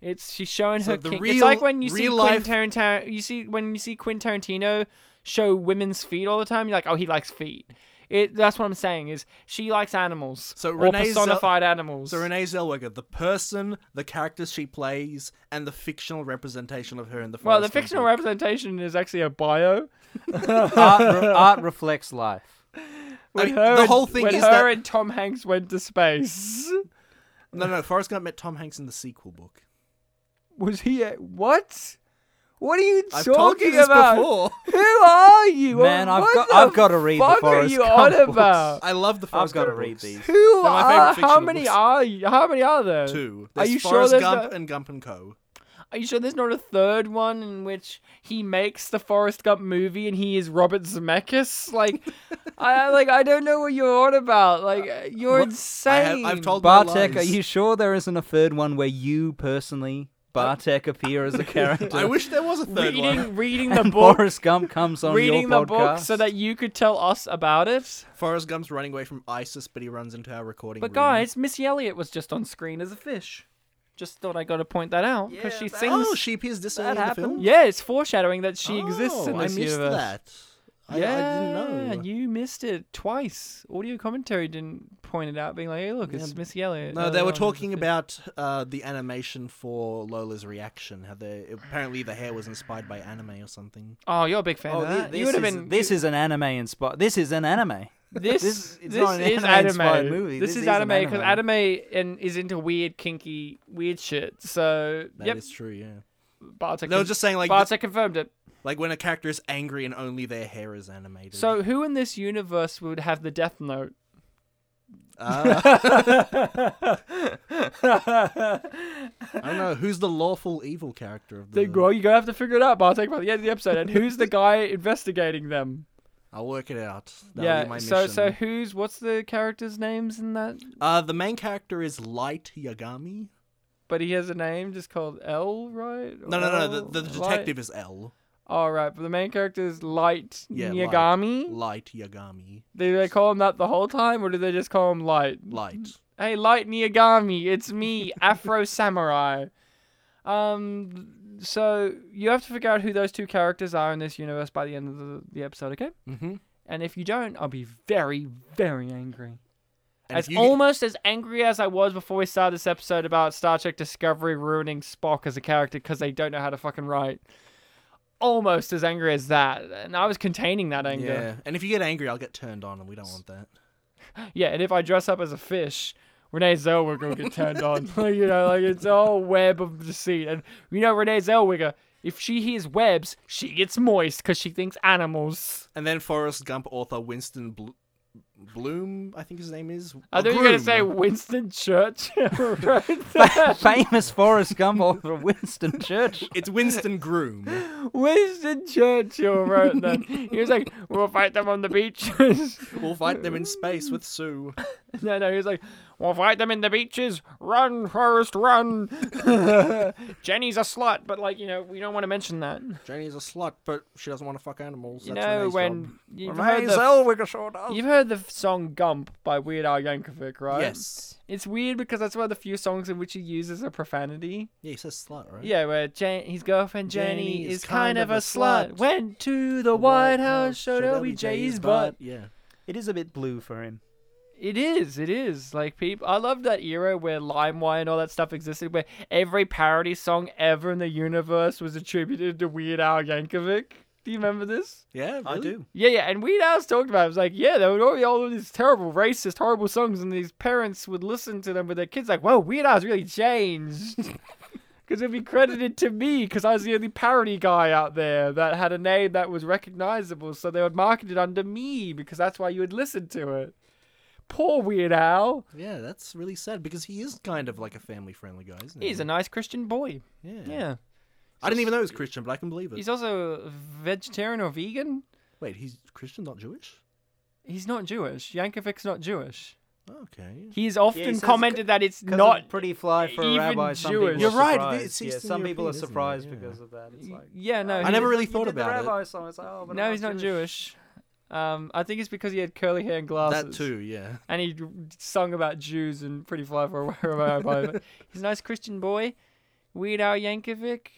[SPEAKER 1] It's she's showing
[SPEAKER 2] So
[SPEAKER 1] her
[SPEAKER 2] the
[SPEAKER 1] kink. it's
[SPEAKER 2] real-
[SPEAKER 1] like when you see
[SPEAKER 2] real
[SPEAKER 1] Quentin
[SPEAKER 2] life-
[SPEAKER 1] Tarantino. You see when you see Quentin Tarantino show women's feet all the time. You're like, oh, he likes feet. It, that's what I'm saying is she likes animals
[SPEAKER 2] So
[SPEAKER 1] or
[SPEAKER 2] Renee Zell-
[SPEAKER 1] personified animals.
[SPEAKER 2] So Renee Zellweger, the person, the characters she plays, and the fictional representation of her in the
[SPEAKER 1] well, the
[SPEAKER 2] Forest
[SPEAKER 1] fictional
[SPEAKER 2] Gump
[SPEAKER 1] representation is actually a bio.
[SPEAKER 3] art, re- art reflects life.
[SPEAKER 2] book. I
[SPEAKER 1] When
[SPEAKER 2] mean,
[SPEAKER 1] her
[SPEAKER 2] the
[SPEAKER 1] and-
[SPEAKER 2] whole thing
[SPEAKER 1] when
[SPEAKER 2] is
[SPEAKER 1] her
[SPEAKER 2] that
[SPEAKER 1] and Tom Hanks went to space.
[SPEAKER 2] no, no. Forrest Gump met Tom Hanks in the sequel book.
[SPEAKER 1] Was he? A, what? What are you
[SPEAKER 2] I've
[SPEAKER 1] talking
[SPEAKER 2] told you this
[SPEAKER 1] about?
[SPEAKER 2] before.
[SPEAKER 1] Who are you?
[SPEAKER 3] Man, I've
[SPEAKER 1] What
[SPEAKER 3] got-
[SPEAKER 1] the
[SPEAKER 3] I've gotta read the
[SPEAKER 1] fuck are
[SPEAKER 3] Forrest
[SPEAKER 1] you
[SPEAKER 3] Gump
[SPEAKER 1] on
[SPEAKER 3] books.
[SPEAKER 1] about?
[SPEAKER 2] I love the
[SPEAKER 3] I've
[SPEAKER 2] Forrest
[SPEAKER 3] got to
[SPEAKER 2] Gump
[SPEAKER 3] read
[SPEAKER 2] books.
[SPEAKER 3] these.
[SPEAKER 1] Who
[SPEAKER 2] They're my favorite
[SPEAKER 1] are? How
[SPEAKER 2] fictional
[SPEAKER 1] many
[SPEAKER 2] books.
[SPEAKER 1] are you? How many are there?
[SPEAKER 2] Two.
[SPEAKER 1] Are
[SPEAKER 2] There's
[SPEAKER 1] you sure
[SPEAKER 2] Forrest
[SPEAKER 1] there's
[SPEAKER 2] Gump
[SPEAKER 1] no-
[SPEAKER 2] and Gump and Co.
[SPEAKER 1] Are you sure there's not a third one in which he makes the Forrest Gump movie and he is Robert Zemeckis? Like, I like I don't know what you're on about. Like you're
[SPEAKER 2] Uh, I
[SPEAKER 1] insane.
[SPEAKER 2] have, I've told my
[SPEAKER 3] Bartek, are
[SPEAKER 2] lies.
[SPEAKER 3] you sure there isn't a third one where you personally, Bartek, appear as a character?
[SPEAKER 2] I wish there was a third one.
[SPEAKER 1] reading reading the
[SPEAKER 3] and
[SPEAKER 1] book,
[SPEAKER 3] Forrest Gump comes on
[SPEAKER 1] reading
[SPEAKER 3] your
[SPEAKER 1] the
[SPEAKER 3] podcast.
[SPEAKER 1] book so that you could tell us about it.
[SPEAKER 2] Forrest Gump's running away from ISIS, but he runs into our recording.
[SPEAKER 1] But
[SPEAKER 2] room.
[SPEAKER 1] guys, Missy Elliott was just on screen as a fish. Just thought I got to point that out because she sings.
[SPEAKER 2] oh, she appears this early in the film.
[SPEAKER 1] Yeah, it's foreshadowing that she exists
[SPEAKER 2] Oh,
[SPEAKER 1] in
[SPEAKER 2] I
[SPEAKER 1] this
[SPEAKER 2] missed
[SPEAKER 1] universe.
[SPEAKER 2] that. I,
[SPEAKER 1] Yeah,
[SPEAKER 2] I didn't know.
[SPEAKER 1] you missed it twice. Audio commentary didn't point it out, being like, "Hey, look, it's Oh, Missy Elliott."
[SPEAKER 2] No,
[SPEAKER 1] early
[SPEAKER 2] they
[SPEAKER 1] on
[SPEAKER 2] were
[SPEAKER 1] as a
[SPEAKER 2] talking
[SPEAKER 1] fish.
[SPEAKER 2] about uh, the animation for Lola's reaction. How they apparently the hair was inspired by anime or something.
[SPEAKER 1] Oh, you're a big fan
[SPEAKER 3] Oh,
[SPEAKER 1] of
[SPEAKER 3] thi-
[SPEAKER 1] that.
[SPEAKER 3] this,
[SPEAKER 1] you would have
[SPEAKER 3] is,
[SPEAKER 1] been
[SPEAKER 3] this is an anime inspired. This is an anime.
[SPEAKER 1] this.
[SPEAKER 3] this- it's
[SPEAKER 1] this
[SPEAKER 3] not an
[SPEAKER 1] is anime.
[SPEAKER 3] anime-inspired movie.
[SPEAKER 1] This,
[SPEAKER 3] This
[SPEAKER 1] is
[SPEAKER 3] is an
[SPEAKER 1] anime because anime.
[SPEAKER 3] anime.
[SPEAKER 1] and is into weird, kinky, weird shit. So
[SPEAKER 2] That is
[SPEAKER 1] yep,
[SPEAKER 2] true. Yeah.
[SPEAKER 1] Bartek.
[SPEAKER 2] They were
[SPEAKER 1] con-
[SPEAKER 2] just saying like th-
[SPEAKER 1] Bartek confirmed it.
[SPEAKER 2] like when a character is angry and only their hair is animated.
[SPEAKER 1] So who in this universe would have the Death Note?
[SPEAKER 2] uh,
[SPEAKER 1] they
[SPEAKER 2] I don't know who's the lawful evil character of the.
[SPEAKER 1] well, you're gonna have to figure it out, Bartek, by the end of the episode. And who's the guy investigating them?
[SPEAKER 2] I'll work it out. That'll be my
[SPEAKER 1] yeah. So,
[SPEAKER 2] mission.
[SPEAKER 1] so who's what's the character's names in that?
[SPEAKER 2] Uh, the main character is Light Yagami.
[SPEAKER 1] But he has a name just called L, right?
[SPEAKER 2] No, no, no. The,
[SPEAKER 1] L?
[SPEAKER 2] the
[SPEAKER 1] Light?
[SPEAKER 2] detective is L.
[SPEAKER 1] All right, but the main character is Light
[SPEAKER 2] Yeah, Light.
[SPEAKER 1] Yagami.
[SPEAKER 2] Light Yagami.
[SPEAKER 1] Do they call him that the whole time, or do they just call him Light?
[SPEAKER 2] Light.
[SPEAKER 1] Hey, Light Niagami, it's me, Afro Samurai. Um, so you have to figure out who those two characters are in this universe by the end of the, the episode, okay?
[SPEAKER 2] Mm-hmm.
[SPEAKER 1] And if you don't, I'll be very, very angry.
[SPEAKER 2] And if
[SPEAKER 1] as
[SPEAKER 2] you,
[SPEAKER 1] almost as angry as I was before we started this episode about Star Trek Discovery ruining Spock as a character because they don't know how to fucking write. Almost as angry as that, and I was containing that anger.
[SPEAKER 2] yeah, and if you get angry, I'll get turned on, and we don't want that.
[SPEAKER 1] Yeah, and if I dress up as a fish, Renee Zellweger will get turned on. Like, you know, like it's all web of deceit. And you know, Renee Zellweger, if she hears webs, she gets moist because she thinks animals.
[SPEAKER 2] And then Forrest Gump author Winston Bl- Bloom, I think his name is.
[SPEAKER 1] I
[SPEAKER 2] or
[SPEAKER 1] thought you were gonna
[SPEAKER 2] Groom.
[SPEAKER 1] say Winston Churchill.
[SPEAKER 3] Fa-
[SPEAKER 1] right?
[SPEAKER 3] famous Forrest Gump author Winston Churchill.
[SPEAKER 2] It's Winston Groom.
[SPEAKER 1] Winston Churchill wrote that. He was like, "We'll fight them on the beaches."
[SPEAKER 2] We'll fight them in space with Sue.
[SPEAKER 1] no, no, he was like, "We'll fight them in the beaches. Run, Forrest, run." Jenny's a slut, but like you know, we don't want to mention that.
[SPEAKER 2] Janie's a slut, but she doesn't want to fuck animals.
[SPEAKER 1] You
[SPEAKER 2] That's
[SPEAKER 1] know
[SPEAKER 2] Renee's job.
[SPEAKER 1] when you've heard,
[SPEAKER 3] Renee
[SPEAKER 1] the,
[SPEAKER 3] Zellweger sure does.
[SPEAKER 1] you've heard the f- song "Gump" by Weird Al Yankovic, right?
[SPEAKER 2] Yes.
[SPEAKER 1] It's weird because that's one of the few songs in which he uses a profanity.
[SPEAKER 2] Yeah, he says slut, right?
[SPEAKER 1] Yeah, where Jan- his girlfriend Jenny, is kind of a slut.
[SPEAKER 2] slut.
[SPEAKER 1] Went to the White House, showed LBJ's butt.
[SPEAKER 2] Yeah.
[SPEAKER 3] It is a bit blue for him.
[SPEAKER 1] It is, it is. Like people, I love that era where LimeWire and all that stuff existed, where every parody song ever in the universe was attributed to Weird Al Yankovic. Do you remember this?
[SPEAKER 2] Yeah,
[SPEAKER 3] I
[SPEAKER 2] really?
[SPEAKER 3] do.
[SPEAKER 1] Yeah, yeah. And Weed Al's talked about. It. it was like, yeah, there would all be all these terrible, racist, horrible songs, and these parents would listen to them with their kids. Like, whoa, Weed Al's really changed. Because it'd be credited to me, because I was the only parody guy out there that had a name that was recognizable. So they would market it under me, because that's why you would listen to it. Poor Weird Al.
[SPEAKER 2] Yeah, that's really sad because he is kind of like a family-friendly guy, isn't he?
[SPEAKER 1] He's a
[SPEAKER 3] Hmm.
[SPEAKER 1] nice Christian boy.
[SPEAKER 2] yeah.
[SPEAKER 1] Yeah.
[SPEAKER 2] I didn't even know he was Christian, but I can believe it.
[SPEAKER 1] He's also vegetarian or vegan.
[SPEAKER 2] Wait, he's Christian, not Jewish?
[SPEAKER 1] He's not Jewish. Yankovic's not Jewish.
[SPEAKER 2] Okay.
[SPEAKER 1] He's often
[SPEAKER 3] says c-
[SPEAKER 1] commented that it's
[SPEAKER 3] 'Cause
[SPEAKER 1] not.
[SPEAKER 3] I'm pretty fly for
[SPEAKER 1] even
[SPEAKER 3] a rabbi. Some
[SPEAKER 1] Jewish.
[SPEAKER 3] people
[SPEAKER 1] You're
[SPEAKER 3] are
[SPEAKER 2] right, it
[SPEAKER 3] surprised.
[SPEAKER 2] is
[SPEAKER 3] yeah,
[SPEAKER 2] Eastern
[SPEAKER 3] some people
[SPEAKER 2] European,
[SPEAKER 3] are
[SPEAKER 2] isn't it?
[SPEAKER 3] surprised
[SPEAKER 2] Yeah.
[SPEAKER 3] because of that. It's like
[SPEAKER 1] yeah, no.
[SPEAKER 3] oh,
[SPEAKER 1] he-
[SPEAKER 2] I never
[SPEAKER 3] you
[SPEAKER 2] really
[SPEAKER 3] did
[SPEAKER 2] thought
[SPEAKER 3] the
[SPEAKER 2] about it.
[SPEAKER 3] rabbi song. It's like, oh, but
[SPEAKER 1] No,
[SPEAKER 3] I'm
[SPEAKER 1] he's not Jewish. Um, I think it's because he had curly hair and glasses.
[SPEAKER 2] That too, yeah.
[SPEAKER 1] And he sung about Jews and Pretty Fly for a Rabbi. but He's a nice Christian boy. Weird Al Yankovic.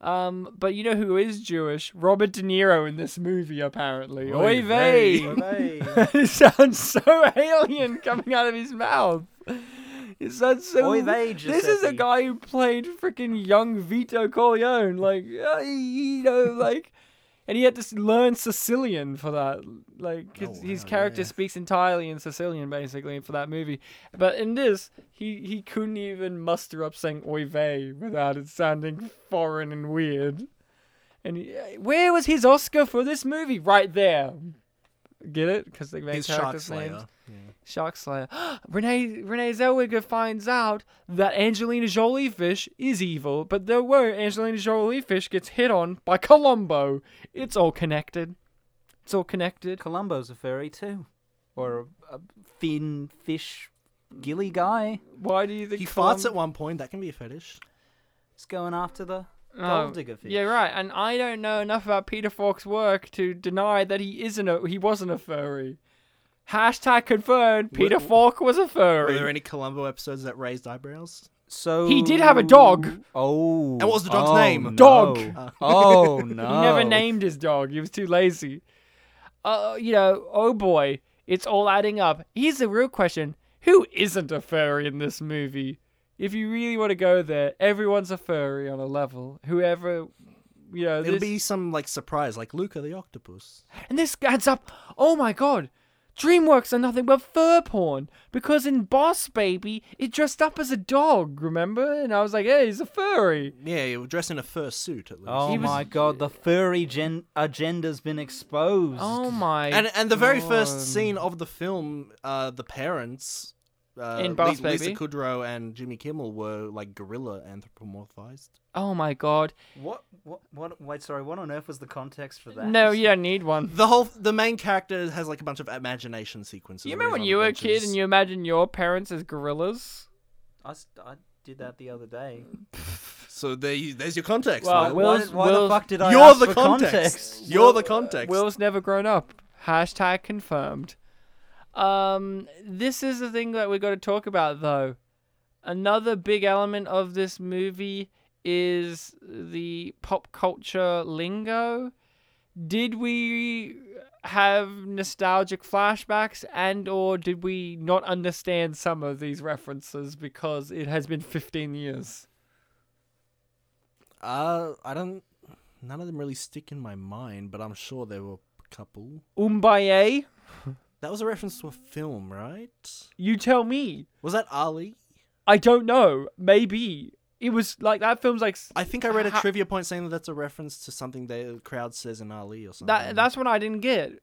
[SPEAKER 1] Um, but you know who is Jewish? Robert De Niro in this movie, apparently. Oy
[SPEAKER 2] Oy
[SPEAKER 1] vey.
[SPEAKER 2] vey.
[SPEAKER 3] Jewish.
[SPEAKER 1] it sounds so alien coming out of his mouth. It sounds so.
[SPEAKER 3] Oy vey,
[SPEAKER 1] this is a
[SPEAKER 3] Giuseppe.
[SPEAKER 1] guy who played freaking young Vito Corleone, like uh, you know, like, and he had to s- learn Sicilian for that. Like his,
[SPEAKER 2] Oh,
[SPEAKER 1] his
[SPEAKER 2] wow,
[SPEAKER 1] character
[SPEAKER 2] yeah.
[SPEAKER 1] speaks entirely in Sicilian, basically, for that movie. But in this, he he couldn't even muster up saying "oy vey" without it sounding foreign and weird. And he- uh, where was his Oscar for this movie? Right there. Get it? Because they made
[SPEAKER 2] He's
[SPEAKER 1] characters names.
[SPEAKER 2] Sharkslayer. Yeah.
[SPEAKER 1] Shark Slayer. Renee Renee Zellweger finds out that Angelina Jolie fish is evil, but there were Angelina Jolie fish gets hit on by Columbo. It's all connected. It's all connected.
[SPEAKER 3] Columbo's a fairy too, or a, a fin fish gilly guy.
[SPEAKER 1] Why do you think
[SPEAKER 2] He
[SPEAKER 1] Colum-
[SPEAKER 2] farts at one point. That can be a fetish.
[SPEAKER 3] He's going after the
[SPEAKER 1] Oh,
[SPEAKER 3] gold digger fish.
[SPEAKER 1] Yeah, right. And I don't know enough about Peter Falk's work to deny that he isn't a he wasn't a furry. Hashtag confirmed. Peter
[SPEAKER 2] Wh-
[SPEAKER 1] Falk was a
[SPEAKER 2] Were
[SPEAKER 1] furry.
[SPEAKER 2] there any Columbo episodes that raised eyebrows?
[SPEAKER 3] So
[SPEAKER 1] He did have a dog.
[SPEAKER 3] Oh,
[SPEAKER 2] And what was the dog's
[SPEAKER 3] oh,
[SPEAKER 2] name?
[SPEAKER 1] Dog.
[SPEAKER 3] no. Oh no.
[SPEAKER 1] He never named his dog. He was too lazy. Uh, you know, oh boy, it's all adding up. Here's the real question: Who isn't a furry in this movie? If you really want to go there, everyone's a furry on a level. Whoever, you know,
[SPEAKER 2] It'll
[SPEAKER 1] this,
[SPEAKER 2] be some like surprise, like Luca the octopus.
[SPEAKER 1] and this adds up. Oh my god. DreamWorks are nothing but fur porn because in Boss Baby it dressed up as a dog, remember? And I was like, "Hey, he's a furry."
[SPEAKER 2] Yeah, he was dressed in a fur suit at least.
[SPEAKER 3] Oh
[SPEAKER 1] He was-
[SPEAKER 3] my god, the furry gen- agenda's been exposed.
[SPEAKER 1] Oh my!
[SPEAKER 2] and and the very
[SPEAKER 1] God.
[SPEAKER 2] first scene of the film, uh, the parents, uh,
[SPEAKER 1] In Boss
[SPEAKER 2] Lisa,
[SPEAKER 1] Baby?
[SPEAKER 2] Lisa Kudrow and Jimmy Kimmel were like gorilla anthropomorphized.
[SPEAKER 1] Oh my god!
[SPEAKER 3] What, what? What? Wait, sorry. What on earth was the context for that?
[SPEAKER 1] No, you don't need one.
[SPEAKER 2] The whole the main character has like a bunch of imagination sequences.
[SPEAKER 1] Do you
[SPEAKER 2] of
[SPEAKER 1] remember
[SPEAKER 2] his
[SPEAKER 1] when you were a kid
[SPEAKER 2] adventures.
[SPEAKER 1] and you imagined your parents as gorillas?
[SPEAKER 3] I, s- I did that the other day.
[SPEAKER 2] So there, you, there's your context.
[SPEAKER 1] Well,
[SPEAKER 2] mate.
[SPEAKER 1] Will-
[SPEAKER 3] why did- why the
[SPEAKER 1] Will's-
[SPEAKER 3] fuck did I
[SPEAKER 2] You're
[SPEAKER 3] ask
[SPEAKER 2] the
[SPEAKER 3] for
[SPEAKER 2] context. You're the context.
[SPEAKER 1] Will's never grown up. Hashtag confirmed. Um, this is the thing that we got to talk about, though. Another big element of this movie is the pop culture lingo. Did we have nostalgic flashbacks and or did we not understand some of these references because it has been 15 years?
[SPEAKER 2] Uh, I don't. None of them really stick in my mind, but I'm sure there were a couple.
[SPEAKER 1] Umbaye,
[SPEAKER 2] That was a reference to a film, right?
[SPEAKER 1] you tell me.
[SPEAKER 2] Was that Ali?
[SPEAKER 1] I don't know. Maybe it was like that film's like s-
[SPEAKER 2] I think I read a
[SPEAKER 1] Ha-
[SPEAKER 2] trivia point saying that that's a reference to something the crowd says in Ali or something.
[SPEAKER 1] that. That's what I didn't get.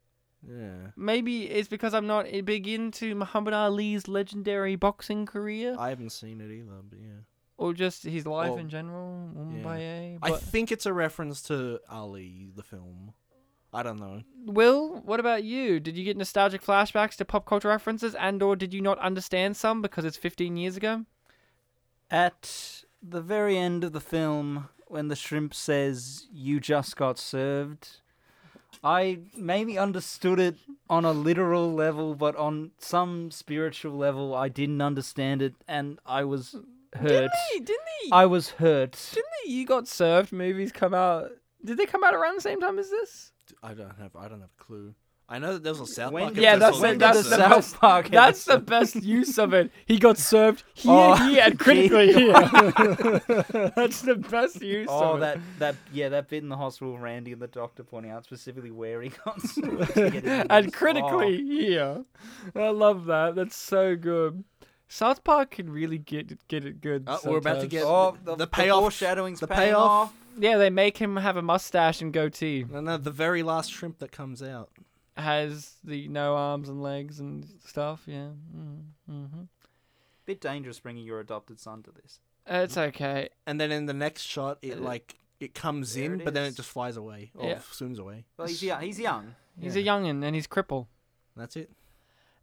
[SPEAKER 2] yeah.
[SPEAKER 1] Maybe it's because I'm not i- big into Muhammad Ali's legendary boxing career,
[SPEAKER 2] I haven't seen it either, but yeah.
[SPEAKER 1] or just his life
[SPEAKER 2] Well,
[SPEAKER 1] in general. Mumbai, eh,
[SPEAKER 2] I
[SPEAKER 1] But
[SPEAKER 2] think it's a reference to Ali, the film. I don't know.
[SPEAKER 1] Will, what about you? Did you get nostalgic flashbacks to pop culture references, and/or did you not understand some because it's 15 years ago?
[SPEAKER 3] At the very end of the film, when the shrimp says, "You just got served," I maybe understood it on a literal level, but on some spiritual level, I didn't understand it, and I was hurt.
[SPEAKER 1] Didn't he? Didn't he?
[SPEAKER 3] I was hurt.
[SPEAKER 1] didn't he? You got served. Movies come out. Did they come out around the same time as this?
[SPEAKER 2] I don't have. I don't have a clue. I know that there was a South
[SPEAKER 3] When-
[SPEAKER 2] Park
[SPEAKER 3] Yeah,
[SPEAKER 1] Yeah,
[SPEAKER 2] episode
[SPEAKER 1] that's it.
[SPEAKER 2] where
[SPEAKER 3] when
[SPEAKER 2] they
[SPEAKER 3] did
[SPEAKER 1] That's
[SPEAKER 2] said
[SPEAKER 1] the
[SPEAKER 3] the
[SPEAKER 2] that.
[SPEAKER 3] South
[SPEAKER 1] best.
[SPEAKER 3] Park
[SPEAKER 1] That's the
[SPEAKER 3] episode-
[SPEAKER 1] best use of it. He got served here,
[SPEAKER 3] Oh.
[SPEAKER 1] here, and critically here. that's the best use.
[SPEAKER 3] Oh,
[SPEAKER 1] of
[SPEAKER 3] that
[SPEAKER 1] It.
[SPEAKER 3] that yeah, that bit in the hospital, with Randy and the doctor pointing out specifically where he got sued to get his
[SPEAKER 1] And
[SPEAKER 3] news.
[SPEAKER 1] critically here. I love that. That's so good. South Park can really get get it good.
[SPEAKER 2] Uh, we're about to
[SPEAKER 1] sometimes. Oh,
[SPEAKER 2] get-
[SPEAKER 3] Oh, oh,
[SPEAKER 2] The
[SPEAKER 3] the,
[SPEAKER 2] payoff-
[SPEAKER 3] foreshadowing's
[SPEAKER 2] the
[SPEAKER 3] paying
[SPEAKER 2] payoff-
[SPEAKER 3] off.
[SPEAKER 1] Yeah, they make him have a mustache and goatee.
[SPEAKER 2] No, no, the very last shrimp that comes out.
[SPEAKER 1] Has the no arms and legs and stuff. Yeah. Mm-hmm.
[SPEAKER 3] Bit dangerous bringing your adopted son to this.
[SPEAKER 1] Uh, It's okay.
[SPEAKER 2] And then in the next shot, it
[SPEAKER 1] Uh,
[SPEAKER 2] like it comes
[SPEAKER 3] there
[SPEAKER 2] in,
[SPEAKER 3] it
[SPEAKER 2] but then
[SPEAKER 3] is.
[SPEAKER 2] it just flies away or
[SPEAKER 1] Yeah.
[SPEAKER 2] swims away.
[SPEAKER 3] Well, he's young. He's young.
[SPEAKER 1] He's a young'un and he's cripple.
[SPEAKER 2] That's it.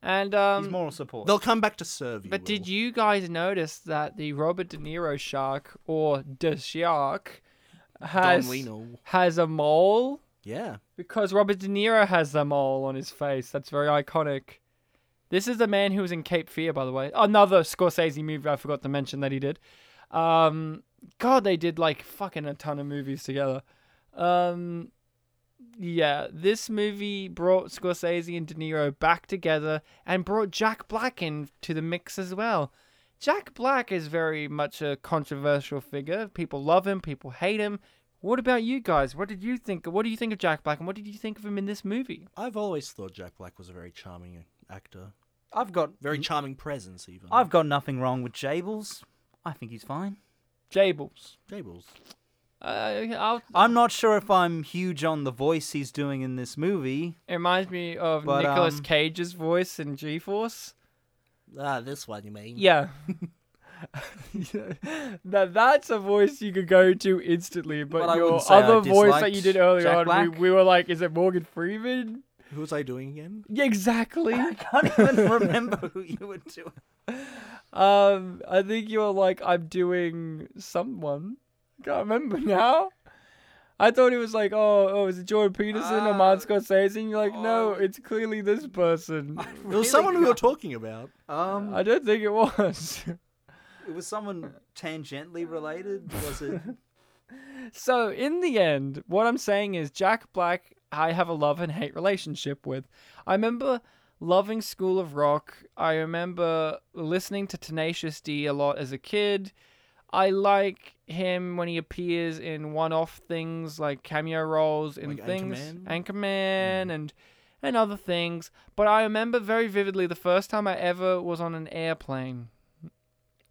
[SPEAKER 1] And um,
[SPEAKER 3] he's moral support.
[SPEAKER 2] They'll come back to serve you.
[SPEAKER 1] But did
[SPEAKER 2] Will.
[SPEAKER 1] you guys notice that the Robert De Niro shark or the shark has
[SPEAKER 2] Don Leno.
[SPEAKER 1] has a mole?
[SPEAKER 2] Yeah.
[SPEAKER 1] Because Robert De Niro has the mole on his face. That's very iconic. This is the man who was in Cape Fear, by the way. Another Scorsese movie I forgot to mention that he did. Um, God, they did like fucking a ton of movies together. Um, yeah, this movie brought Scorsese and De Niro back together and brought Jack Black into the mix as well. Jack Black is very much a controversial figure. People love him, people hate him. What about you guys? What did you think? What do you think of Jack Black and what did you think of him in this movie?
[SPEAKER 2] I've always thought Jack Black was a very charming actor,
[SPEAKER 3] I've got
[SPEAKER 2] very
[SPEAKER 1] Mm.
[SPEAKER 2] charming presence even.
[SPEAKER 3] I've got nothing wrong with Jables. I think he's fine.
[SPEAKER 1] Jables.
[SPEAKER 2] Jables.
[SPEAKER 1] Uh, I'll,
[SPEAKER 3] I'm not sure if I'm huge on the voice he's doing in this movie.
[SPEAKER 1] it reminds me of
[SPEAKER 3] But,
[SPEAKER 1] Nicolas
[SPEAKER 3] um,
[SPEAKER 1] Cage's voice in G Force.
[SPEAKER 2] Ah, this one you mean?
[SPEAKER 1] Yeah. now that's a voice you could go to instantly, but
[SPEAKER 3] Well, I
[SPEAKER 1] your
[SPEAKER 3] wouldn't say I
[SPEAKER 1] other voice that you
[SPEAKER 3] disliked
[SPEAKER 1] did earlier
[SPEAKER 3] Jack
[SPEAKER 1] on, we,
[SPEAKER 3] Black.
[SPEAKER 1] we were like, is it Morgan Freeman?
[SPEAKER 2] Who was I doing again?
[SPEAKER 1] Yeah, exactly.
[SPEAKER 3] I can't even remember who you were doing.
[SPEAKER 1] um, I think you were like, I'm doing someone. I can't remember now. I thought it was like, oh, oh, is it Jordan Peterson or
[SPEAKER 3] Ah.
[SPEAKER 1] Martin Scorsese? And you're like, no, it's clearly this person.
[SPEAKER 2] It was someone we were talking about.
[SPEAKER 3] Um,
[SPEAKER 1] I don't think it was.
[SPEAKER 3] it was someone tangentially related. Was it?
[SPEAKER 1] So in the end, what I'm saying is Jack Black, I have a love and hate relationship with. I remember loving School of Rock. I remember listening to Tenacious D a lot as a kid. I like him when he appears in one-off things like cameo roles in
[SPEAKER 2] Like
[SPEAKER 1] things
[SPEAKER 2] Anchorman?
[SPEAKER 1] Anchorman and and other things. But I remember very vividly the first time I ever was on an airplane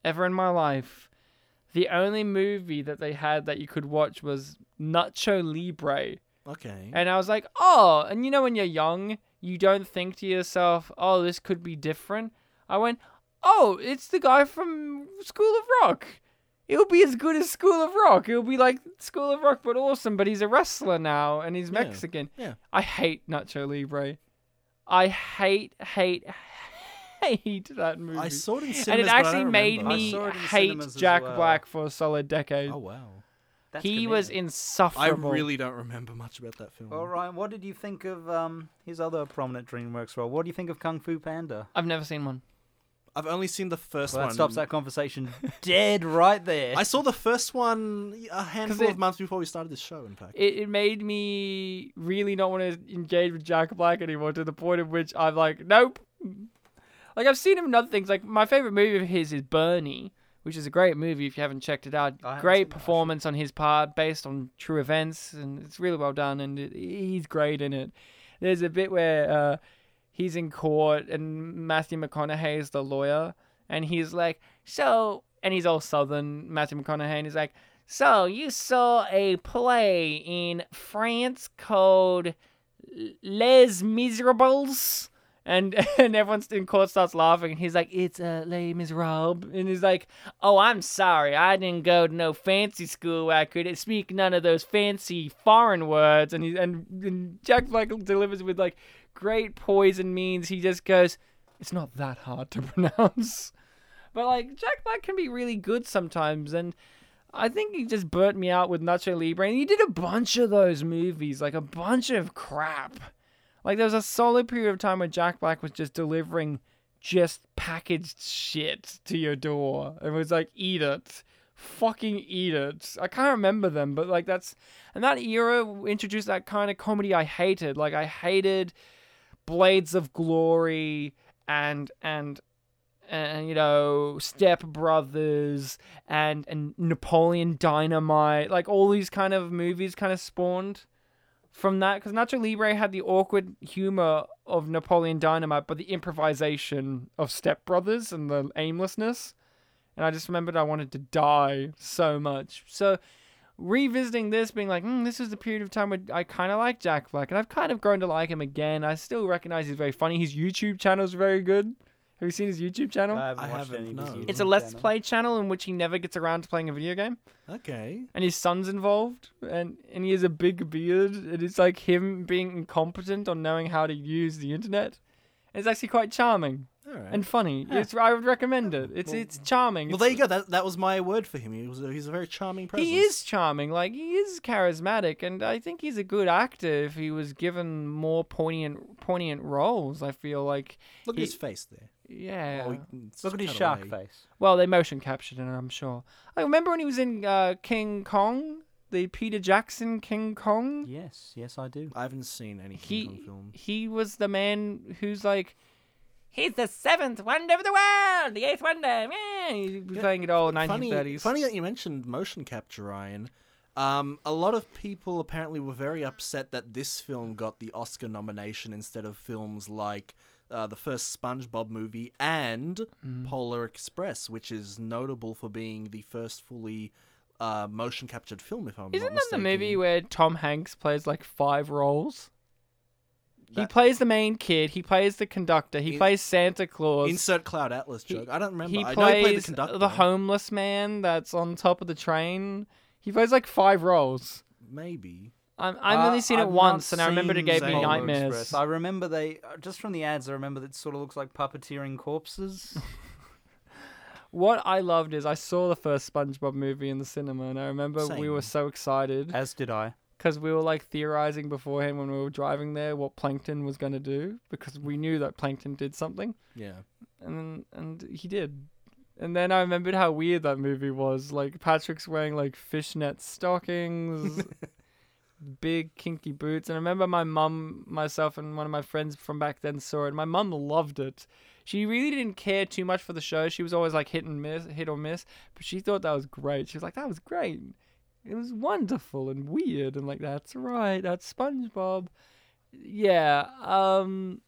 [SPEAKER 1] ever in my life. The only movie that they had that you could watch was Nacho Libre.
[SPEAKER 2] Okay.
[SPEAKER 1] And I was like, oh, and you know, when you're young, you don't think to yourself, oh, this could be different. I went, oh, it's the guy from School of Rock. It'll be as good as School of Rock. It'll be like School of Rock, but awesome. But he's a wrestler now and he's
[SPEAKER 2] Yeah,
[SPEAKER 1] Mexican.
[SPEAKER 2] yeah.
[SPEAKER 1] I hate Nacho Libre. I hate, hate, hate that movie
[SPEAKER 2] I saw it in cinemas,
[SPEAKER 1] and it
[SPEAKER 2] but I don't
[SPEAKER 1] actually made
[SPEAKER 2] remember.
[SPEAKER 3] I
[SPEAKER 1] me
[SPEAKER 3] saw it in
[SPEAKER 1] hate
[SPEAKER 3] cinemas as
[SPEAKER 1] Jack
[SPEAKER 3] well.
[SPEAKER 1] Black for a solid decade.
[SPEAKER 2] Oh wow.
[SPEAKER 3] That's
[SPEAKER 1] he was
[SPEAKER 2] I
[SPEAKER 3] commitment.
[SPEAKER 1] insufferable.
[SPEAKER 2] really don't remember much about that film.
[SPEAKER 3] Well, Ryan, what did you think of um, his other prominent DreamWorks role? What do you think of Kung Fu Panda?
[SPEAKER 1] I've never seen one.
[SPEAKER 2] I've only seen the first
[SPEAKER 3] Well,
[SPEAKER 2] one.
[SPEAKER 3] that stops that conversation dead right there.
[SPEAKER 2] I saw the first one a handful
[SPEAKER 1] it-
[SPEAKER 2] of months before we started this show. In fact,
[SPEAKER 1] It, it made me really not want to engage with Jack Black anymore to the point of which I'm like, nope. Like I've seen him in other things. Like my favorite movie of his is Bernie, which is a great movie if you haven't checked it out.
[SPEAKER 3] I haven't
[SPEAKER 1] Great
[SPEAKER 3] seen that, actually.
[SPEAKER 1] performance on his part, based on true events, and it's really well done. And it, he's great in it. There's a bit where uh, he's in court and Matthew McConaughey is the lawyer and he's like, so, and he's all southern, Matthew McConaughey, and he's like, so you saw a play in France called Les Miserables? And, and everyone's in court starts laughing, and he's like, "It's uh, Les Miserables," and he's like, "Oh, I'm sorry, I didn't go to no fancy school. Where I couldn't speak none of those fancy foreign words." And he and, and Jack Black delivers with like great poise and means. He just goes, "It's not that hard to pronounce," but like Jack Black can be really good sometimes, and I think he just burnt me out with Nacho Libre. And he did a bunch of those movies, like a bunch of crap. Like there was a solid period of time where Jack Black was just delivering just packaged shit to your door and was like, eat it. Fucking eat it. I can't remember them, but like that's and that era introduced that kind of comedy I hated. Like I hated Blades of Glory and and and you know Step Brothers and and Napoleon Dynamite, like all these kind of movies kind of spawned from that because Nacho Libre had the awkward humor of Napoleon Dynamite, but the improvisation of Step Brothers and the aimlessness. And I just remembered I wanted to die so much. So revisiting this, being like, mm, this was the period of time where I kind of like Jack Black, and I've kind of grown to like him again. I still recognize he's very funny. His YouTube channel is very good. Have you seen his YouTube channel?
[SPEAKER 3] I haven't
[SPEAKER 2] I
[SPEAKER 3] watched
[SPEAKER 2] haven't,
[SPEAKER 3] any of his
[SPEAKER 2] no.
[SPEAKER 3] YouTube
[SPEAKER 1] it's a Let's
[SPEAKER 3] channel.
[SPEAKER 1] Play channel in which he never gets around to playing a video game
[SPEAKER 2] Okay.
[SPEAKER 1] and his son's involved and, and he has a big beard and it's like him being incompetent on knowing how to use the internet it's actually quite charming
[SPEAKER 2] All right.
[SPEAKER 1] and funny it's, i would recommend it it's it's charming
[SPEAKER 2] well, there you go. That that was my word for him. He was a, he's a very charming presence.
[SPEAKER 1] he is charming like he is charismatic and i think he's a good actor if he was given more poignant poignant roles i feel like
[SPEAKER 2] Look at
[SPEAKER 1] He-
[SPEAKER 2] his face there.
[SPEAKER 1] yeah
[SPEAKER 2] Oh, it's
[SPEAKER 3] Look at his
[SPEAKER 2] cut
[SPEAKER 3] shark
[SPEAKER 2] away.
[SPEAKER 3] face.
[SPEAKER 1] well they motion captured it i'm sure i remember when he was in uh, king kong the peter jackson king kong
[SPEAKER 3] Yes, yes, I do.
[SPEAKER 2] I haven't seen any King Kong
[SPEAKER 1] he
[SPEAKER 2] film.
[SPEAKER 1] he was the man who's like he's the seventh wonder of the world the eighth wonder eh," he was playing it all 1930s
[SPEAKER 2] Funny, funny that you mentioned motion capture, Ryan. Um, a lot of people apparently were very upset that this film got the Oscar nomination instead of films like uh, the first SpongeBob movie and
[SPEAKER 1] Mm.
[SPEAKER 2] Polar Express, which is notable for being the first fully uh, motion captured film. If I'm
[SPEAKER 1] isn't
[SPEAKER 2] not
[SPEAKER 1] that the
[SPEAKER 2] mistaken.
[SPEAKER 1] movie where tom hanks plays like five roles he
[SPEAKER 2] That-
[SPEAKER 1] plays the main kid he plays the conductor he
[SPEAKER 2] In-
[SPEAKER 1] plays santa claus
[SPEAKER 2] Insert Cloud Atlas joke. I don't remember.
[SPEAKER 1] he
[SPEAKER 2] I know
[SPEAKER 1] plays
[SPEAKER 2] he played the conductor.
[SPEAKER 1] homeless man that's on top of the train he plays like five roles
[SPEAKER 2] Maybe.
[SPEAKER 1] I'm, I've
[SPEAKER 3] Uh,
[SPEAKER 1] only seen it
[SPEAKER 3] I've not
[SPEAKER 1] once, and I remembered it
[SPEAKER 3] seen
[SPEAKER 1] gave me
[SPEAKER 2] Polar
[SPEAKER 1] nightmares.
[SPEAKER 3] Express. I remember they uh, just from the ads. I remember that it sort of looks like puppeteering corpses.
[SPEAKER 1] What I loved is I saw the first SpongeBob movie in the cinema, and I remember we were
[SPEAKER 2] Same.
[SPEAKER 1] so excited
[SPEAKER 3] as did I.
[SPEAKER 1] because we were like theorizing beforehand when we were driving there what Plankton was going to do because we knew that Plankton did something,
[SPEAKER 2] Yeah.
[SPEAKER 1] and and he did. And then I remembered how weird that movie was. Like Patrick's wearing like fishnet stockings, big kinky boots. And I remember my mum, myself, and one of my friends from back then saw it. My mum loved it. She really didn't care too much for the show. She was always like hit and miss, hit or miss. But she thought that was great. She was like, "That was great. It was wonderful and weird." And like, that's right. That's SpongeBob. Yeah. Um,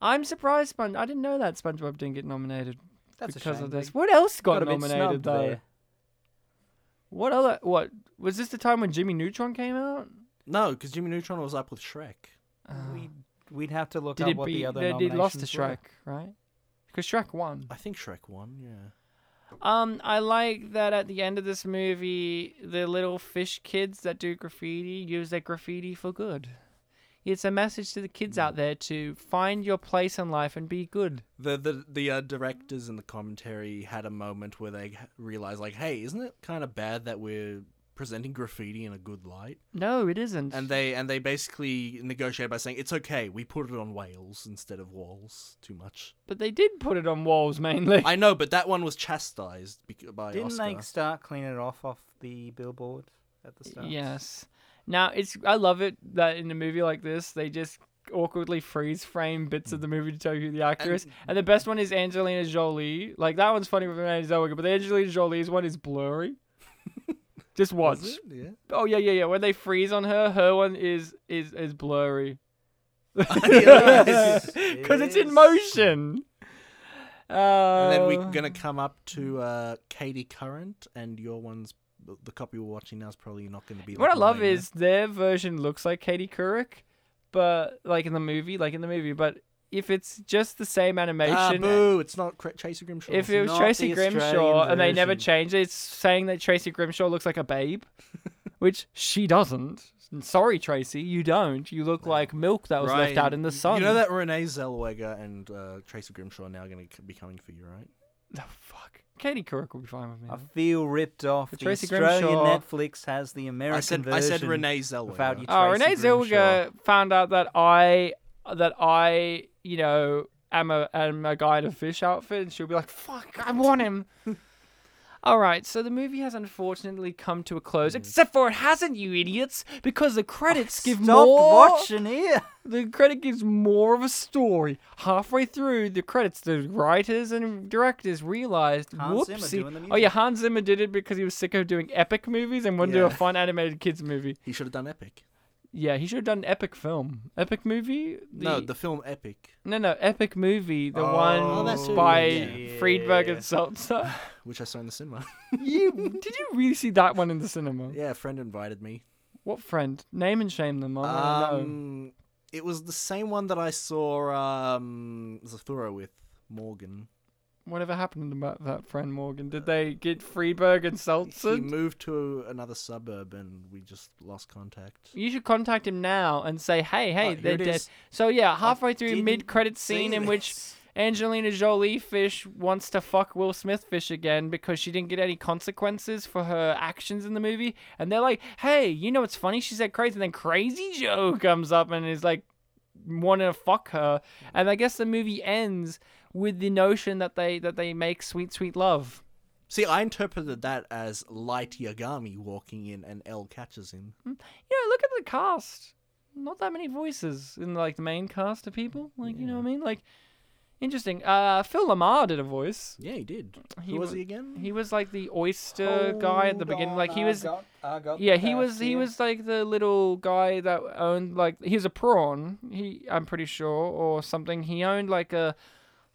[SPEAKER 1] I'm surprised. Spon- I didn't know that SpongeBob didn't get nominated
[SPEAKER 3] That's
[SPEAKER 1] because
[SPEAKER 3] a shame.
[SPEAKER 1] of this. What else
[SPEAKER 3] They
[SPEAKER 1] got,
[SPEAKER 3] a bit
[SPEAKER 1] nominated
[SPEAKER 3] snubbed
[SPEAKER 1] though?
[SPEAKER 3] there.
[SPEAKER 1] What other? What was this? The time when Jimmy Neutron came out? Uh,
[SPEAKER 2] No, because Jimmy Neutron was up with Shrek.
[SPEAKER 3] We'd, we'd have to look
[SPEAKER 1] Ah. Did
[SPEAKER 3] up
[SPEAKER 1] it
[SPEAKER 3] what
[SPEAKER 1] be?
[SPEAKER 3] the other
[SPEAKER 1] they did lost to
[SPEAKER 3] nominations were.
[SPEAKER 1] Shrek, right? Because Shrek won.
[SPEAKER 2] I think Shrek won. Yeah.
[SPEAKER 1] Um, I like that at the end of this movie, the little fish kids that do graffiti use their graffiti for good. It's a message to the kids out there to find your place in life and be good.
[SPEAKER 2] the the the uh, directors in the commentary had a moment where they realized like hey isn't it kind of bad that we're presenting graffiti in a good light
[SPEAKER 1] No, it isn't.
[SPEAKER 2] and they and they basically negotiated by saying it's okay we put it on whales instead of walls too much
[SPEAKER 1] but they did put it on walls mainly.
[SPEAKER 2] i know but that one was chastised bec- by
[SPEAKER 3] Didn't
[SPEAKER 2] oscar
[SPEAKER 3] they start cleaning it off off the billboard at the start?
[SPEAKER 1] Yes. Now it's I love it that in a movie like this they just awkwardly freeze frame bits of the movie to tell you who the actor is. And the best one is Angelina Jolie. Like that one's funny with Renee Zellweger, but the Angelina Jolie's one is blurry. just watch.
[SPEAKER 2] Was it? yeah
[SPEAKER 1] Oh yeah, yeah, yeah. When they freeze on her, her one is is is blurry.
[SPEAKER 2] Yes.
[SPEAKER 1] Because it's in
[SPEAKER 3] Yes.
[SPEAKER 1] motion.
[SPEAKER 2] and then we're
[SPEAKER 1] Uh,
[SPEAKER 2] gonna come up to uh katie current and your one's the copy we're watching now is probably not going to be
[SPEAKER 1] What I
[SPEAKER 2] like
[SPEAKER 1] love
[SPEAKER 2] mine.
[SPEAKER 1] is their version looks like Katie Couric, but like in the movie, like in the movie, but if it's just the same
[SPEAKER 2] ah,
[SPEAKER 1] animation,
[SPEAKER 2] boo it's not Cra- Tracy Grimshaw
[SPEAKER 1] if it was
[SPEAKER 3] not
[SPEAKER 1] Tracy
[SPEAKER 3] the
[SPEAKER 1] Grimshaw
[SPEAKER 3] Australian
[SPEAKER 1] and they never
[SPEAKER 3] version.
[SPEAKER 1] changed it, it's saying that Tracy Grimshaw looks like a babe, which she doesn't. Sorry, Tracy, you don't. You look like milk that was left out in the sun.
[SPEAKER 2] You know that Renee Zellweger and uh, Tracy Grimshaw are now going to be coming for you, right?
[SPEAKER 1] Oh, fuck. Katie Couric will be fine with me.
[SPEAKER 3] I feel ripped off.
[SPEAKER 1] But
[SPEAKER 3] The
[SPEAKER 1] Tracy
[SPEAKER 3] Australian
[SPEAKER 1] Grimshaw-
[SPEAKER 3] Netflix has the American
[SPEAKER 2] I said I
[SPEAKER 3] version.
[SPEAKER 2] said Renee Zellweger.
[SPEAKER 3] without you-
[SPEAKER 1] Oh,
[SPEAKER 3] Tracy
[SPEAKER 1] Renee Zellweger found out that I that I you know am a am a guy in a fish outfit, and she'll be like, "Fuck, I want him." All right, so the movie has unfortunately come to a close, except for it hasn't, you idiots, because the credits give
[SPEAKER 3] Mm. Stop
[SPEAKER 1] more.
[SPEAKER 3] watching here.
[SPEAKER 1] The credit gives more of a story. Halfway through the credits, the writers and directors realized,
[SPEAKER 3] Hans Zimmer
[SPEAKER 1] whoopsie.
[SPEAKER 3] doing the
[SPEAKER 1] oh yeah,
[SPEAKER 3] music.
[SPEAKER 1] Hans Zimmer did it because he was sick of doing epic movies and wanted to do a
[SPEAKER 2] Yeah.
[SPEAKER 1] fun animated kids movie.
[SPEAKER 2] He should have done Epic.
[SPEAKER 1] Yeah, he should have done an epic film, epic movie.
[SPEAKER 2] No, the film Epic,
[SPEAKER 1] no, no, epic movie. The
[SPEAKER 2] Oh,
[SPEAKER 1] one
[SPEAKER 2] that's true,
[SPEAKER 1] by
[SPEAKER 3] yeah.
[SPEAKER 1] Friedberg
[SPEAKER 3] Yeah.
[SPEAKER 1] and Seltzer.
[SPEAKER 2] which I saw in the cinema.
[SPEAKER 1] you did you really see that one in the cinema?
[SPEAKER 2] yeah, a friend invited me.
[SPEAKER 1] What friend? Name and shame them. I wanna know.
[SPEAKER 2] Um, it was the same one that I saw um, Zathura with Morgan.
[SPEAKER 1] Whatever happened about that friend Morgan? Did they get Freeburg and
[SPEAKER 2] He
[SPEAKER 1] Seltzer?
[SPEAKER 2] moved to another suburb and we just lost contact.
[SPEAKER 1] You should contact him now and say, "Hey, hey,
[SPEAKER 2] Oh, here
[SPEAKER 1] they're
[SPEAKER 2] it
[SPEAKER 1] dead."
[SPEAKER 2] is.
[SPEAKER 1] So yeah, halfway through
[SPEAKER 2] didn't
[SPEAKER 1] mid-credit scene
[SPEAKER 2] see
[SPEAKER 1] in which
[SPEAKER 2] this.
[SPEAKER 1] Angelina Jolie fish wants to fuck Will Smith fish again because she didn't get any consequences for her actions in the movie. And they're like, hey, you know what's funny? She said crazy. And then Crazy Joe comes up and is like, want to fuck her. And I guess the movie ends with the notion that they that they make sweet sweet love.
[SPEAKER 2] See, I interpreted that as Light Yagami walking in and L catches him.
[SPEAKER 1] You know, look at the cast. Not that many voices in like the main cast of people. Like you know what I mean? Like interesting. Uh, Phil Lamar did a voice.
[SPEAKER 2] Yeah, he did.
[SPEAKER 1] He
[SPEAKER 2] Who was
[SPEAKER 1] wa-
[SPEAKER 2] he again?
[SPEAKER 1] He was like the oyster guy at the beginning. Like he was, yeah, he was he was like the little guy that owned like he was a prawn. He I'm pretty sure or something. He owned like a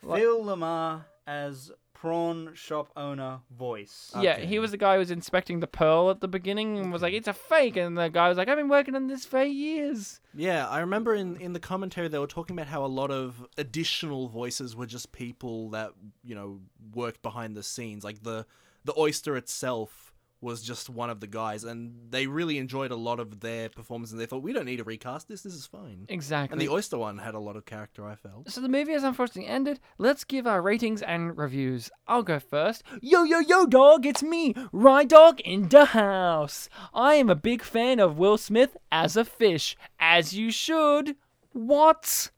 [SPEAKER 1] like-
[SPEAKER 3] Phil Lamar as prawn shop owner voice.
[SPEAKER 1] yeah.
[SPEAKER 2] Okay.
[SPEAKER 1] He was the guy who was inspecting the pearl at the beginning and was like it's a fake. And the guy was like I've been working on this for eight years.
[SPEAKER 2] Yeah, I remember in, in the commentary they were talking about how a lot of additional voices were just people that, you know, worked behind the scenes. Like the the oyster itself was just one of the guys and they really enjoyed a lot of their performance and they thought we don't need to recast this, this is fine.
[SPEAKER 1] Exactly.
[SPEAKER 2] And the oyster one had a lot of character I felt.
[SPEAKER 1] So the movie has unfortunately ended. Let's give our ratings and reviews. I'll go first. Yo, yo, yo, dog, it's me, Rye Dog in the house. I am a big fan of Will Smith as a fish, as you should. What?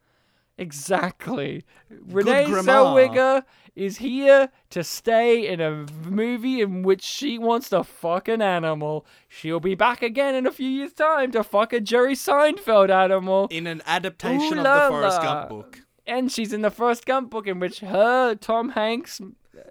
[SPEAKER 1] Exactly. Renee
[SPEAKER 2] grammar.
[SPEAKER 1] Zellweger is here to stay in a movie in which she wants to fuck an animal. She'll be back again in a few years' time to fuck a Jerry Seinfeld animal.
[SPEAKER 2] In an adaptation
[SPEAKER 1] Ooh
[SPEAKER 2] of
[SPEAKER 1] la
[SPEAKER 2] the Forrest
[SPEAKER 1] la.
[SPEAKER 2] Gump book.
[SPEAKER 1] And she's in the first Gump book in which her Tom Hanks,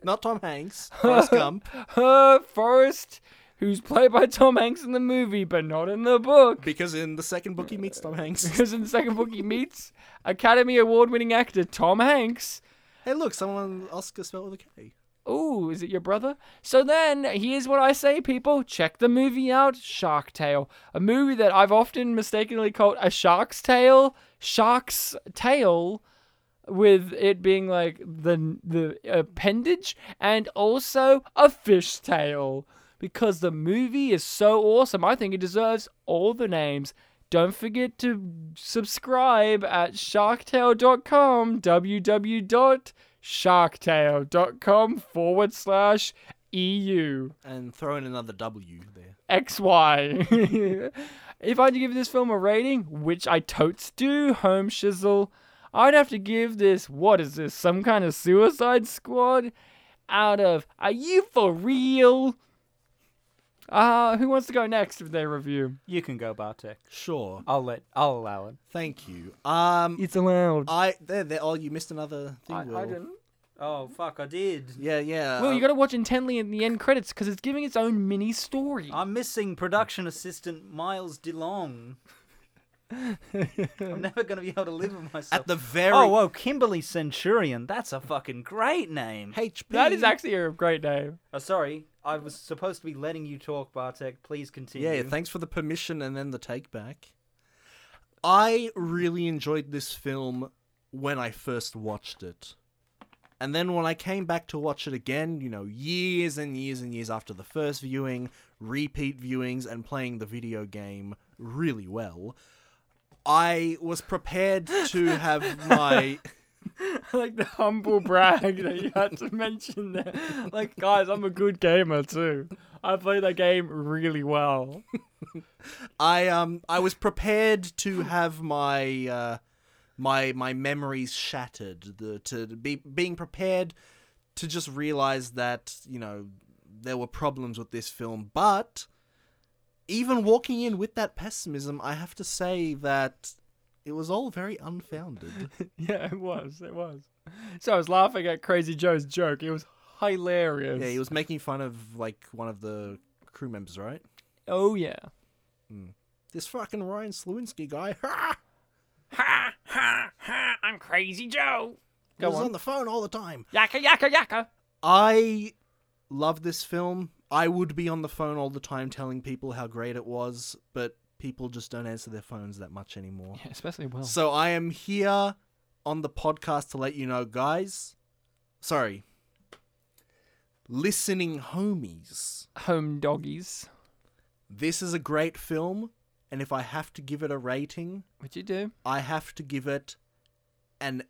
[SPEAKER 2] Not Tom Hanks, Forrest Gump.
[SPEAKER 1] her Forrest, who's played by Tom Hanks in the movie, but not in the book.
[SPEAKER 2] Because in the second book he meets Tom Hanks.
[SPEAKER 1] Because in the second book, he meets Academy Award winning actor Tom Hanks.
[SPEAKER 2] hey look, someone Oscar spelled with a K.
[SPEAKER 1] Ooh, is it your brother? So then, here's what I say, people. Check the movie out, Shark Tale. A movie that I've often mistakenly called a shark's tale. Shark's tail, with it being like the the appendage and also a fish tail. Because the movie is so awesome. I think it deserves all the names. Don't forget to subscribe at sharktail.com, www.sharktail.com forward slash E EU.
[SPEAKER 2] And throw in another W there.
[SPEAKER 1] XY. if I had to give this film a rating, which I totes do, home shizzle, I'd have to give this, what is this, some kind of suicide squad? Out of, are you for real? Uh, who wants to go next with their review?
[SPEAKER 3] You can go Bartek.
[SPEAKER 2] Sure.
[SPEAKER 3] I'll let I'll allow it.
[SPEAKER 2] Thank you. Um
[SPEAKER 1] It's allowed.
[SPEAKER 2] I there, there. Oh, you missed another thing.
[SPEAKER 1] I,
[SPEAKER 2] Will.
[SPEAKER 1] I didn't.
[SPEAKER 3] Oh fuck, I did.
[SPEAKER 2] Yeah, yeah.
[SPEAKER 1] Well,
[SPEAKER 2] um,
[SPEAKER 1] you gotta watch intently in the end credits because it's giving its own mini story.
[SPEAKER 3] I'm missing production assistant Miles DeLong. I'm never gonna be able to live with myself.
[SPEAKER 2] at the very
[SPEAKER 3] Oh whoa, Kimberly Centurion. That's a fucking great name.
[SPEAKER 2] HP.
[SPEAKER 1] That is actually a great name.
[SPEAKER 3] Oh, sorry, I was supposed to be letting you talk, Bartek. Please continue.
[SPEAKER 2] Yeah, thanks for the permission and then the take back. I really enjoyed this film when I first watched it. And then when I came back to watch it again, you know, years and years and years after the first viewing, repeat viewings, and playing the video game really well, I was prepared to have my.
[SPEAKER 1] like the humble brag that you had to mention there. Like, guys, I'm a good gamer too. I play that game really well.
[SPEAKER 2] I um I was prepared to have my uh, my my memories shattered. The, to be being prepared to just realize that you know there were problems with this film, but even walking in with that pessimism, I have to say that it was all very unfounded.
[SPEAKER 1] Yeah, it was. It was. So I was laughing at Crazy Joe's joke. It was hilarious.
[SPEAKER 2] yeah, he was making fun of like one of the crew members, right?
[SPEAKER 1] Oh yeah.
[SPEAKER 2] This fucking Ryan Slewinski guy.
[SPEAKER 1] Ha ha ha! I'm Crazy Joe.
[SPEAKER 2] He
[SPEAKER 1] Go
[SPEAKER 2] was
[SPEAKER 1] on.
[SPEAKER 2] on the phone all the time.
[SPEAKER 1] Yaka yaka yaka.
[SPEAKER 2] I love this film. I would be on the phone all the time telling people how great it was, but people just don't answer their phones that much anymore.
[SPEAKER 1] Yeah, especially Will.
[SPEAKER 2] So I am here on the podcast to let you know, guys. Sorry. Listening homies.
[SPEAKER 1] Home doggies.
[SPEAKER 2] This is a great film, and if I have to give it a rating,
[SPEAKER 1] Would you do?
[SPEAKER 2] I have to give it an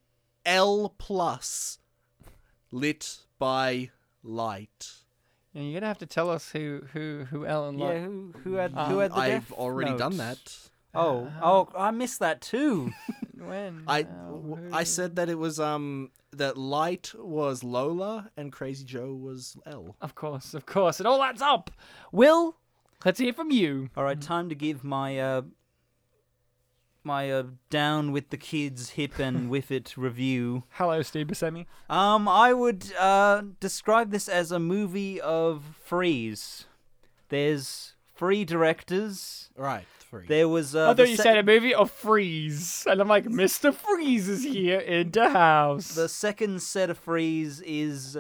[SPEAKER 2] L plus lit by light.
[SPEAKER 1] Yeah, you're gonna have to tell us who who who Ellen
[SPEAKER 3] Yeah,
[SPEAKER 1] liked.
[SPEAKER 3] who, who had
[SPEAKER 1] Um,
[SPEAKER 3] who had the
[SPEAKER 2] I've
[SPEAKER 3] Death
[SPEAKER 2] already done that.
[SPEAKER 3] Notes? Oh,
[SPEAKER 1] Uh-huh.
[SPEAKER 3] oh, I missed that too.
[SPEAKER 1] When
[SPEAKER 2] I
[SPEAKER 1] how,
[SPEAKER 2] w-
[SPEAKER 1] who-
[SPEAKER 2] I said that it was um that light was Lola and Crazy Joe was L.
[SPEAKER 1] Of course, of course, it all adds up. Will, let's hear from you.
[SPEAKER 3] All right, time to give my uh, my uh, down with the kids hip and whiff it review.
[SPEAKER 1] Hello, Steve Buscemi.
[SPEAKER 3] Um, I would uh, describe this as a movie of freeze. There's free directors.
[SPEAKER 2] Right, three.
[SPEAKER 3] There was. Uh,
[SPEAKER 1] I
[SPEAKER 3] the
[SPEAKER 1] thought you
[SPEAKER 3] se-
[SPEAKER 1] said a movie of Freeze, and I'm like, Mr. Freeze is here in the house.
[SPEAKER 3] the second set of freeze is.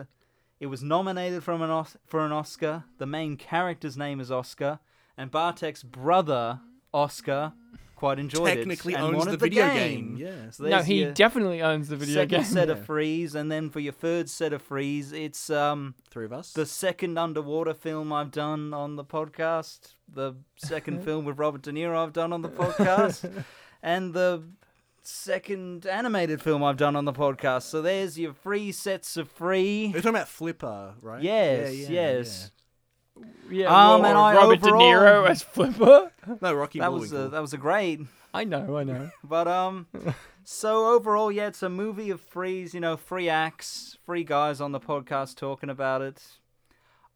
[SPEAKER 3] It was nominated from an Os- for an Oscar. The main character's name is Oscar, and Bartek's brother Oscar quite enjoyed
[SPEAKER 2] Technically
[SPEAKER 3] it. and
[SPEAKER 2] owns
[SPEAKER 3] wanted
[SPEAKER 2] the video game,
[SPEAKER 3] game.
[SPEAKER 2] yeah.
[SPEAKER 3] So
[SPEAKER 1] no,
[SPEAKER 3] there's
[SPEAKER 1] he
[SPEAKER 3] your-
[SPEAKER 1] definitely owns the video
[SPEAKER 3] second
[SPEAKER 1] game.
[SPEAKER 3] set
[SPEAKER 2] Yeah.
[SPEAKER 3] of freeze, and then for your third set of freeze, it's um
[SPEAKER 2] three of us.
[SPEAKER 3] the second underwater film I've done on the podcast, the second film with Robert De Niro I've done on the podcast, and the second animated film I've done on the podcast. So there's your three sets of free.
[SPEAKER 2] You're talking about Flipper, right?
[SPEAKER 3] Yes, yes.
[SPEAKER 1] yeah,
[SPEAKER 3] Um,
[SPEAKER 1] well,
[SPEAKER 3] and I
[SPEAKER 1] Robert
[SPEAKER 3] overall-
[SPEAKER 1] De Niro as Flipper.
[SPEAKER 2] yeah. No, Rocky
[SPEAKER 3] That was a,
[SPEAKER 2] Bullwinkle.
[SPEAKER 3] that was a great.
[SPEAKER 1] I know, I know.
[SPEAKER 3] But um, so overall, yeah, it's a movie of threes. You know, three acts, three guys on the podcast talking about it.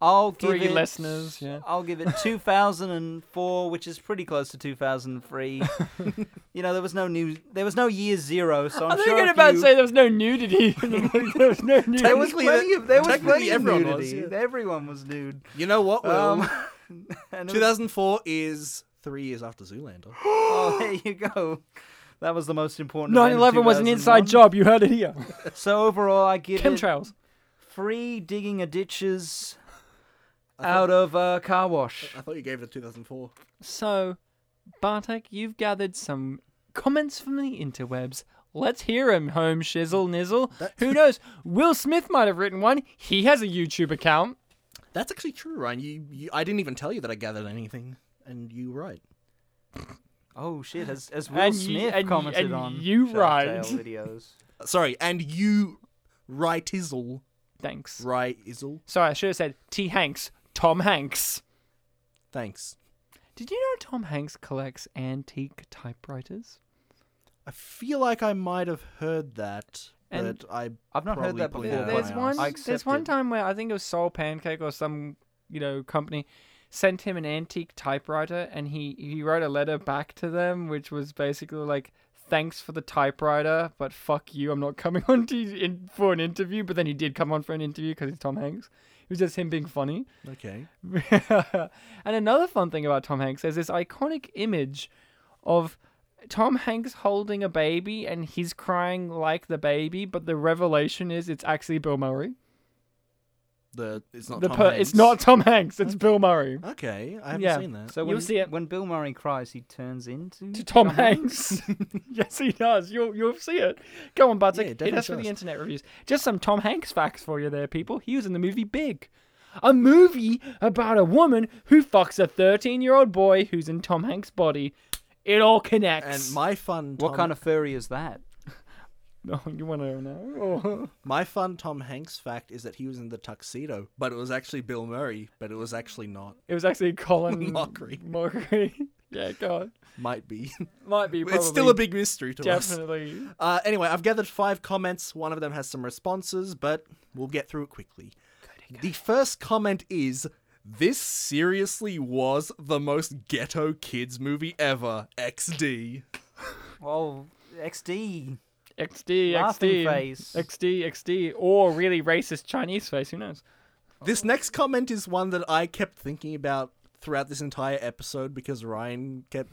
[SPEAKER 3] I'll
[SPEAKER 1] Three
[SPEAKER 3] give it,
[SPEAKER 1] listeners, yeah.
[SPEAKER 3] I'll give it 2004, which is pretty close to 2003. you know, there was no new, there was no year zero, so I'm
[SPEAKER 1] I think
[SPEAKER 3] sure
[SPEAKER 1] I'm
[SPEAKER 3] if
[SPEAKER 1] about
[SPEAKER 3] you-
[SPEAKER 1] to say there was no nudity. there was no nudity.
[SPEAKER 3] there was
[SPEAKER 2] Technically,
[SPEAKER 3] plenty of there was
[SPEAKER 2] technically
[SPEAKER 3] plenty of
[SPEAKER 2] everyone was,
[SPEAKER 3] nudity.
[SPEAKER 2] yeah.
[SPEAKER 3] Everyone was nude.
[SPEAKER 2] you know what, Will?
[SPEAKER 3] Um, and it was-
[SPEAKER 2] 2004 is three years after Zoolander.
[SPEAKER 3] oh, there you go. That was the most important.
[SPEAKER 1] 9/11 was an inside
[SPEAKER 3] job.
[SPEAKER 1] job. You heard it here.
[SPEAKER 3] So overall, I give it
[SPEAKER 1] Chemtrails.
[SPEAKER 3] free digging a ditches out of a car wash.
[SPEAKER 2] I thought you gave it a 2004.
[SPEAKER 1] So, Bartek, you've gathered some comments from the interwebs. Let's hear 'em, home shizzle nizzle. Who knows? Will Smith might have written one. He has a YouTube account.
[SPEAKER 2] That's actually true, Ryan. You, you, I didn't even tell you that I gathered anything, and you were right.
[SPEAKER 3] Oh shit! As, as Will
[SPEAKER 1] And you-
[SPEAKER 3] Smith
[SPEAKER 1] and you-
[SPEAKER 3] commented
[SPEAKER 1] and
[SPEAKER 3] on
[SPEAKER 1] you
[SPEAKER 3] Shark
[SPEAKER 1] right.
[SPEAKER 3] Tale videos.
[SPEAKER 2] Uh, Sorry, and you rightizzle,
[SPEAKER 1] Thanks.
[SPEAKER 2] rightizzle.
[SPEAKER 1] Sorry, I should have said T. Hanks, Tom Hanks.
[SPEAKER 2] Thanks.
[SPEAKER 1] Did you know Tom Hanks collects antique typewriters?
[SPEAKER 2] I feel like I might have heard that,
[SPEAKER 1] And-
[SPEAKER 2] but I
[SPEAKER 3] I've not heard
[SPEAKER 2] Probably
[SPEAKER 3] that
[SPEAKER 2] blew
[SPEAKER 3] before.
[SPEAKER 2] Yeah, that
[SPEAKER 1] there's
[SPEAKER 2] I
[SPEAKER 1] one.
[SPEAKER 3] I
[SPEAKER 1] There's one
[SPEAKER 3] accepted.
[SPEAKER 1] time where I think it was Soul Pancake or some you know company sent him an antique typewriter, and he he wrote a letter back to them, which was basically like. Thanks for the typewriter, but fuck you. I'm not coming on to in, for an interview. But then he did come on for an interview because he's Tom Hanks. It was just him being funny.
[SPEAKER 2] okay.
[SPEAKER 1] and another fun thing about Tom Hanks is this iconic image of Tom Hanks holding a baby and he's crying like the baby, but the revelation is it's actually Bill Murray.
[SPEAKER 2] The it's not
[SPEAKER 1] The
[SPEAKER 2] Tom
[SPEAKER 1] per-
[SPEAKER 2] Hanks.
[SPEAKER 1] it's not Tom Hanks, it's Bill Murray.
[SPEAKER 2] Okay, I haven't
[SPEAKER 1] Yeah.
[SPEAKER 2] seen that.
[SPEAKER 3] So
[SPEAKER 1] You'll
[SPEAKER 3] when,
[SPEAKER 1] see it.
[SPEAKER 3] when Bill Murray cries, he turns into
[SPEAKER 1] To Tom Hanks. yes, he does. You'll you'll see it. Go on,
[SPEAKER 2] Yeah,
[SPEAKER 1] Bartek. Hit
[SPEAKER 2] definitely
[SPEAKER 1] us for the
[SPEAKER 2] trust.
[SPEAKER 1] internet reviews. Just some Tom Hanks facts for you there, people. He was in the movie Big. A movie about a woman who fucks a 13 year old boy who's in Tom Hanks' body. It all connects.
[SPEAKER 2] And my fun. Tom,
[SPEAKER 3] What kind of furry is that?
[SPEAKER 1] Oh, you want to know? Oh.
[SPEAKER 2] my fun Tom Hanks fact is that he was in the tuxedo, but it was actually Bill Murray, but it was actually not.
[SPEAKER 1] It was actually Colin
[SPEAKER 2] Mockery.
[SPEAKER 1] Mockery. yeah, God,
[SPEAKER 2] Might be.
[SPEAKER 1] might be. Probably,
[SPEAKER 2] it's still a big mystery to us.
[SPEAKER 1] Definitely.
[SPEAKER 2] Uh, anyway, I've gathered five comments. One of them has some responses, but we'll get through it quickly. The first comment is this seriously was the most ghetto kids movie ever. XD.
[SPEAKER 3] Well, XD.
[SPEAKER 1] XD,
[SPEAKER 3] Laughing
[SPEAKER 1] XD,
[SPEAKER 3] face.
[SPEAKER 1] XD, XD, or really racist Chinese face. Who knows?
[SPEAKER 2] This next comment is one that I kept thinking about throughout this entire episode because Ryan kept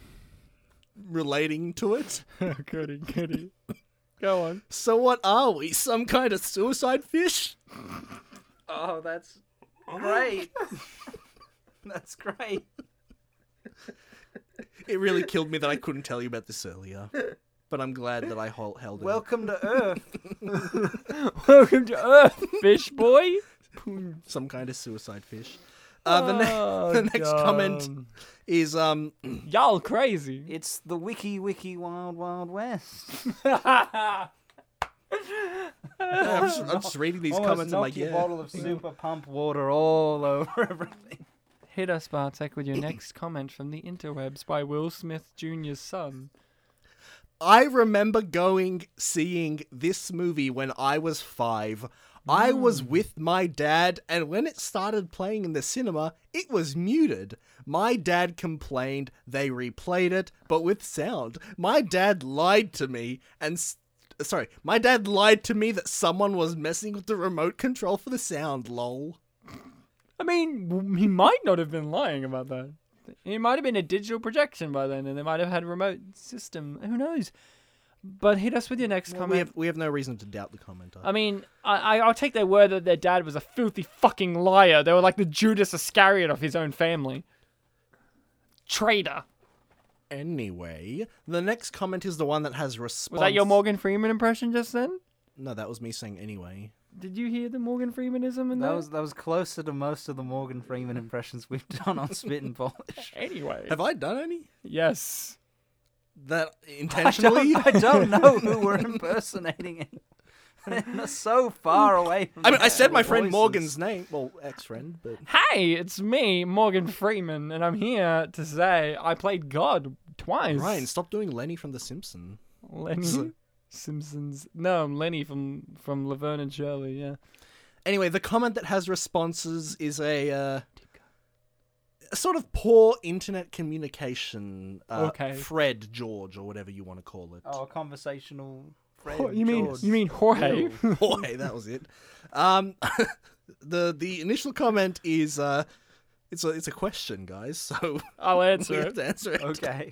[SPEAKER 2] relating to it.
[SPEAKER 1] goody, goody. Go on.
[SPEAKER 2] So what are we? Some kind of suicide fish?
[SPEAKER 3] Oh, that's great. that's great.
[SPEAKER 2] It really killed me that I couldn't tell you about this earlier. But I'm glad that I hol- held it.
[SPEAKER 3] Welcome to Earth.
[SPEAKER 1] Welcome to Earth, fish boy.
[SPEAKER 2] some kind of suicide fish. Uh, the, ne-
[SPEAKER 3] Oh,
[SPEAKER 2] the next comment
[SPEAKER 1] Oh, dumb.
[SPEAKER 2] is um
[SPEAKER 1] Y'all crazy.
[SPEAKER 3] It's the Wiki Wiki Wild Wild West.
[SPEAKER 2] I'm just, I'm just reading these comments. I'm like,
[SPEAKER 3] your
[SPEAKER 2] yeah.
[SPEAKER 3] bottle of super pump water all over everything.
[SPEAKER 1] Hit us, Bartek, with your next comment from the interwebs by Will Smith Jr.'s son.
[SPEAKER 2] I remember going seeing this movie when I was five. I was
[SPEAKER 3] Hmm.
[SPEAKER 2] with my dad, and when it started playing in the cinema, it was muted. My dad complained they replayed it, but with sound. My dad lied to me and. s Sorry, my dad lied to me that someone was messing with the remote control for the sound, lol.
[SPEAKER 1] I mean, w- he might not have been lying about that. It might have been a digital projection by then, and they might have had a remote system. Who knows? But hit us with your next
[SPEAKER 2] We
[SPEAKER 1] comment. Um,
[SPEAKER 2] have, we have no reason to doubt the commenter.
[SPEAKER 1] I mean, I, I, I'll take their word that their dad was a filthy fucking liar. They were like the Judas Iscariot of his own family. Traitor.
[SPEAKER 2] Anyway, the next comment is the one that has response.
[SPEAKER 1] Was that your Morgan Freeman impression just then?
[SPEAKER 2] No, that was me saying anyway.
[SPEAKER 1] Did you hear the Morgan Freemanism in
[SPEAKER 3] That was that was closer to most of the Morgan Freeman impressions we've done on Spit and Polish.
[SPEAKER 1] Anyway.
[SPEAKER 2] Have I done any?
[SPEAKER 1] Yes.
[SPEAKER 2] that
[SPEAKER 3] I
[SPEAKER 2] intentionally.
[SPEAKER 3] don't, I don't know who we're impersonating. They're so far away. From
[SPEAKER 2] I mean, I
[SPEAKER 3] the
[SPEAKER 2] said my friend
[SPEAKER 3] voices.
[SPEAKER 2] Morgan's name. Well, ex-friend, but
[SPEAKER 1] Hey, it's me, Morgan Freeman, and I'm here to say I played God twice.
[SPEAKER 2] Ryan, stop doing Lenny from The Simpsons.
[SPEAKER 1] Lenny Simpsons. No, I'm Lenny from from Laverne and Shirley. Yeah.
[SPEAKER 2] Anyway, the comment that has responses is a, uh, a sort of poor internet communication uh,
[SPEAKER 1] Okay.
[SPEAKER 2] Fred George or whatever you want to call it.
[SPEAKER 3] Oh, a conversational friend.
[SPEAKER 1] Oh, you mean
[SPEAKER 3] George.
[SPEAKER 1] you mean Jorge?
[SPEAKER 2] Boy, that was it. Um, the the initial comment is uh, it's a it's a question, guys. So
[SPEAKER 1] I'll
[SPEAKER 2] we
[SPEAKER 1] answer
[SPEAKER 2] have
[SPEAKER 1] it.
[SPEAKER 2] to answer it.
[SPEAKER 3] Okay.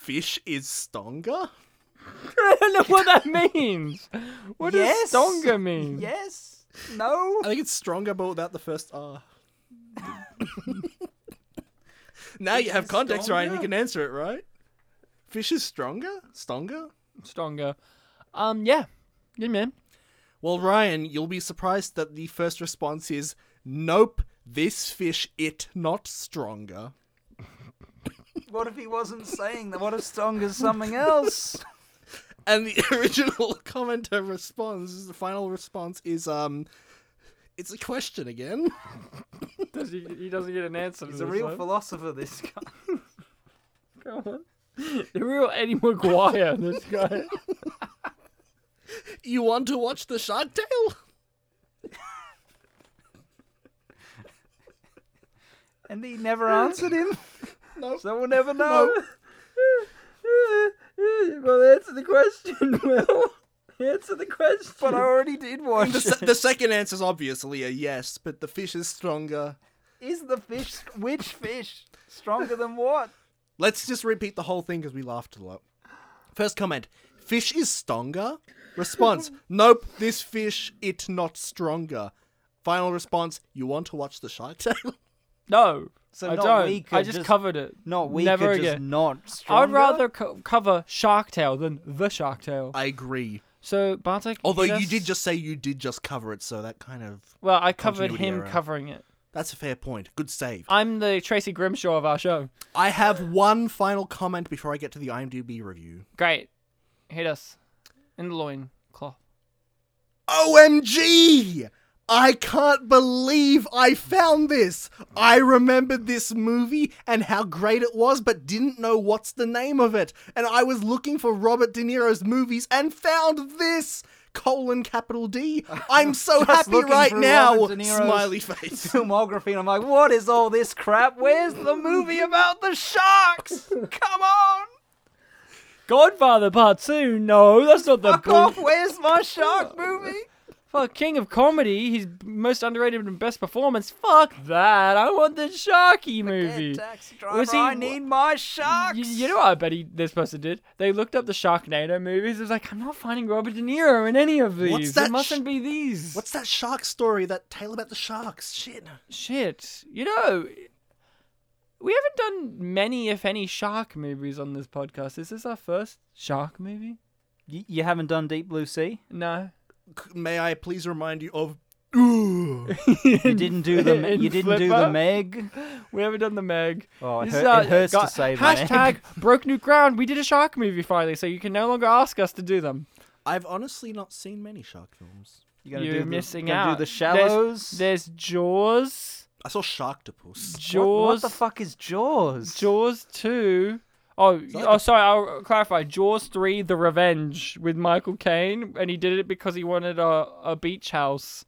[SPEAKER 2] Fish is stronger.
[SPEAKER 1] I don't know what that means. What
[SPEAKER 3] Yes.
[SPEAKER 1] does stonga mean?
[SPEAKER 3] yes. No.
[SPEAKER 2] I think it's stronger, but without the first uh, R. now you have context, Ryan. You
[SPEAKER 3] stronger?
[SPEAKER 2] can answer it, right? Fish is stronger? Stronger?
[SPEAKER 1] Stonga. Um. Yeah. Yeah, man.
[SPEAKER 2] Well, Ryan, you'll be surprised that the first response is nope, this fish it not stronger.
[SPEAKER 3] What if he wasn't saying that? What if Stong is something else?
[SPEAKER 2] And the original commenter responds, the final response is, um, it's a question again.
[SPEAKER 1] Does he, he doesn't get an answer. to
[SPEAKER 3] He's a
[SPEAKER 1] this
[SPEAKER 3] real
[SPEAKER 1] one.
[SPEAKER 3] philosopher, this guy.
[SPEAKER 1] Go on. The real Eddie McGuire, this guy.
[SPEAKER 2] You want to watch the Shark Tale?
[SPEAKER 3] And he never answered him.
[SPEAKER 2] Nope.
[SPEAKER 3] So we'll never know.
[SPEAKER 1] well, answer the question, Will. Answer the question.
[SPEAKER 3] But I already did watch
[SPEAKER 2] The,
[SPEAKER 3] it.
[SPEAKER 2] se- the second answer is obviously a yes, but the fish is stronger.
[SPEAKER 3] Is the fish, which fish, stronger than what?
[SPEAKER 2] Let's just repeat the whole thing because we laughed a lot. First comment Fish is stronger? Response Nope, this fish, it not stronger. Final response You want to watch the Shark Tale?
[SPEAKER 1] No,
[SPEAKER 3] So
[SPEAKER 1] I
[SPEAKER 3] not
[SPEAKER 1] don't.
[SPEAKER 3] weaker,
[SPEAKER 1] I just,
[SPEAKER 3] just-
[SPEAKER 1] covered it.
[SPEAKER 3] Not weaker,
[SPEAKER 1] Never
[SPEAKER 3] just
[SPEAKER 1] again.
[SPEAKER 3] not
[SPEAKER 1] I'd
[SPEAKER 3] stronger.
[SPEAKER 1] rather co- cover Shark Tale than the Shark Tale.
[SPEAKER 2] I agree.
[SPEAKER 1] So Bartek,
[SPEAKER 2] Although
[SPEAKER 1] hit
[SPEAKER 2] you
[SPEAKER 1] us-
[SPEAKER 2] did just say you did just cover it, so that kind of.
[SPEAKER 1] well, I covered
[SPEAKER 2] continuity
[SPEAKER 1] him
[SPEAKER 2] error.
[SPEAKER 1] covering it.
[SPEAKER 2] That's a fair point. Good save.
[SPEAKER 1] I'm the Tracy Grimshaw of our show.
[SPEAKER 2] I have one final comment before I get to the IMDb review.
[SPEAKER 1] Great, hit us in the loin claw.
[SPEAKER 2] OMG! I can't believe I found this! I remembered this movie and how great it was, but didn't know what's the name of it. And I was looking for Robert De Niro's movies and found this! colon capital D. I'm so happy
[SPEAKER 3] looking
[SPEAKER 2] right
[SPEAKER 3] for
[SPEAKER 2] now.
[SPEAKER 3] Robert De Niro's-
[SPEAKER 2] Smiley face.
[SPEAKER 3] filmography, and I'm like, what is all this crap? Where's the movie about the sharks? Come on!
[SPEAKER 1] Godfather Part Two. No, that's not the
[SPEAKER 3] Fuck
[SPEAKER 1] book.
[SPEAKER 3] off! Where's my shark movie?
[SPEAKER 1] Fuck, King of Comedy. His most underrated and best performance. Fuck that. I want the Sharky movie.
[SPEAKER 3] Get taxi driver,
[SPEAKER 1] Was he-
[SPEAKER 3] I need my sharks!
[SPEAKER 1] You, you know what I bet he, this person did? They looked up the Sharknado movies. It was like, I'm not finding Robert De Niro in any of these.
[SPEAKER 2] What's
[SPEAKER 1] It
[SPEAKER 2] that
[SPEAKER 1] mustn't
[SPEAKER 2] sh-
[SPEAKER 1] be these.
[SPEAKER 2] What's that shark story? That tale about the sharks? Shit.
[SPEAKER 1] shit? You know, we haven't done many, if any, shark movies on this podcast. Is this our first shark movie?
[SPEAKER 3] You, you haven't done Deep Blue Sea?
[SPEAKER 1] No.
[SPEAKER 2] C- May I please remind you of? Ooh.
[SPEAKER 3] You didn't do the.
[SPEAKER 1] In
[SPEAKER 3] you didn't do the
[SPEAKER 1] Flipper?
[SPEAKER 3] Meg.
[SPEAKER 1] We haven't done the Meg.
[SPEAKER 3] Oh, it,
[SPEAKER 1] This is
[SPEAKER 3] hurt,
[SPEAKER 1] our-
[SPEAKER 3] it hurts
[SPEAKER 1] got-
[SPEAKER 3] to say eh? the Meg.
[SPEAKER 1] Hashtag broke new ground. We did a shark movie finally, so you can no longer ask us to do them.
[SPEAKER 2] I've honestly not seen many shark films.
[SPEAKER 3] You're, gonna
[SPEAKER 1] You're
[SPEAKER 3] do the,
[SPEAKER 1] missing
[SPEAKER 3] gonna
[SPEAKER 1] out.
[SPEAKER 3] Do the
[SPEAKER 1] There's-
[SPEAKER 3] shallows.
[SPEAKER 1] There's Jaws.
[SPEAKER 2] I saw Sharktopus.
[SPEAKER 3] What-
[SPEAKER 1] Jaws.
[SPEAKER 3] What, the fuck is Jaws?
[SPEAKER 1] Jaws 2. Oh,
[SPEAKER 2] that
[SPEAKER 1] oh,
[SPEAKER 2] the-
[SPEAKER 1] sorry. I'll clarify. Jaws 3: The Revenge with Michael Caine, and he did it because he wanted a, a beach house.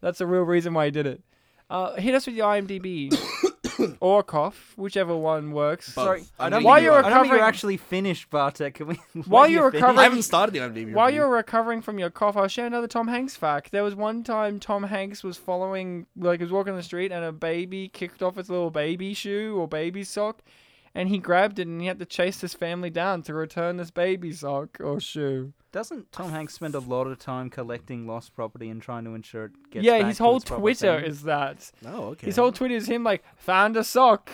[SPEAKER 1] That's the real reason why he did it. Uh, hit us with your IMDb or cough, whichever one works.
[SPEAKER 2] Both.
[SPEAKER 1] Sorry.
[SPEAKER 2] I'm
[SPEAKER 3] I don't
[SPEAKER 2] gonna
[SPEAKER 1] While
[SPEAKER 3] think
[SPEAKER 2] give
[SPEAKER 3] you're,
[SPEAKER 1] you're
[SPEAKER 2] you that.
[SPEAKER 3] I don't think you're
[SPEAKER 1] recovering-
[SPEAKER 3] actually finished, Bartek. Can we?
[SPEAKER 1] While
[SPEAKER 3] let you
[SPEAKER 1] you're
[SPEAKER 3] finish?
[SPEAKER 2] I
[SPEAKER 1] recovering-
[SPEAKER 2] haven't started the IMDb.
[SPEAKER 1] While
[SPEAKER 2] review.
[SPEAKER 1] you're recovering from your cough, I'll share another Tom Hanks fact. There was one time Tom Hanks was following, like, he was walking on the street and a baby kicked off his little baby shoe or baby sock, and he grabbed it and he had to chase this family down to return this baby sock or shoe.
[SPEAKER 3] Doesn't Tom Hanks spend a lot of time collecting lost property and trying to ensure it gets
[SPEAKER 1] yeah,
[SPEAKER 3] back
[SPEAKER 1] his
[SPEAKER 3] to
[SPEAKER 1] whole
[SPEAKER 3] its proper
[SPEAKER 1] Twitter
[SPEAKER 3] thing?
[SPEAKER 1] is that.
[SPEAKER 2] Oh, okay.
[SPEAKER 1] His whole Twitter is him, like, found a sock.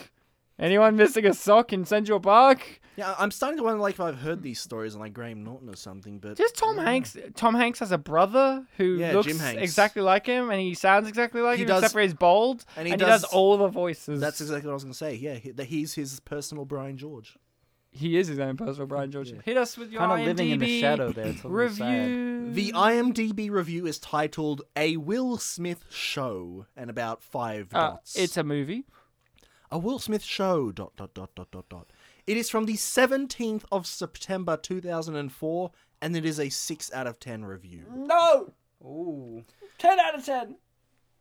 [SPEAKER 1] Anyone missing a sock in Central Park?
[SPEAKER 2] Yeah, I- I'm starting to wonder like if I've heard these stories on like Graham Norton or something, but
[SPEAKER 1] Just Tom Hanks. Tom Hanks has a brother who
[SPEAKER 2] Yeah,
[SPEAKER 1] looks
[SPEAKER 2] Jim Hanks.
[SPEAKER 1] exactly like him, and he sounds exactly like
[SPEAKER 2] He
[SPEAKER 1] him,
[SPEAKER 2] does-
[SPEAKER 1] except for he's bald,
[SPEAKER 2] and he
[SPEAKER 1] does,
[SPEAKER 2] does-
[SPEAKER 1] all the voices.
[SPEAKER 2] that's exactly what I was gonna say. Yeah, he, that he's his personal Brian George.
[SPEAKER 1] he is his own personal Brian George. Hit us with your
[SPEAKER 3] kind of
[SPEAKER 1] IMDb
[SPEAKER 3] living in the shadow there. It's a little sad.
[SPEAKER 1] review.
[SPEAKER 2] The IMDb review is titled "A Will Smith Show" and about five
[SPEAKER 1] uh,
[SPEAKER 2] dots.
[SPEAKER 1] it's a movie.
[SPEAKER 2] a Will Smith show. Dot dot dot dot dot dot. It is from the 17th of September 2004, and it is a six out of ten review.
[SPEAKER 1] No,
[SPEAKER 3] Ooh.
[SPEAKER 1] ten out of ten.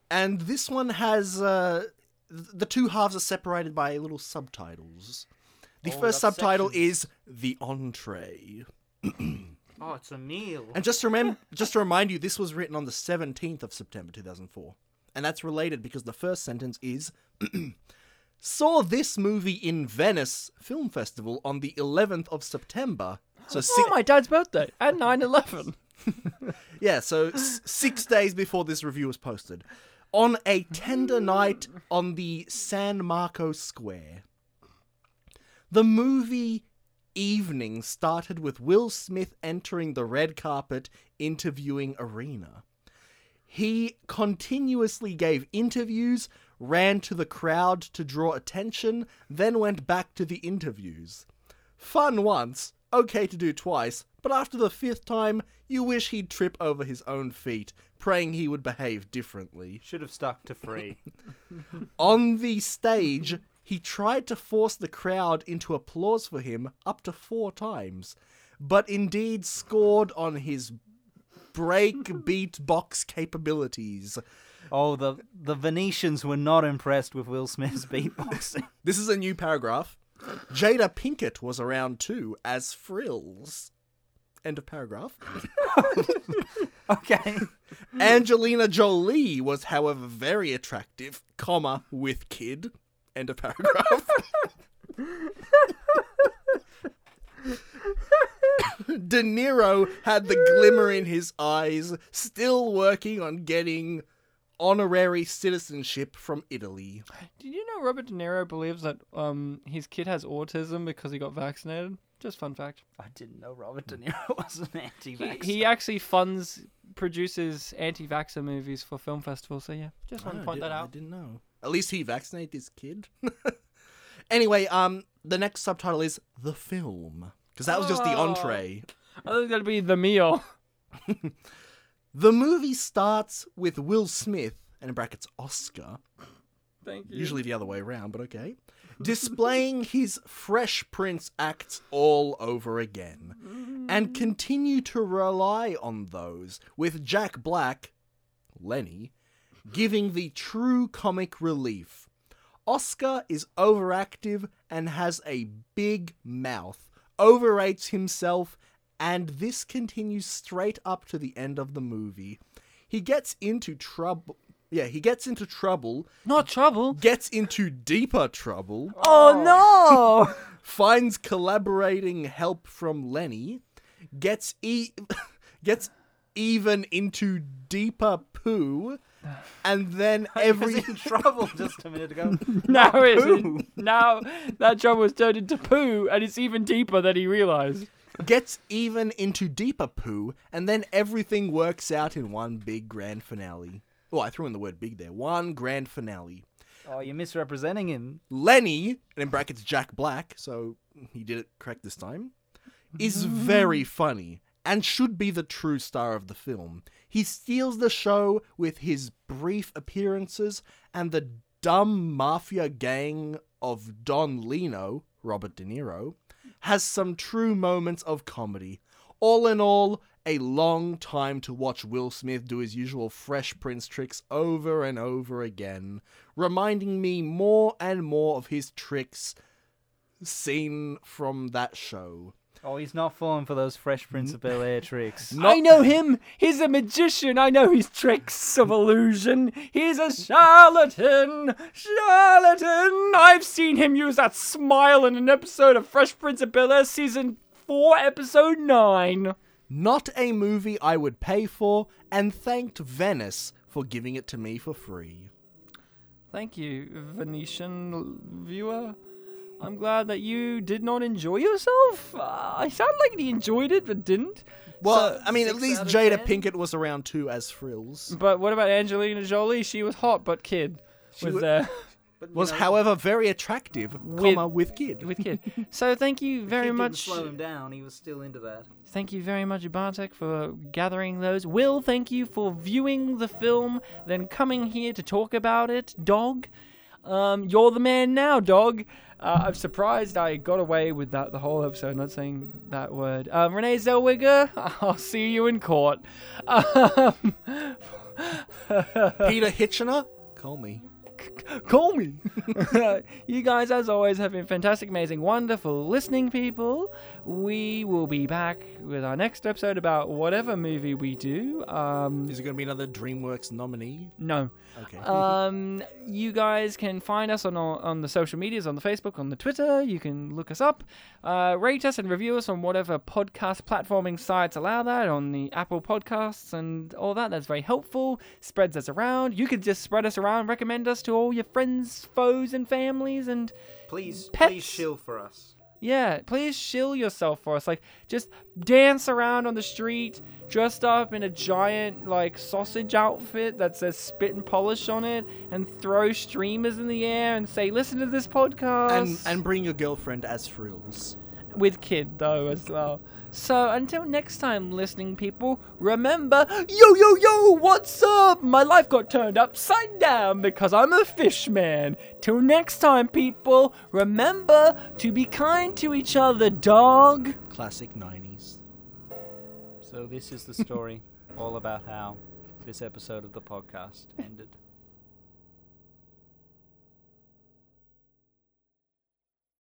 [SPEAKER 2] And this one has uh, th- the two halves are separated by little subtitles. The
[SPEAKER 3] Oh,
[SPEAKER 2] first
[SPEAKER 3] that's
[SPEAKER 2] subtitle
[SPEAKER 3] sections.
[SPEAKER 2] is "The Entree."
[SPEAKER 3] Oh, it's a meal.
[SPEAKER 2] And just to remember, just to remind you, this was written on the 17th of September 2004. And that's related because the first sentence is saw this movie in Venice Film Festival on the 11th of September. So
[SPEAKER 1] Oh,
[SPEAKER 2] six,
[SPEAKER 1] my dad's birthday at 9-11.
[SPEAKER 2] yeah, so s- 6 days before this review was posted on a tender night on the San Marco Square. The movie evening started with Will Smith entering the red carpet interviewing Arena. He continuously gave interviews, ran to the crowd to draw attention, then went back to the interviews. Fun once, okay to do twice, but after the fifth time, you wish he'd trip over his own feet, praying he would behave differently.
[SPEAKER 3] Should have stuck to free.
[SPEAKER 2] On the stage, he tried to force the crowd into applause for him up to four times, but indeed scored on his breakbeat box capabilities.
[SPEAKER 3] oh, the the Venetians were not impressed with Will Smith's beatboxing.
[SPEAKER 2] This is a new paragraph. Jada Pinkett was around too as Frills. End of paragraph.
[SPEAKER 3] okay.
[SPEAKER 2] Angelina Jolie was, however, very attractive, comma, with kid. End of paragraph. De Niro had the glimmer in his eyes, still working on getting honorary citizenship from Italy.
[SPEAKER 1] Did you know Robert De Niro believes that um his kid has autism because he got vaccinated? Just fun fact.
[SPEAKER 3] I didn't know Robert De Niro was an
[SPEAKER 1] He,
[SPEAKER 3] anti-vax.
[SPEAKER 1] he actually funds produces anti-vaxxer movies for film festivals. So yeah, just
[SPEAKER 2] Oh,
[SPEAKER 1] want to point that out.
[SPEAKER 2] didn't know. At least he vaccinated this kid. anyway, um, the next subtitle is the film because that was just the
[SPEAKER 1] Oh.
[SPEAKER 2] entree.
[SPEAKER 1] I thought it was gonna be the meal.
[SPEAKER 2] The movie starts with Will Smith, and in brackets Oscar,
[SPEAKER 1] Thank you.
[SPEAKER 2] usually the other way around, but okay, displaying his Fresh Prince acts all over again. and continue to rely on those, with Jack Black, Lenny, giving the true comic relief. Oscar is overactive and has a big mouth, overrates himself, and this continues straight up to the end of the movie. He gets into trouble. Yeah, he gets into trouble,
[SPEAKER 1] Not trouble.
[SPEAKER 2] gets into deeper trouble,
[SPEAKER 1] Oh, no!
[SPEAKER 2] finds collaborating help from Lenny, gets e- gets even into deeper poo, and then
[SPEAKER 3] was
[SPEAKER 2] every
[SPEAKER 3] in trouble just a minute ago.
[SPEAKER 1] now it's now that trouble has turned into poo, and it's even deeper than he realized.
[SPEAKER 2] gets even into deeper poo, and then everything works out in one big grand finale. Oh, I threw in the word big there. One grand finale.
[SPEAKER 3] Oh, you're misrepresenting him.
[SPEAKER 2] Lenny, and in brackets Jack Black, so he did it correct this time, is very funny and should be the true star of the film. He steals the show with his brief appearances and the dumb mafia gang of Don Lino, Robert De Niro, has some true moments of comedy. All in all, a long time to watch Will Smith do his usual Fresh Prince tricks over and over again, reminding me more and more of his tricks seen from that show.
[SPEAKER 3] Oh, he's not falling for those Fresh Prince of Bel Air tricks.
[SPEAKER 1] I know him. He's a magician. I know his tricks of illusion. He's a charlatan. Charlatan. I've seen him use that smile in an episode of Fresh Prince of Bel Air, season four, episode nine.
[SPEAKER 2] Not a movie I would pay for, and thanked Venice for giving it to me for free.
[SPEAKER 1] Thank you, Venetian l- viewer. I'm glad that you did not enjoy yourself. Uh, I sound like he enjoyed it but didn't.
[SPEAKER 2] Well, I mean, at
[SPEAKER 3] six
[SPEAKER 2] least
[SPEAKER 3] out of
[SPEAKER 2] Jada
[SPEAKER 3] 10?
[SPEAKER 2] Pinkett was around two as frills.
[SPEAKER 1] But what about Angelina Jolie? She was hot but kid. was
[SPEAKER 2] wa-
[SPEAKER 1] there
[SPEAKER 3] But, you
[SPEAKER 2] Was,
[SPEAKER 3] know,
[SPEAKER 2] however, very attractive, comma, with kid.
[SPEAKER 1] with kid. So thank you
[SPEAKER 3] he
[SPEAKER 1] very
[SPEAKER 3] didn't
[SPEAKER 1] much.
[SPEAKER 3] slow him down. He was still into that.
[SPEAKER 1] Thank you very much, Bartek, for gathering those. Will, thank you for viewing the film, then coming here to talk about it. Dog, um, you're the man now, dog. Uh, I'm surprised I got away with that the whole episode, not saying that word. Um, Renee Zellweger, I'll see you in court. Um,
[SPEAKER 2] Peter Hitchener? Call me.
[SPEAKER 1] call me. you guys, as always, have been fantastic, amazing, wonderful listening people. We will be back with our next episode about whatever movie we do. Um,
[SPEAKER 2] Is it going to be another DreamWorks nominee?
[SPEAKER 1] no.
[SPEAKER 2] Okay.
[SPEAKER 1] Um, you guys can find us on all, on the social medias, on the Facebook, on the Twitter. You can look us up, uh, rate us, and review us on whatever podcast platforming sites allow that. On the Apple Podcasts and all that, that's very helpful. Spreads us around. You could just spread us around, recommend us to all your friends, foes, and families, and
[SPEAKER 3] Please,
[SPEAKER 1] Pets.
[SPEAKER 3] please shill for us.
[SPEAKER 1] yeah, please shill yourself for us. Like, just dance around on the street, dressed up in a giant, like, sausage outfit that says spit and polish on it, and throw streamers in the air and say, listen to this
[SPEAKER 2] and,
[SPEAKER 1] podcast.
[SPEAKER 2] and bring your girlfriend as frills.
[SPEAKER 1] with kid, though, as well. So, until next time, listening people, remember yo, yo, yo, what's up? My life got turned upside down because I'm a fish man. Till next time, people, remember to be kind to each other, dog.
[SPEAKER 2] Classic 90s.
[SPEAKER 3] So this is the story all about how this episode of the podcast ended.